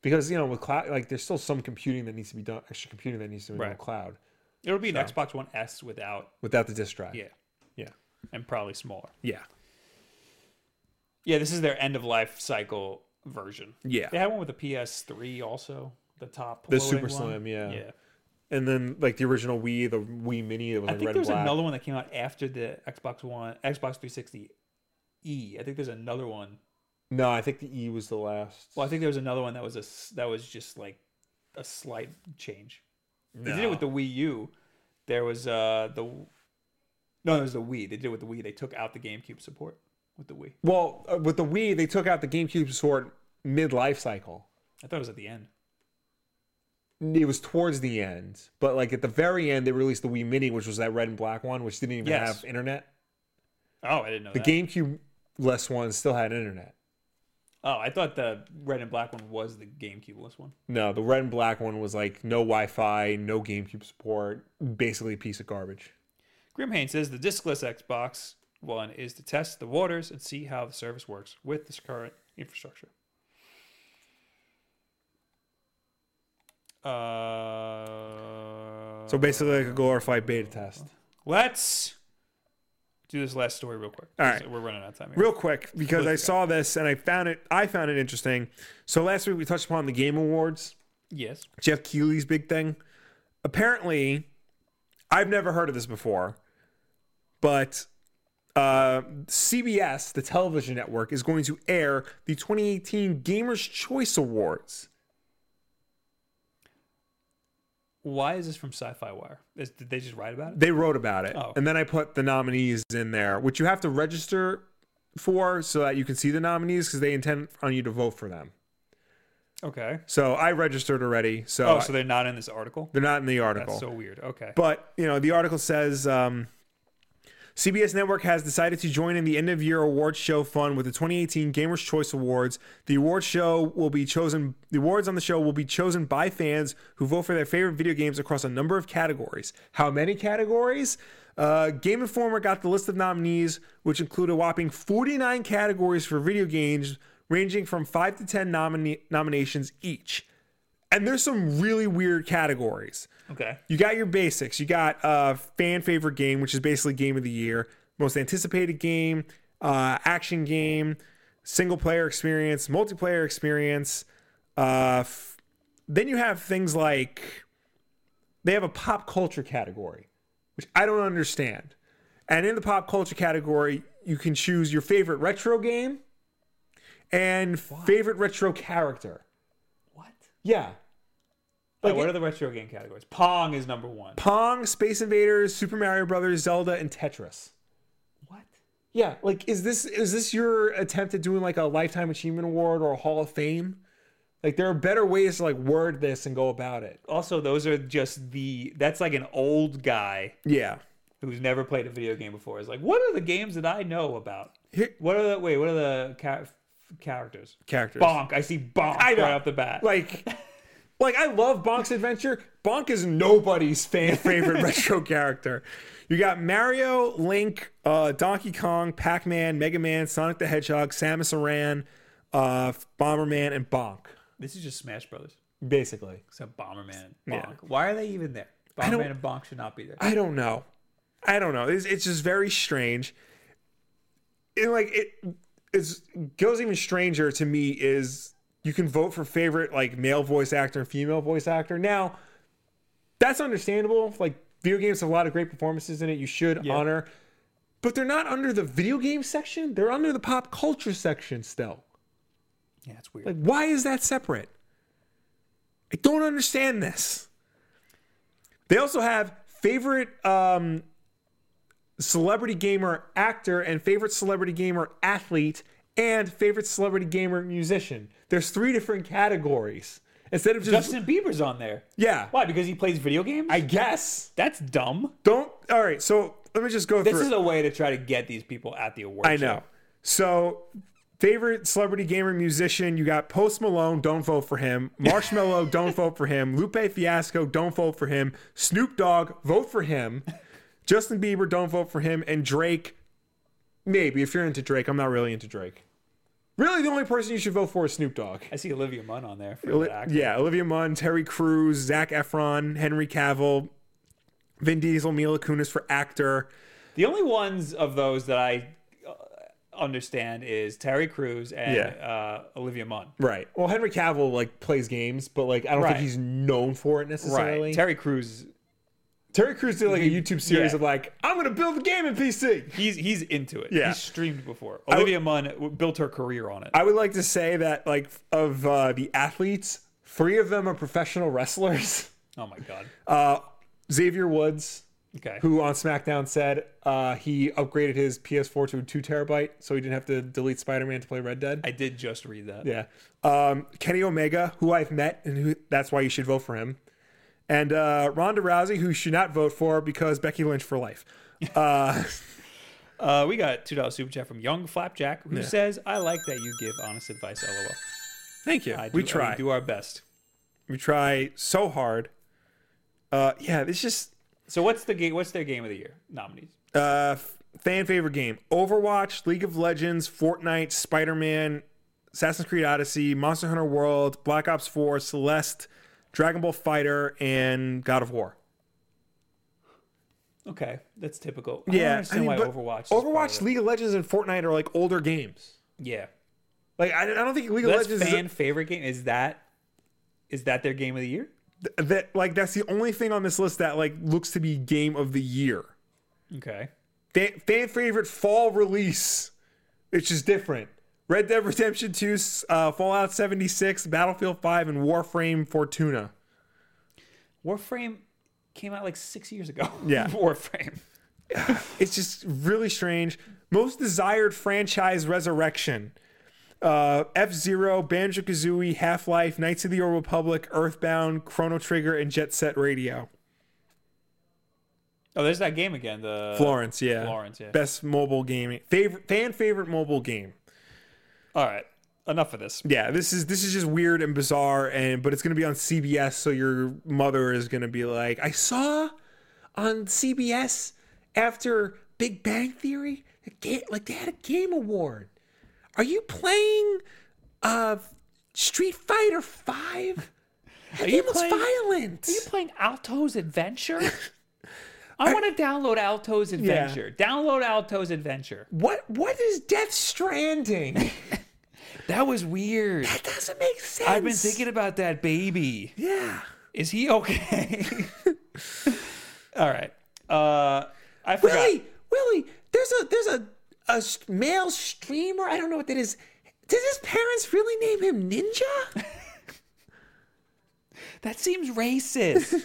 S2: Because you know with cloud, like there's still some computing that needs to be done, extra computing that needs to be done
S1: Right.
S2: with cloud
S1: It'll be an Xbox One S without,
S2: without the disk drive.
S1: yeah,
S2: yeah,
S1: and probably smaller.
S2: yeah,
S1: Yeah, this is their end of life cycle version.
S2: yeah.
S1: They had one with the PS3 also, the top.
S2: The
S1: floating
S2: Super
S1: one.
S2: Slim, yeah.
S1: Yeah.
S2: And then like the original Wii, the Wii Mini that was
S1: I
S2: like
S1: think
S2: red
S1: there was
S2: and black.
S1: another one that came out after the Xbox One, Xbox 360 E. I think there's another one.
S2: No, I think the E was the last.
S1: Well, I think there was another one that was a s- that was just like a slight change. They did it with the Wii U. There was uh the no, there was the Wii. They did it with the Wii. They took out the GameCube support with the Wii.
S2: Well, uh, with the Wii, they took out the GameCube support mid life cycle.
S1: I thought it was at the end.
S2: it was towards the end, but like at the very end, they released the Wii Mini, which was that red and black one, which didn't even
S1: Yes.
S2: have internet.
S1: Oh, I didn't know
S2: The
S1: that.
S2: GameCube less one still had internet.
S1: Oh, I thought the red and black one was the GameCube list one.
S2: No, the red and black one was like no Wi-Fi, no GameCube support, basically a piece of garbage.
S1: Grimhain says the discless Xbox One is to test the waters and see how the service works with this current infrastructure. Uh,
S2: So basically, like a glorified beta test.
S1: let's do this last story real quick.
S2: All right.
S1: we're running out of time here.
S2: Real quick, because I saw this and I found it. I found it interesting. So last week we touched upon the Game Awards,
S1: yes,
S2: Jeff Keighley's big thing. Apparently, I've never heard of this before, but uh, CBS, the television network, is going to air the 2018 Gamers Choice Awards.
S1: why is this from Sci-Fi Wire? Is, did they just write about it?
S2: They wrote about it.
S1: Oh.
S2: And then I put the nominees in there, which you have to register for so that you can see the nominees because they intend on you to vote for them.
S1: Okay.
S2: So I registered already. So,
S1: Oh, so they're not in this article.
S2: they're not in the article.
S1: That's so weird. Okay.
S2: But you know, the article says um, CBS Network has decided to join in the end of year award show fund with the 2018 Gamers Choice Awards. The award show will be chosen. The awards on the show will be chosen by fans who vote for their favorite video games across a number of categories. How many categories? Uh, Game Informer got the list of nominees, which include a whopping 49 categories for video games, ranging from five to 10 nomina- nominations each. And there's some really weird categories
S1: okay.
S2: you got your basics. You got uh, fan favorite game, which is basically game of the year, most anticipated game, uh, action game, single player experience, multiplayer experience. Uh, f- then you have things like they have a pop culture category, which I don't understand. And in the pop culture category, you can choose your favorite retro game and favorite retro character.
S1: What?
S2: Yeah.
S1: Like, Oh, what are the retro game categories? Pong is number one.
S2: Pong, Space Invaders, Super Mario Brothers, Zelda, and Tetris.
S1: What?
S2: Yeah, like is this is this your attempt at doing like a lifetime achievement award or a Hall of Fame? Like there are better ways to like word this and go about it.
S1: Also, those are just the. That's like an old guy
S2: Yeah.
S1: who's never played a video game before. Is like, what are the games that I know about?
S2: Here-
S1: What are the wait? What are the ca- characters?
S2: Characters.
S1: Bonk. I see bonk
S2: I know.
S1: right off the bat.
S2: Like like I love Bonk's Adventure. Bonk is nobody's fan favorite retro character. You got Mario, Link, uh, Donkey Kong, Pac-Man, Mega Man, Sonic the Hedgehog, Samus Aran, uh, Bomberman, and Bonk.
S1: this is just Smash Brothers.
S2: Basically.
S1: Except Bomberman. Bonk.
S2: Yeah.
S1: Why are they even there?
S2: don't-
S1: Bomberman and Bonk should not be there.
S2: I don't know. I don't know. It's, it's just very strange. And like it it's, goes even stranger to me is you can vote for favorite like male voice actor and female voice actor. Now, that's understandable. Like video games have a lot of great performances in it. You should
S1: Yeah.
S2: honor, but they're not under the video game section. They're under the pop culture section still.
S1: Yeah, it's weird.
S2: Like, why is that separate? I don't understand this. They also have favorite um, celebrity gamer actor and favorite celebrity gamer athlete and favorite celebrity gamer musician. There's three different categories instead of just
S1: Justin Bieber's on there.
S2: yeah.
S1: Why? Because he plays video games.
S2: I guess
S1: that's dumb.
S2: don't. All right, so let me just go
S1: This
S2: through.
S1: is a way to try to get these people at the awards.
S2: I know. So, favorite celebrity gamer musician, you got Post Malone, don't vote for him. Marshmello, don't vote for him. Lupe Fiasco, don't vote for him. Snoop Dogg, vote for him. Justin Bieber, don't vote for him. And Drake, maybe if you're into Drake. I'm not really into Drake. Really, the only person you should vote for is Snoop Dogg.
S1: I see Olivia Munn on there for
S2: Oli-
S1: that actor.
S2: yeah, Olivia Munn, Terry Crews, Zach Efron, Henry Cavill, Vin Diesel, Mila Kunis for actor.
S1: The only ones of those that I uh, understand is Terry Crews and
S2: Yeah.
S1: uh, Olivia Munn.
S2: Right. Well, Henry Cavill like plays games, but like I don't
S1: Right.
S2: think he's known for it necessarily. Terry,
S1: Terry Crews,
S2: Crews did like a YouTube series
S1: yeah.
S2: of like, I'm gonna build a game in PC.
S1: he's he's into it.
S2: Yeah.
S1: He's streamed before. Olivia Munn w- built her career on it.
S2: I would like to say that like of uh, the athletes, three of them are professional wrestlers.
S1: oh my god.
S2: Uh, Xavier Woods,
S1: Okay.
S2: who on SmackDown said uh, he upgraded his PS4 to a two terabyte, so he didn't have to delete Spider-Man to play Red Dead.
S1: I did just read that.
S2: yeah. Um, Kenny Omega, who I've met, and who, that's why you should vote for him. and uh, Ronda Rousey, who should not vote for because Becky Lynch for life. Uh,
S1: Uh, we got two dollar super chat from Young Flapjack, who says, "I like that you give honest advice." LOL.
S2: Thank you.
S1: I do,
S2: we
S1: I
S2: try.
S1: do our best.
S2: We try so hard. Uh, yeah, it's just
S1: So what's the game? What's their game of the year nominees?
S2: uh, f- fan favorite game: Overwatch, League of Legends, Fortnite, Spider Man, Assassin's Creed Odyssey, Monster Hunter World, Black Ops Four, Celeste, Dragon Ball Fighter, and God of War.
S1: Okay, that's typical. I don't understand
S2: I mean,
S1: why
S2: but
S1: Overwatch. is part
S2: Overwatch,
S1: of it.
S2: League of Legends, and Fortnite are like older games.
S1: yeah,
S2: Like I, I don't think League of
S1: that's
S2: Legends is
S1: fan favorite game. Is that is that their game of the year?
S2: th- that like that's the only thing on this list that like looks to be game of the year.
S1: Okay,
S2: Fan, fan favorite fall release, it's just different. Red Dead Redemption 2, uh, Fallout 76, Battlefield 5, and Warframe Fortuna.
S1: Warframe came out like six years ago.
S2: Yeah.
S1: Warframe.
S2: It's just really strange. Most desired franchise resurrection. Uh, F Zero, Banjo Kazooie, Half Life, Knights of the Old Republic, Earthbound, Chrono Trigger, and Jet Set Radio.
S1: Oh, there's that game again. The
S2: Florence, yeah.
S1: Uh, Florence, yeah.
S2: Best mobile gaming favorite fan favorite mobile game.
S1: All right, enough of this.
S2: Yeah, this is this is just weird and bizarre and but it's gonna be on CBS, so your mother is gonna be like, I saw on CBS after Big Bang Theory, a ga- like they had a game award. Are you playing uh Street Fighter Five? That
S1: you
S2: game was
S1: playing-
S2: violent.
S1: Are you playing Alto's Adventure? I want to download Alto's Adventure. Download Alto's Adventure.
S2: what what is Death Stranding? that
S1: That was weird.
S2: doesn't make sense.
S1: I've been thinking about that baby.
S2: Yeah.
S1: Is he okay? All right. Uh, I forgot.
S2: Willie, Willie, there's a there's a a s- male streamer. I don't know what that is. Did his parents really name him Ninja?
S1: That seems racist.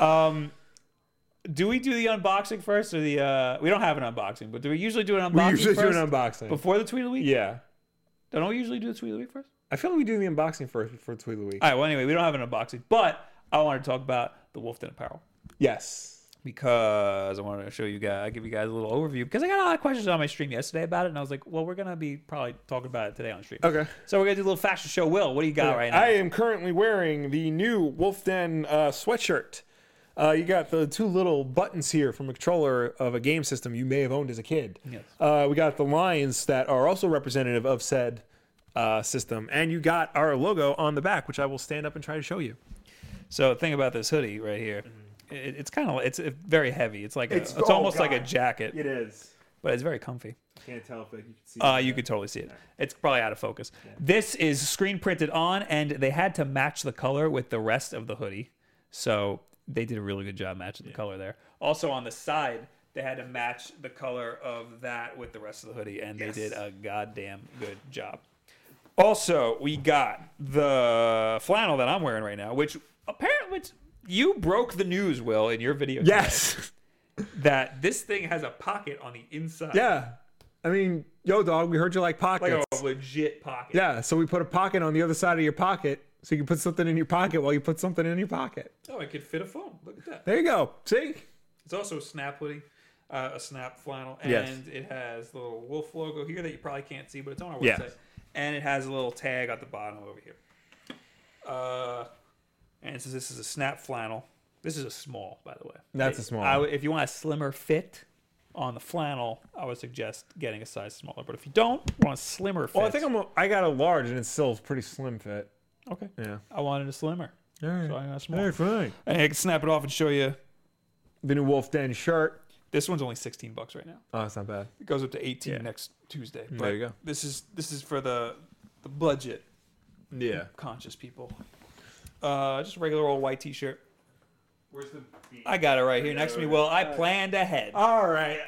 S1: um, do we do the unboxing first or the? Uh, we don't have an unboxing, but do we usually do an unboxing? first
S2: unboxing.
S1: before the tweet of the week.
S2: yeah,
S1: Don't we usually do the tweet of the week first?
S2: I feel like we do the unboxing first before Tweet of the Week.
S1: All right. Well, anyway, we don't have an unboxing, but I wanted to talk about the Wolfden Apparel.
S2: yes.
S1: because I wanted to show you guys, give you guys a little overview because I got a lot of questions on my stream yesterday about it, and I was like, well, we're gonna be probably talking about it today on stream.
S2: Okay.
S1: So we're gonna do a little fashion show. Will, what do you got right now?
S2: I am currently wearing the new Wolf Den uh, sweatshirt. Uh, you got the two little buttons here from a controller of a game system you may have owned as a kid.
S1: Yes.
S2: Uh, we got the lines that are also representative of said uh, system, and you got our logo on the back, which I will stand up and try to show you.
S1: so the thing about this hoodie right here, it, it's kind of it's uh, very heavy. It's like a, it's,
S2: Mm-hmm. It's- oh,
S1: almost like a
S2: God.
S1: jacket,
S2: It is.
S1: but it's very comfy.
S2: Can't tell if like, you can see.
S1: Uh, you could totally see it. It's probably out of focus. This is screen printed on, and they had to match the color with the rest of the hoodie. So they did a really good job matching the color there. Also on the side, they had to match the color of that with the rest of the hoodie, and they did a goddamn good job. Also, we got the flannel that I'm wearing right now, which apparently which you broke the news, Will, in your video today,
S2: yes.
S1: that this thing has a pocket on the inside.
S2: yeah. I mean, yo, dog, we heard you like oh. pockets.
S1: Like a legit pocket.
S2: yeah. So we put a pocket on the other side of your pocket, so you can put something in your pocket while you put something in your pocket.
S1: Oh, it could fit a phone. Look at that.
S2: There you go. See?
S1: It's also a snap hoodie, uh, a snap flannel, and
S2: Yes.
S1: it has the little wolf logo here that you probably can't see, but it's on our website.
S2: Yeah.
S1: And it has a little tag at the bottom over here. Uh, and it says this is a snap flannel. This is a small, by the way.
S2: That's a
S1: It-
S2: small.
S1: I would- if you want a slimmer fit on the flannel, I would suggest getting a size smaller. But if you don't want a slimmer fit,
S2: Well, I think I'm. A, I got a large, and it's still pretty slim fit.
S1: okay.
S2: Yeah.
S1: I wanted a slimmer,
S2: All right.
S1: so I got a small.
S2: fine.
S1: And I can snap it off and show you.
S2: The new Wolf Den shirt.
S1: This one's only 16 bucks right now.
S2: Oh, it's not bad.
S1: It goes up to 18
S2: Yeah.
S1: next Tuesday. But
S2: There you go.
S1: This is this is for the the budget
S2: Yeah.
S1: conscious people. Uh, just a regular old white T-shirt. Where's the? I got it right here next to me. Well, I planned ahead,
S2: All right.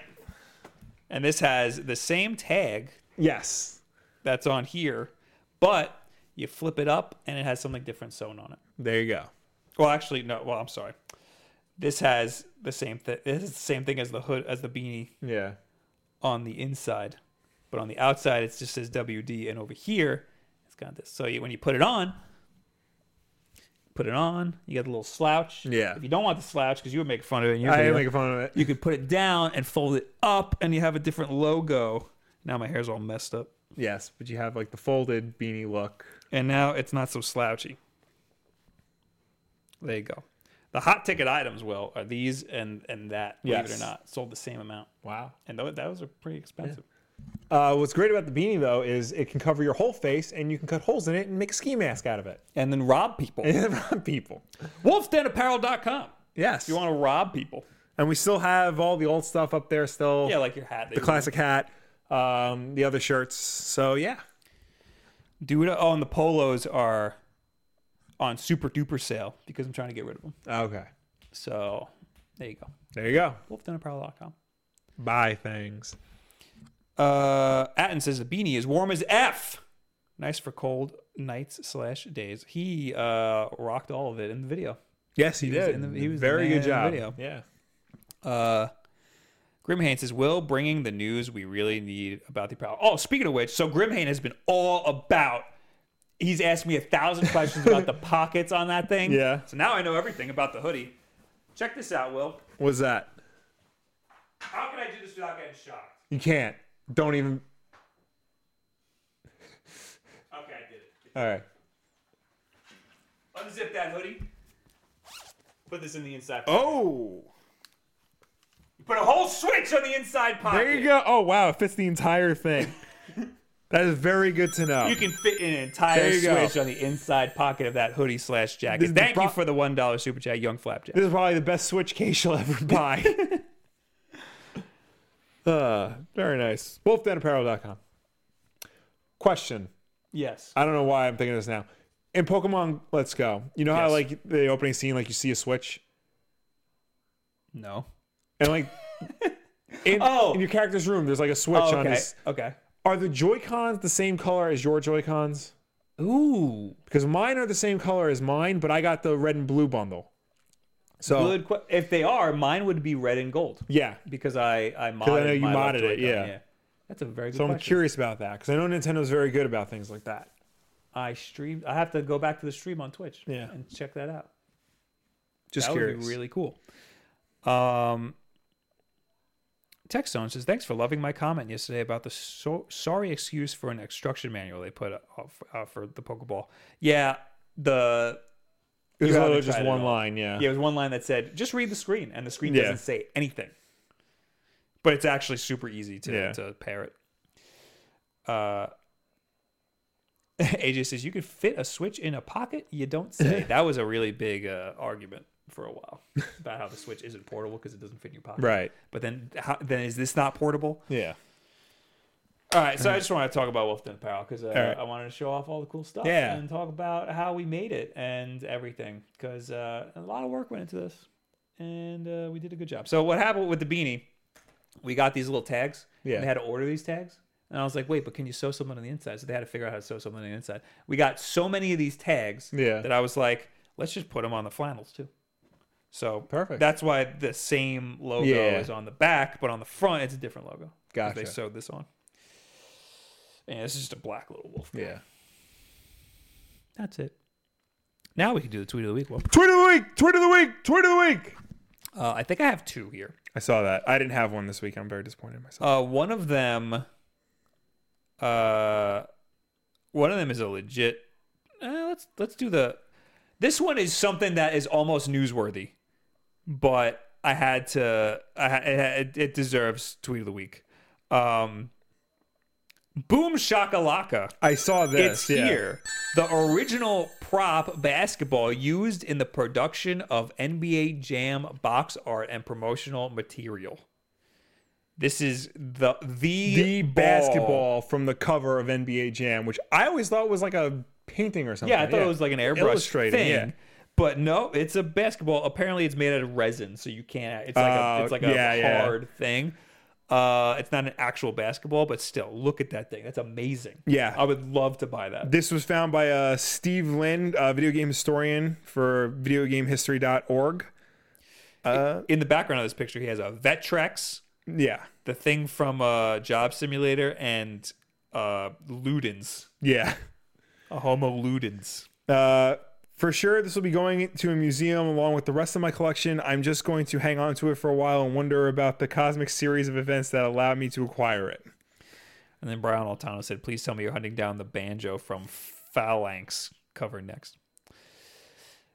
S1: and this has the same tag
S2: Yes.
S1: that's on here, but you flip it up and it has something different sewn on it.
S2: There you go.
S1: Well, actually, no. Well, I'm sorry. This has the same thing. This is the same thing as the hood as the beanie
S2: Yeah.
S1: on the inside, but on the outside it just says WD, and over here it's got this. So you, when you put it on, put it on. You got the little slouch.
S2: Yeah.
S1: If you don't want the slouch, because you were making fun of it, in your
S2: I
S1: video,
S2: am making fun of it.
S1: you could put it down and fold it up, and you have a different logo. Now my hair's all messed up,
S2: Yes, but you have like the folded beanie look.
S1: and now it's not so slouchy. There you go. The hot ticket items, Will, are these and and that. Believe it
S2: Yes.
S1: or not, sold the same amount,
S2: Wow.
S1: and tho- those are pretty expensive.
S2: Uh, what's great about the beanie though is it can cover your whole face, and you can cut holes in it and make a ski mask out of it.
S1: And then rob people.
S2: And rob people.
S1: Wolfdenapparel.com.
S2: Yes.
S1: You want to rob people?
S2: and we still have all the old stuff up there still.
S1: Yeah, like your hat.
S2: the classic hat, um, the other shirts. So yeah,
S1: Do it. Oh, and the polos are on super duper sale because I'm trying to get rid of them.
S2: okay.
S1: So there you go.
S2: There you go.
S1: Wolfdenapparel.com.
S2: Buy things.
S1: Uh, Atten says the beanie is warm as F. Nice for cold nights slash days. He uh, rocked all of it in the video.
S2: Yes, he,
S1: was
S2: did.
S1: in the- he was the
S2: very
S1: man in
S2: good
S1: the
S2: job.
S1: video.
S2: Yeah.
S1: Uh, Grimhain says, Will bringing the news we really need about the power. Oh, speaking of which, so Grimhain has been all about. He's asked me a thousand questions about the pockets on that thing.
S2: Yeah.
S1: So now I know everything about the hoodie. Check this out, Will.
S2: What's that?
S1: How can I do this without getting shocked?
S2: You can't. Don't even.
S1: Okay, I did it.
S2: All right.
S1: Unzip that hoodie. Put this in the inside. pocket.
S2: Oh,
S1: You put a whole switch on the inside pocket.
S2: there you go. Oh wow, it fits the entire thing. that is very good to know.
S1: You can fit an entire
S2: There you go.
S1: switch on the inside pocket of that hoodie slash jacket.
S2: This is the
S1: Thank you
S2: pro-
S1: for the one dollar super chat, Young Flapjack.
S2: this is probably the best switch case you'll ever buy. uh, very nice. Wolfdenapparel.com. Question.
S1: yes.
S2: I don't know why I'm thinking of this now. In Pokemon Let's Go, you know how
S1: Yes.
S2: like the opening scene, like you see a switch,
S1: No.
S2: and like in,
S1: Oh.
S2: in your character's room, there's like a switch on
S1: okay.
S2: this.
S1: Okay.
S2: Are the Joy Cons the same color as your Joy Cons?
S1: Ooh.
S2: Because mine are the same color as mine, but I got the red and blue bundle. So
S1: Good. que- if they are, mine would be red and gold
S2: yeah,
S1: because I I modded.
S2: know you
S1: my left
S2: modded it,
S1: Joy-Con,
S2: yeah.
S1: That's a very good
S2: so I'm
S1: question.
S2: curious about that because I know Nintendo's very good about things like that.
S1: I streamed. I have to go back to the stream on Twitch.
S2: Yeah.
S1: And check that out.
S2: Just
S1: that
S2: curious.
S1: would be really cool. Um, Textone says, "Thanks for loving my comment yesterday about the so- sorry excuse for an instruction manual they put out for, out for the Pokeball." Yeah, the
S2: it was
S1: You
S2: literally
S1: haven't
S2: just
S1: tried it
S2: one
S1: all.
S2: line, yeah.
S1: yeah, it was one line that said, "Just read the screen," and the screen
S2: Yeah.
S1: doesn't say anything. But it's actually super easy to
S2: Yeah.
S1: to parrot. Uh, AJ says, "You could fit a switch in a pocket. You don't say." that was a really big uh, argument for a while about how the switch isn't portable because it doesn't fit in your pocket.
S2: Right.
S1: But then, how, then is this not portable?
S2: Yeah.
S1: All right. So I just want to talk about Wolfden Apparel because uh,
S2: right.
S1: I wanted to show off all the cool stuff
S2: Yeah.
S1: and talk about how we made it and everything because uh, a lot of work went into this and uh, we did a good job. So what happened with the beanie? We got these little tags. and
S2: Yeah.
S1: We had to order these tags. And I was like, wait, but can you sew something on the inside? So they had to figure out how to sew something on the inside. We got so many of these tags
S2: Yeah.
S1: that I was like, let's just put them on the flannels too. So
S2: Perfect.
S1: That's why the same logo
S2: Yeah.
S1: is on the back, but on the front it's a different logo. 'cause They
S2: Gotcha.
S1: sewed this on. And it's just a black little wolf.
S2: Yeah.
S1: That's it. Now we can do the tweet of the week. Well,
S2: Tweet of the week. Tweet of the week. Tweet of the week.
S1: uh, I think I have two here.
S2: I saw that. I didn't have one this week. I'm very disappointed in myself.
S1: Uh, one of them, uh, one of them is a legit. Uh, let's let's do the. This one is something that is almost newsworthy, but I had to. I, ha- it, ha- it, it deserves tweet of the week. Um, Boom shakalaka!
S2: I saw this.
S1: It's
S2: yeah.
S1: here. The original prop basketball used in the production of NBA Jam box art and promotional material. This is the the,
S2: the
S1: ball.
S2: basketball from the cover of NBA Jam, which I always thought was like a painting or something.
S1: Yeah, I thought it was like an airbrush
S2: Illustrated,
S1: thing.
S2: yeah.
S1: But no, it's a basketball. Apparently, it's made out of resin, so you can't. It's like a,
S2: Oh,
S1: it's like a
S2: yeah, yeah.
S1: hard thing. Uh, it's not an actual basketball, but still, look at that thing. That's amazing.
S2: Yeah.
S1: I would love to buy that.
S2: This was found by uh, Steve Lynn, a video game historian for videogamehistory.org. Uh,
S1: In the background of this picture, he has a Vetrex.
S2: Yeah.
S1: the thing from uh, Job Simulator and uh, Ludens,
S2: Yeah.
S1: a Homo Ludens.
S2: Uh, For sure, this will be going to a museum along with the rest of my collection. I'm just going to hang on to it for a while and wonder about the cosmic series of events that allowed me to acquire it.
S1: And then Brian Altano said, "Please tell me you're hunting down the banjo from Phalanx." Cover next.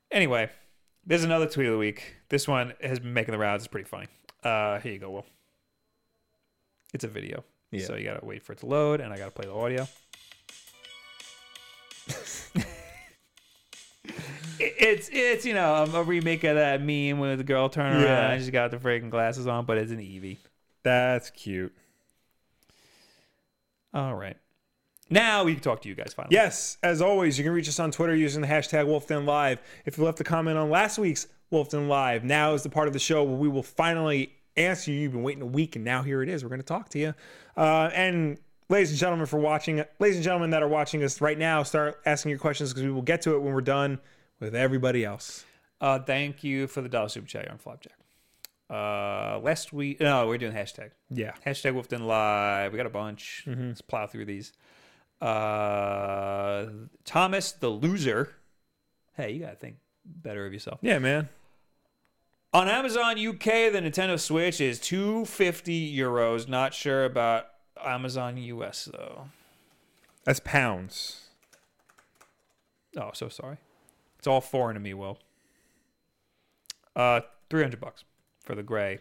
S1: Anyway, there's another tweet of the week. This one has been making the rounds. It's pretty funny. Uh, here you go, Will. It's a video,
S2: Yeah.
S1: so you gotta wait for it to load, and I gotta play the audio. It- It's it's you know a remake of that meme with the girl turning
S2: Yeah.
S1: around and she's got the freaking glasses on, but it's an Eevee.
S2: That's cute.
S1: All right, now we can talk to you guys finally.
S2: Yes, as always, you can reach us on Twitter using the hashtag Wolfden Live. If you left a comment on last week's Wolfden Live, now is the part of the show where we will finally answer you. You've been waiting a week, and now here it is. We're going to talk to you. Uh, and ladies and gentlemen, for watching, ladies and gentlemen that are watching us right now, start asking your questions because we will get to it when we're done with everybody else.
S1: Uh, thank you for the dollar super chat on Flopjack. Uh, last week, no, we're doing hashtag.
S2: Yeah.
S1: Hashtag Wolfden Live. We got a bunch. Let's plow through these. Uh, Thomas the loser. Hey, you gotta think better of yourself.
S2: Yeah, man.
S1: On Amazon UK, the Nintendo Switch is 250 euros. Not sure about Amazon US though.
S2: That's pounds.
S1: Oh, so sorry. It's all foreign to me, Will. Uh, 300 bucks for the gray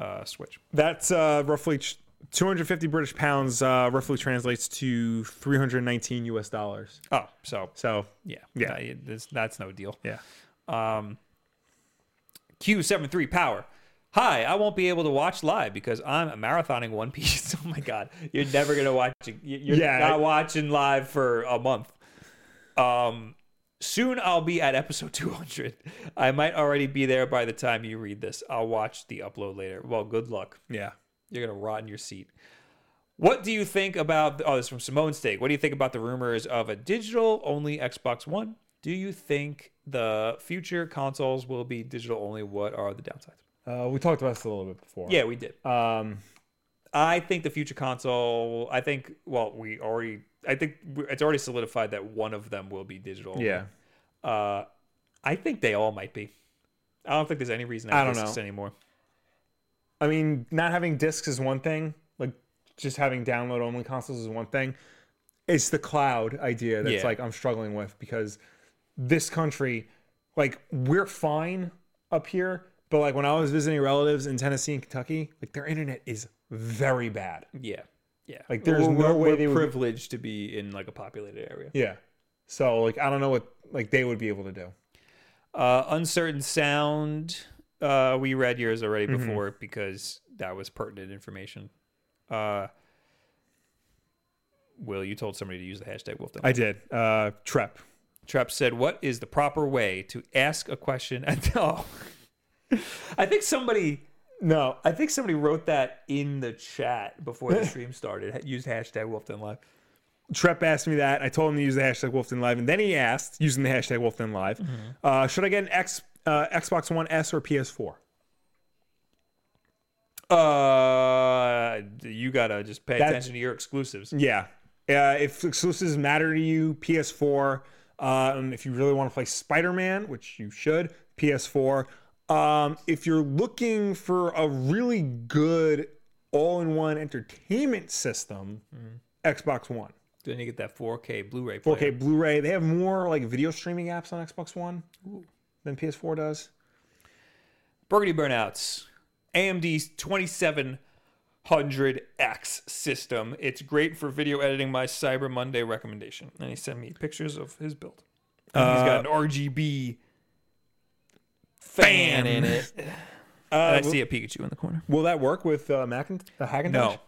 S1: uh, Switch.
S2: That's uh, roughly ch- 250 British pounds, uh, roughly translates to 319 US dollars.
S1: Oh, so
S2: So,
S1: yeah,
S2: Yeah.
S1: that- it- that's, that's no deal.
S2: yeah.
S1: Um, Q73 Power. Hi, I won't be able to watch live because I'm marathoning One Piece. Oh my God. You're never going to watch it. You- You're
S2: Yeah.
S1: not watching live for a month. Um, soon I'll be at episode 200. I might already be there by the time you read this. I'll watch the upload later. Well, good luck.
S2: Yeah.
S1: You're going to rot in your seat. What do you think about? Oh, this is from Simone Steak. What do you think about the rumors of a digital only Xbox One? Do you think the future consoles will be digital only? What are the downsides?
S2: Uh, we talked about this a little bit before.
S1: Yeah, we did.
S2: Um,
S1: I think the future console. I think. Well, we already. I think it's already solidified that one of them will be digital. only.
S2: yeah.
S1: Uh, I think they all might be. I don't think there's any reason to
S2: I don't
S1: have discs
S2: know.
S1: anymore.
S2: I mean, not having discs is one thing. Like, just having download only consoles is one thing. It's the cloud idea that's
S1: Yeah.
S2: like I'm struggling with because this country, like, we're fine up here, but like when I was visiting relatives in Tennessee and Kentucky, like their internet is very bad.
S1: Yeah. Yeah.
S2: Like, there's
S1: We're-
S2: no
S1: we're-
S2: way
S1: we're
S2: they would-
S1: privileged to be in like a populated area.
S2: Yeah. So like I don't know what like they would be able to do.
S1: Uh, uncertain sound. Uh, we read yours already
S2: Mm-hmm.
S1: before because that was pertinent information. Uh, Will, you told somebody to use the hashtag Wolf.
S2: I did. Uh Trep.
S1: Trap said, "What is the proper way to ask a question?" And oh, I think somebody,
S2: No,
S1: I think somebody wrote that in the chat before the stream started. Used hashtag Wolfden Live.
S2: Trep asked me that. I told him to use the hashtag Wolfden Live, and then he asked, using the hashtag Wolfden Live, uh, should I get an X, uh, Xbox One S or PS4?
S1: Uh, you gotta just pay
S2: That's- Mm.
S1: attention to your exclusives.
S2: Yeah. Uh, if exclusives matter to you, PS4. Um, if you really want to play Spider Man, which you should, PS4. Um, if you're looking for a really good all in one entertainment system, Xbox One.
S1: Then you get that 4K Blu-ray.
S2: 4K Blu-ray. They have more like video streaming apps on Xbox One than PS4 does.
S1: Burgundy Burnouts, AMD's 2700X system. It's great for video editing, my Cyber Monday recommendation. And he sent me pictures of his build. And he's
S2: Uh,
S1: got an RGB fan Uh, in it. and I see a Pikachu in the corner.
S2: Will that work with uh, Mac and uh, Hackintosh?
S1: No,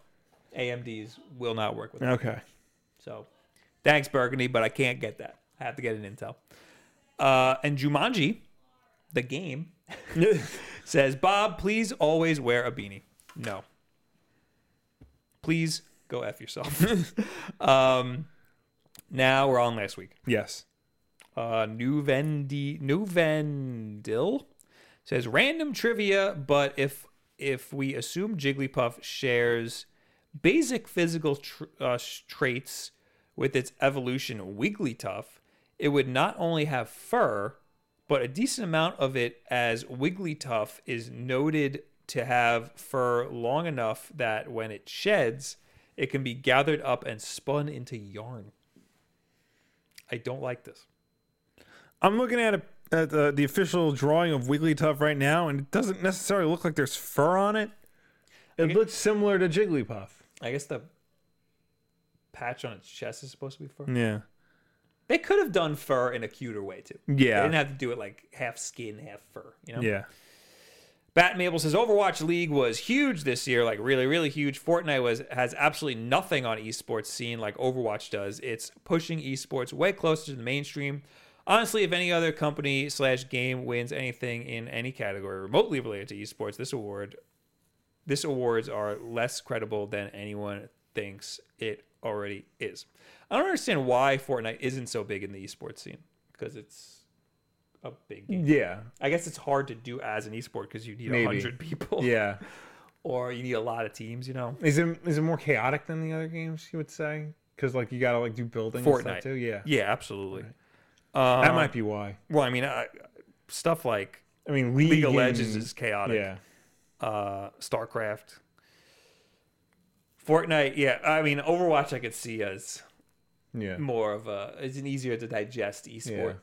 S1: AMD's will not work with it.
S2: Okay.
S1: So thanks, Burgundy, but I can't get that. I have to get an Intel. Uh, and Jumanji, the game, says, Bob, please always wear a beanie. No. Please go F yourself. um, now we're on last week.
S2: yes.
S1: Uh, Nuvendi, Nuvendil says random trivia, but if if we assume Jigglypuff shares basic physical tr- uh, traits with its evolution Wigglytuff, it would not only have fur, but a decent amount of it, as Wigglytuff is noted to have fur long enough that when it sheds, it can be gathered up and spun into yarn. I don't like this.
S3: I'm looking at, a, at
S2: uh,
S3: the, the official drawing of Wigglytuff right now, and it doesn't necessarily look like there's fur on it.
S2: It looks similar to Jigglypuff.
S1: I guess the patch on its chest is supposed to be fur.
S3: Yeah.
S1: They could have done fur in a cuter way too. They
S3: Yeah.
S1: didn't have to do it like half skin, half fur. You know.
S3: Yeah.
S1: Bat Mabel says Overwatch League was huge this year, like really, really huge. Fortnite was has absolutely nothing on esports scene like Overwatch does. It's pushing esports way closer to the mainstream. Honestly, if any other company slash game wins anything in any category remotely related to esports, this award, this awards are less credible than anyone thinks it already is. I don't understand why Fortnite isn't so big in the esports scene because it's a big game.
S2: Yeah.
S1: I guess it's hard to do as an esport because you need a
S2: Maybe.
S1: hundred people,
S2: Yeah.
S1: or you need a lot of teams. You know,
S2: Is it is it more chaotic than the other games? You would say because like you gotta like do building and
S1: Fortnite.
S2: stuff too. Yeah,
S1: yeah, absolutely.
S2: that
S1: Um,
S2: might be why.
S1: Well, I mean, I, stuff like
S2: I mean, League,
S1: League of
S2: and-
S1: Legends is chaotic.
S2: Yeah,
S1: Uh, Starcraft, Fortnite. Yeah, I mean, Overwatch. I could see as
S2: yeah.
S1: more of a. It's an easier to digest esport.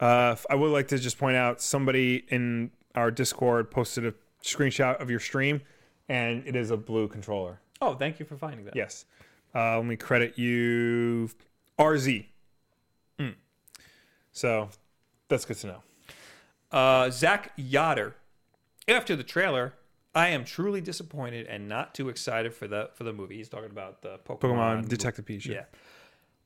S3: Uh, I would like to just point out somebody in our Discord posted a screenshot of your stream, and it is a blue controller.
S1: Oh, thank you for finding that.
S3: Yes. Uh, let me credit you, RZ.
S2: Mm.
S3: So that's good to know.
S1: Uh, Zach Yoder. After the trailer, I am truly disappointed and not too excited for the for the movie. He's talking about the
S2: Um,
S3: Pokemon Detective Pikachu.
S1: Yeah.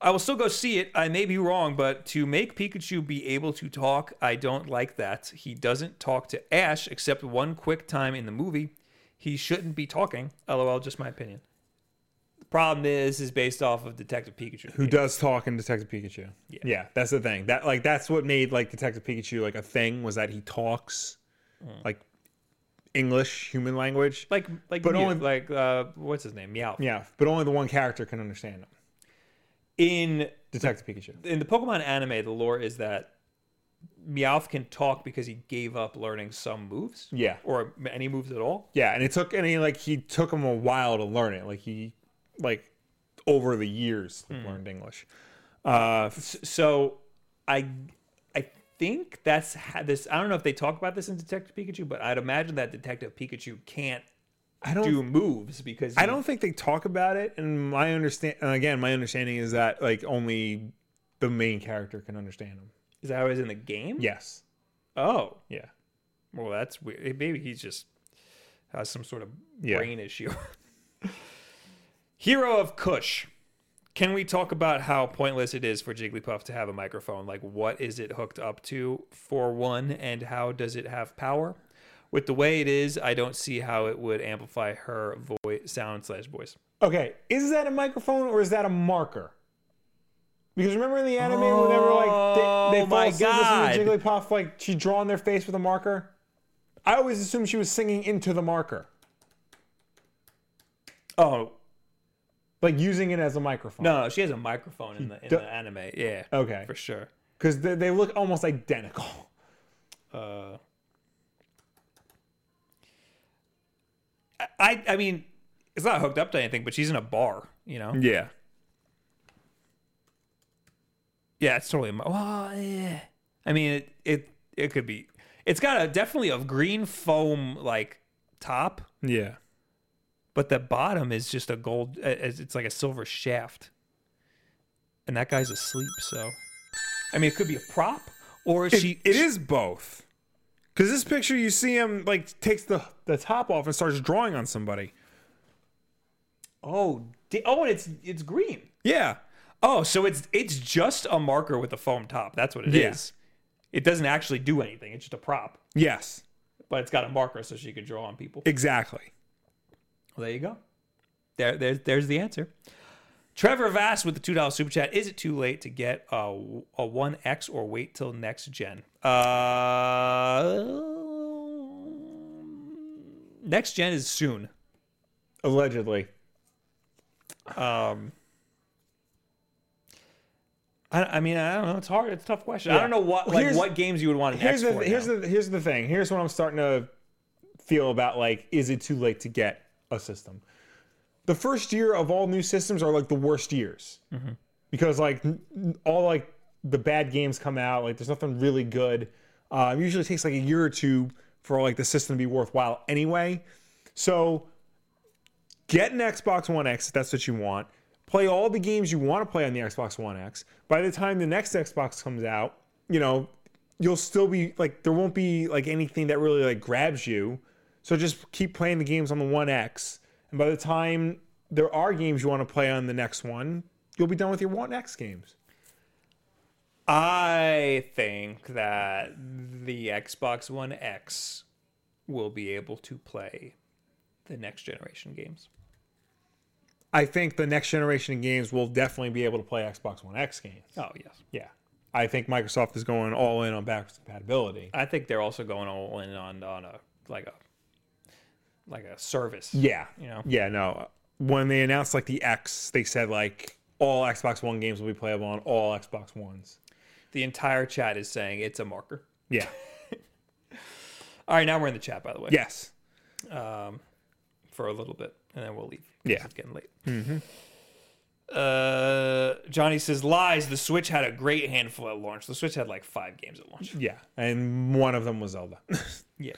S1: I will still go see it. I may be wrong, but to make Pikachu be able to talk, I don't like that. He doesn't talk to Ash except one quick time in the movie. He shouldn't be talking. LOL, just my opinion. The problem is, is based off of Detective Pikachu.
S2: Who does talk in Detective Pikachu? Yeah. that's the thing. That like that's what made like Detective Pikachu like a thing was that he talks
S3: Mm.
S2: like English human language.
S1: Like, like,
S2: But
S1: Mew-
S2: only-
S1: like, uh, what's his name? Meow.
S2: yeah, but only the one character can understand him.
S1: In
S2: Detective Pikachu.
S1: in the Pokemon anime, the lore is that Meowth can talk because he gave up learning some moves.
S2: Yeah.
S1: Or any moves at all.
S2: Yeah, and it took and he like he took him a while to learn it. Like he like over the years like,
S1: Hmm.
S2: learned English. Uh
S1: S- so I I think that's how this I don't know if they talk about this in Detective Pikachu, but I'd imagine that Detective Pikachu can't
S2: I don't
S1: do moves because
S2: I don't think they talk about it and my understand and again, my understanding is that like only the main character can understand him.
S1: is that how he's in the game?
S2: Yes.
S1: Oh.
S2: Yeah.
S1: Well that's weird. Maybe he's just has some sort of
S2: Yeah.
S1: brain issue. Hero of Kush. Can we talk about how pointless it is for Jigglypuff to have a microphone? Like, what is it hooked up to, for one, and how does it have power? With the way it is, I don't see how it would amplify her voice, sound slash voice.
S2: Okay, is that a microphone or is that a marker? Because remember in the anime when they were like they,
S1: Oh,
S2: they fall
S1: my
S2: asleep listening
S1: God.
S2: to Jigglypuff, like she draw on their face with a marker. I always assumed she was singing into the marker,
S1: Oh
S2: like using it as a microphone.
S1: no, she has a microphone in the in
S2: do-
S1: the anime. Oh. Yeah,
S2: Okay.
S1: for sure.
S2: because they, they look almost identical.
S1: Uh, I- I I mean, it's not hooked up to anything, but she's in a bar. You know.
S3: Yeah.
S1: Yeah, it's totally. a mo- Well, yeah. I mean, it it it could be. It's got a definitely a green foam like top,
S3: Yeah.
S1: but the bottom is just a gold. uh, It's it's like a silver shaft, and that guy's asleep. So, I mean, it could be a prop, or she.
S3: it is both. Because this picture, you see him like takes the the top off and starts drawing on somebody.
S1: Oh, di- oh, and it's it's green.
S3: Yeah.
S1: Oh, so it's it's just a marker with a foam top. That's what it is.
S3: Yeah.
S1: It doesn't actually do anything. It's just a prop,
S3: Yes.
S1: but it's got a marker so she could draw on people.
S3: Exactly.
S1: Well, there you go. There, there, there's the answer. Trevor Vass with the two dollar super chat. Is it too late to get a a one X or wait till next gen? Uh, next gen is soon.
S2: Allegedly,
S1: Um, I, I mean, I don't know. It's hard. It's a tough question. I
S2: Yeah.
S1: don't know what
S2: Well,
S1: like
S2: here's-
S1: what games you would want to
S2: here's the
S1: export.
S2: here's
S1: now.
S2: the here's the thing. Here's what I'm starting to feel about like is it too late to get a system? The first year of all new systems are like the worst years
S1: Mm-hmm.
S2: because like n- n- all like the bad games come out. Like there's nothing really good. Uh, it usually takes like a year or two for like the system to be worthwhile anyway. So get an Xbox One X if that's what you want. Play all the games you want to play on the Xbox One X. By the time the next Xbox comes out, you know, you'll still be like there won't be like anything that really like grabs you. So just keep playing the games on the One X. And by the time there are games you want to play on the next one, you'll be done with your One X games.
S1: I think that the Xbox One X will be able to play the next generation games.
S2: I think the next generation of games will definitely be able to play Xbox One X games.
S1: Oh yes,
S2: Yeah. I think Microsoft is going all in on backwards compatibility.
S1: I think they're also going all in on on a like a like a service.
S2: Yeah.
S1: You know?
S2: Yeah, no. When they announced like the X, they said like all Xbox One games will be playable on all Xbox Ones.
S1: The entire chat is saying it's a marker.
S2: Yeah.
S1: All right, now we're in the chat by the way.
S2: yes.
S1: for a little bit, and then we'll leave. 'cause
S2: Yeah.
S1: it's getting late. Uh, Johnny says lies. The Switch had a great handful at launch. The Switch had like five games at launch.
S2: Yeah. And one of them was Zelda.
S1: Yeah.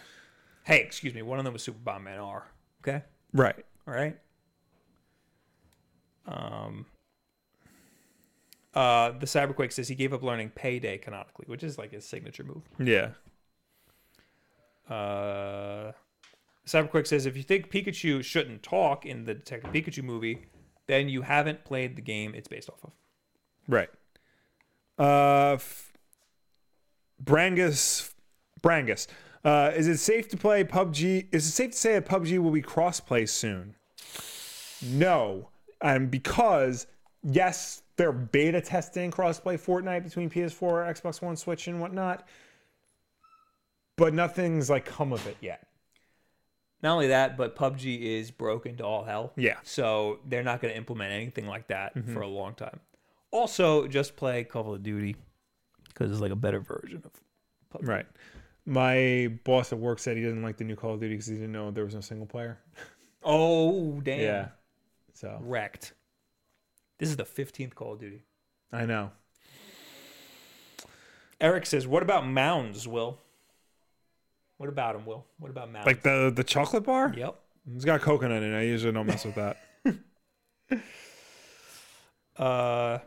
S1: Hey, excuse me. One of them was Super Bomberman R. Okay.
S2: right.
S1: All right. Um. Uh, the Cyberquake says he gave up learning Payday canonically, which is like his signature move.
S2: Yeah.
S1: Uh, Cyberquick says if you think Pikachu shouldn't talk in the Detective Pikachu movie, then you haven't played the game it's based off of.
S2: Right. Uh f- Brangus Brangus. Uh, is it safe to play PUBG? Is it safe to say that PUBG will be cross-play soon? No. And because yes, they're beta testing cross-play Fortnite between PS4, Xbox One, Switch, and whatnot. But nothing's like come of it yet.
S1: Not only that, but PUBG is broken to all hell.
S2: Yeah.
S1: So they're not going to implement anything like that for a long time. Also, just play Call of Duty because it's like a better version of PUBG.
S2: Right. My boss at work said he doesn't like the new Call of Duty because he didn't know there was no single player.
S1: Oh, damn.
S2: Yeah. So
S1: Wrecked. This is the 15th Call of Duty.
S2: I know.
S1: Eric says, What about Mounds, Will? What about him, Will? What about Mounds?
S3: Like the the chocolate bar?
S1: yep.
S3: It's got coconut in it. I usually don't mess with that.
S1: Uh,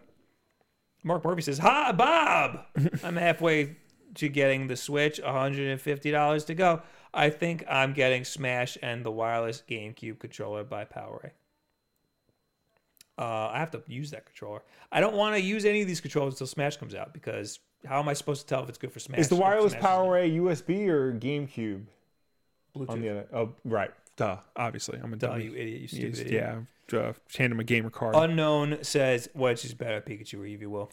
S1: Mark Murphy says, "Hi, Bob. I'm halfway to getting the Switch. $150 to go. I think I'm getting Smash and the wireless GameCube controller by PowerA. Uh, I have to use that controller. I don't want to use any of these controllers until Smash comes out because how am I supposed to tell if it's good for Smash?
S2: Is the
S1: if
S2: wireless
S1: Smash
S2: power array USB or GamCube
S1: Bluetooth?
S2: on the other? E Oh, right.
S3: Duh. Obviously, I'm a
S1: Oh,
S3: dummy.
S1: you idiot! You stupid
S3: Used-
S1: idiot.
S3: yeah. Uh, hand him a gamer card.
S1: Unknown says, "Which is better, Pikachu or Eevee?" Will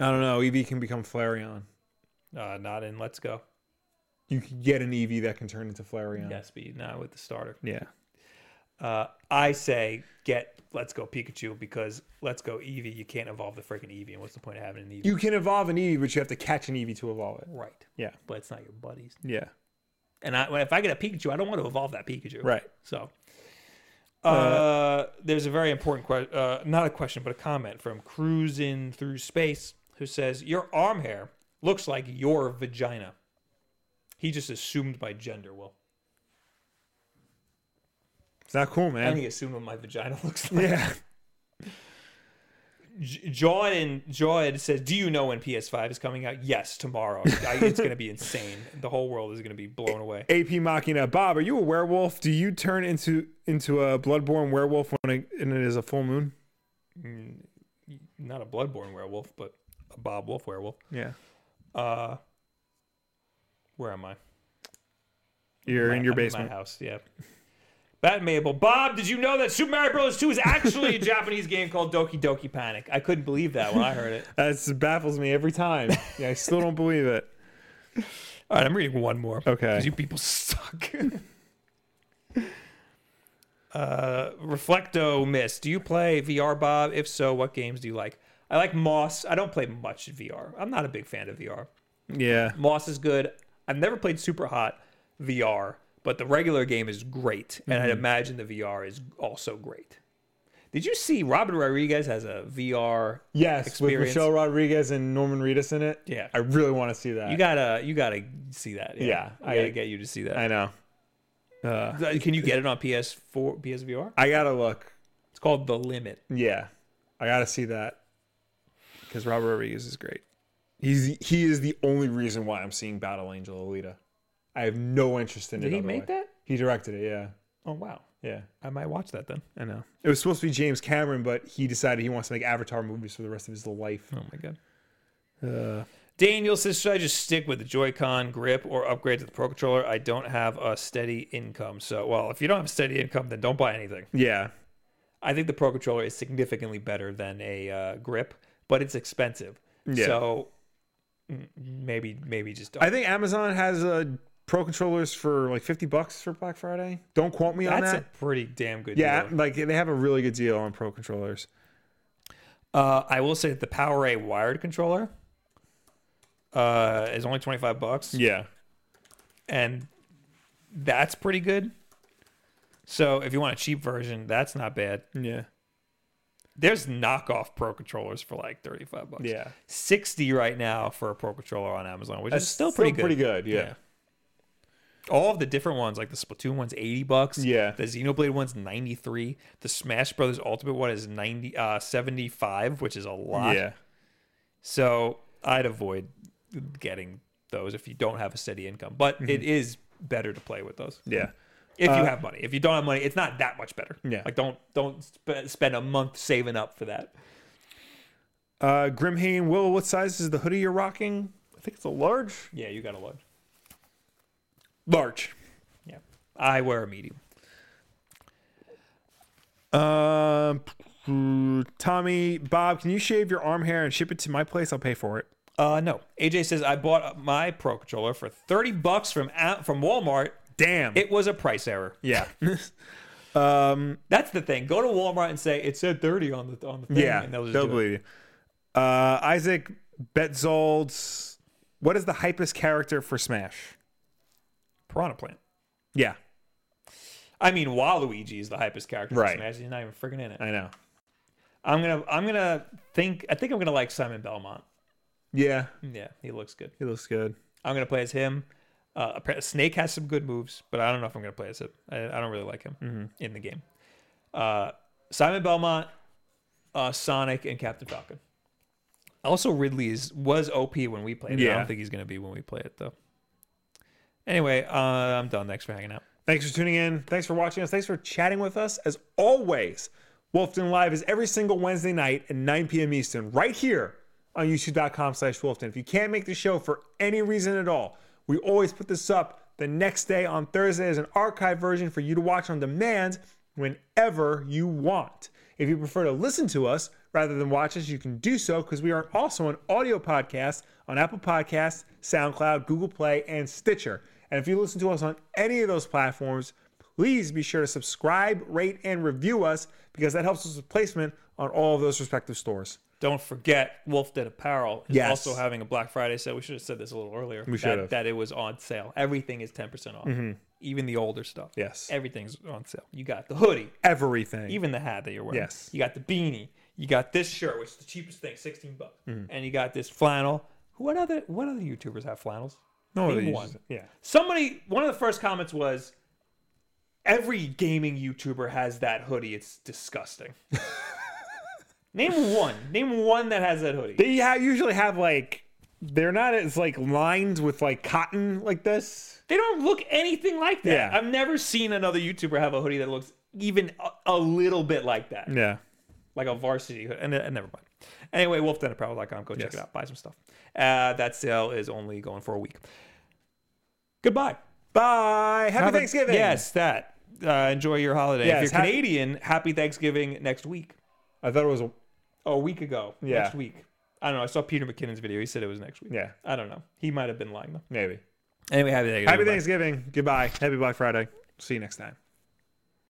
S2: I don't know. EV can become Flareon.
S1: uh, not in. Let's go.
S2: You could get an EV that can turn into Flareon.
S1: Yes, but not with the starter.
S3: yeah.
S1: Uh, I say get Let's Go Pikachu because Let's Go Eevee, you can't evolve the freaking Eevee. And what's the point of having an Eevee?
S2: You can evolve an EV, but you have to catch an EV to evolve it.
S1: right.
S2: Yeah.
S1: But it's not your buddies.
S2: Yeah.
S1: And I, when- if I get a Pikachu, I don't want to evolve that Pikachu.
S2: Right.
S1: So uh, there's a very important question, uh, not a question, but a comment from Cruising Through Space who says, Your arm hair looks like your vagina. He just assumed my gender, Will.
S2: It's not cool, man.
S1: And he assumed what my vagina looks like. Yeah. Jordan Jordan says, "Do you know when PS5 is coming out?" Yes, tomorrow. I, it's going to be insane. The whole world is going to be blown away.
S3: AP Machina, Bob, are you a werewolf? Do you turn into into a bloodborne werewolf when it, and it is a full moon?
S1: Not a Bloodborne werewolf, but a Bob Wolf werewolf.
S3: Yeah,
S1: Uh, where am I?
S3: you're in your
S1: I'm
S3: basement.
S1: my house. Yeah. Bat Mabel, Bob, did you know that Super Mario Bros. 2 is actually a Japanese game called Doki Doki Panic? I couldn't believe that when I heard it.
S3: That baffles me every time. Yeah, I still don't believe it.
S1: All right, I'm reading one more.
S3: Okay.
S1: You people suck. Uh, Reflecto Mist. Do you play VR, Bob? If so, what games do you like? I like Moss. I don't play much VR. I'm not a big fan of VR.
S3: Yeah.
S1: Moss is good. I've never played Super Hot VR, but the regular game is great, and
S2: Mm-hmm.
S1: I'd imagine the VR is also great. Did you see Robin Rodriguez has a VR?
S2: Yes,
S1: Experience.
S2: with Michelle Rodriguez and Norman Reedus in it.
S1: Yeah.
S2: I really want to see that.
S1: You gotta, you gotta see that.
S2: Yeah,
S1: I
S2: I-
S1: gotta get you to see that. Uh,
S2: I know.
S1: Can you get it on PS4, PSVR?
S2: I gotta look.
S1: It's called The Limit.
S2: Yeah, I gotta see that because Robert Rodriguez is great. He's he is the only reason why I'm seeing Battle Angel Alita. I have no interest in it.
S1: Did he
S2: otherwise.
S1: make that?
S2: He directed it. Yeah,
S1: Oh wow,
S2: yeah.
S1: I might watch that then.
S2: I know. It was supposed to be James Cameron, but he decided he wants to make Avatar movies for the rest of his life.
S1: Oh my god.
S2: Uh.
S1: Daniel says, should I just stick with the Joy-Con grip or upgrade to the Pro Controller? I don't have a steady income. So, well, if you don't have steady income, then don't buy anything.
S2: Yeah,
S1: I think the Pro Controller is significantly better than a uh, grip, but it's expensive. So m- maybe, maybe just don't.
S2: I think Amazon has uh, pro controllers for like fifty bucks for Black Friday. Don't quote me on
S1: That's
S2: that.
S1: a pretty damn good
S2: yeah,
S1: deal.
S2: like they have a really good deal on pro controllers.
S1: Uh, I will say that the Power A wired controller uh, is only 25 bucks.
S2: Yeah,
S1: and that's pretty good. So if you want a cheap version, that's not bad.
S2: yeah,
S1: There's knockoff pro controllers for like 35 bucks.
S2: yeah.
S1: 60 right now for a pro controller on Amazon, which is still pretty good.
S2: Pretty good. Yeah,
S1: All of the different ones, like the Splatoon one's 80 bucks.
S2: Yeah.
S1: The Xenoblade one's 93. The Smash Brothers Ultimate one is 90 uh 75, which is a lot.
S2: yeah.
S1: So I'd avoid getting those if you don't have a steady income. But it is better to play with those.
S2: Mm-hmm. yeah. Uh,
S1: if you have money. If you don't have money, it's not that much better.
S2: Yeah.
S1: Like don't don't sp- spend a month saving up for that.
S2: Uh, Grimhane, Will, what size is the hoodie you're rocking? I think it's a large.
S1: Yeah, you got to look.
S2: Large.
S1: Yeah. I wear a medium.
S2: Um, Tommy, Bob, can you shave your arm hair and ship it to my place? I'll pay for it.
S1: Uh no. AJ says I bought my pro controller for 30 bucks from a- from Walmart.
S2: Damn.
S1: It was a price error.
S2: yeah. um,
S1: That's the thing. Go to Walmart and say it said 30 on the on the thing
S2: yeah.
S1: and
S2: They'll,
S1: they'll just do it.
S2: believe you. Uh, Isaac Betzold, what is the hypest character for Smash?
S1: Piranha Plant.
S2: Yeah,
S1: I mean, Waluigi is the hypest character in
S2: Right.
S1: Smash. He's not even freaking in it.
S2: I know.
S1: I'm gonna, I'm gonna think. I think I'm gonna like Simon Belmont.
S2: Yeah,
S1: Yeah, he looks good.
S2: he looks good.
S1: I'm gonna play as him. Uh, appa- Snake has some good moves, but I don't know if I'm gonna play as him. I, I don't really like him
S2: Mm-hmm.
S1: in the game. Uh, Simon Belmont, uh, Sonic, and Captain Falcon. Also, Ridley is was OP when we played it. I
S2: Yeah.
S1: don't think he's gonna be when we play it though. Anyway, uh, I'm done. Thanks for hanging out.
S2: Thanks for tuning in. Thanks for watching us. Thanks for chatting with us. As always, Wolfden Live is every single Wednesday night at 9 p.m. Eastern, right here on youtube.com slash Wolfden. If you can't make the show for any reason at all, we always put this up the next day on Thursday as an archive version for you to watch on demand whenever you want. If you prefer to listen to us rather than watch us, you can do so because we are also an audio podcast on Apple Podcasts, SoundCloud, Google Play, and Stitcher. And if you listen to us on any of those platforms, please be sure to subscribe, rate, and review us because that helps us with placement on all of those respective stores.
S1: Don't forget, Wolf Dead Apparel is
S2: Yes.
S1: also having a Black Friday sale. We should have said this a little earlier. We
S2: should
S1: that,
S2: have.
S1: that it was on sale. Everything is 10% off, even the older stuff.
S2: Mm-hmm. Yes.
S1: everything's on sale. You got the hoodie.
S2: Everything.
S1: even the hat that you're wearing.
S2: Yes.
S1: You got the beanie. You got this shirt, which is the cheapest thing, sixteen bucks.
S2: Mm-hmm.
S1: And you got this flannel. Who- What other what other YouTubers have flannels?
S2: No,
S1: Name
S2: they
S1: one.
S2: use it. Yeah.
S1: Somebody one of the first comments was every gaming YouTuber has that hoodie. It's disgusting. Name one. Name one that has that hoodie.
S2: They ha- usually have like, they're not as like lined with like cotton like this.
S1: They don't look anything like that.
S2: Yeah.
S1: I've never seen another YouTuber have a hoodie that looks even a, a little bit like that.
S2: Yeah.
S1: like a varsity hood. And, and never mind. Anyway, wolfdenapparel.com. Go check it out. Buy some stuff. Uh, that sale is only going for a week. Goodbye.
S2: Bye. Happy
S1: Have a-
S2: Thanksgiving.
S1: Yes, that. Uh, enjoy your holiday.
S2: Yes,
S1: if you're
S2: ha-
S1: Canadian, happy Thanksgiving next week.
S2: I thought it was, a-
S1: Oh, a week ago.
S2: Yeah.
S1: Next week. I don't know. I saw Peter McKinnon's video. He said it was next week.
S2: yeah,
S1: I don't know. He might have been lying though.
S2: maybe.
S1: Anyway, happy Thanksgiving.
S2: Happy
S1: Bye.
S2: Thanksgiving. Goodbye. Happy Black Friday. See you next time.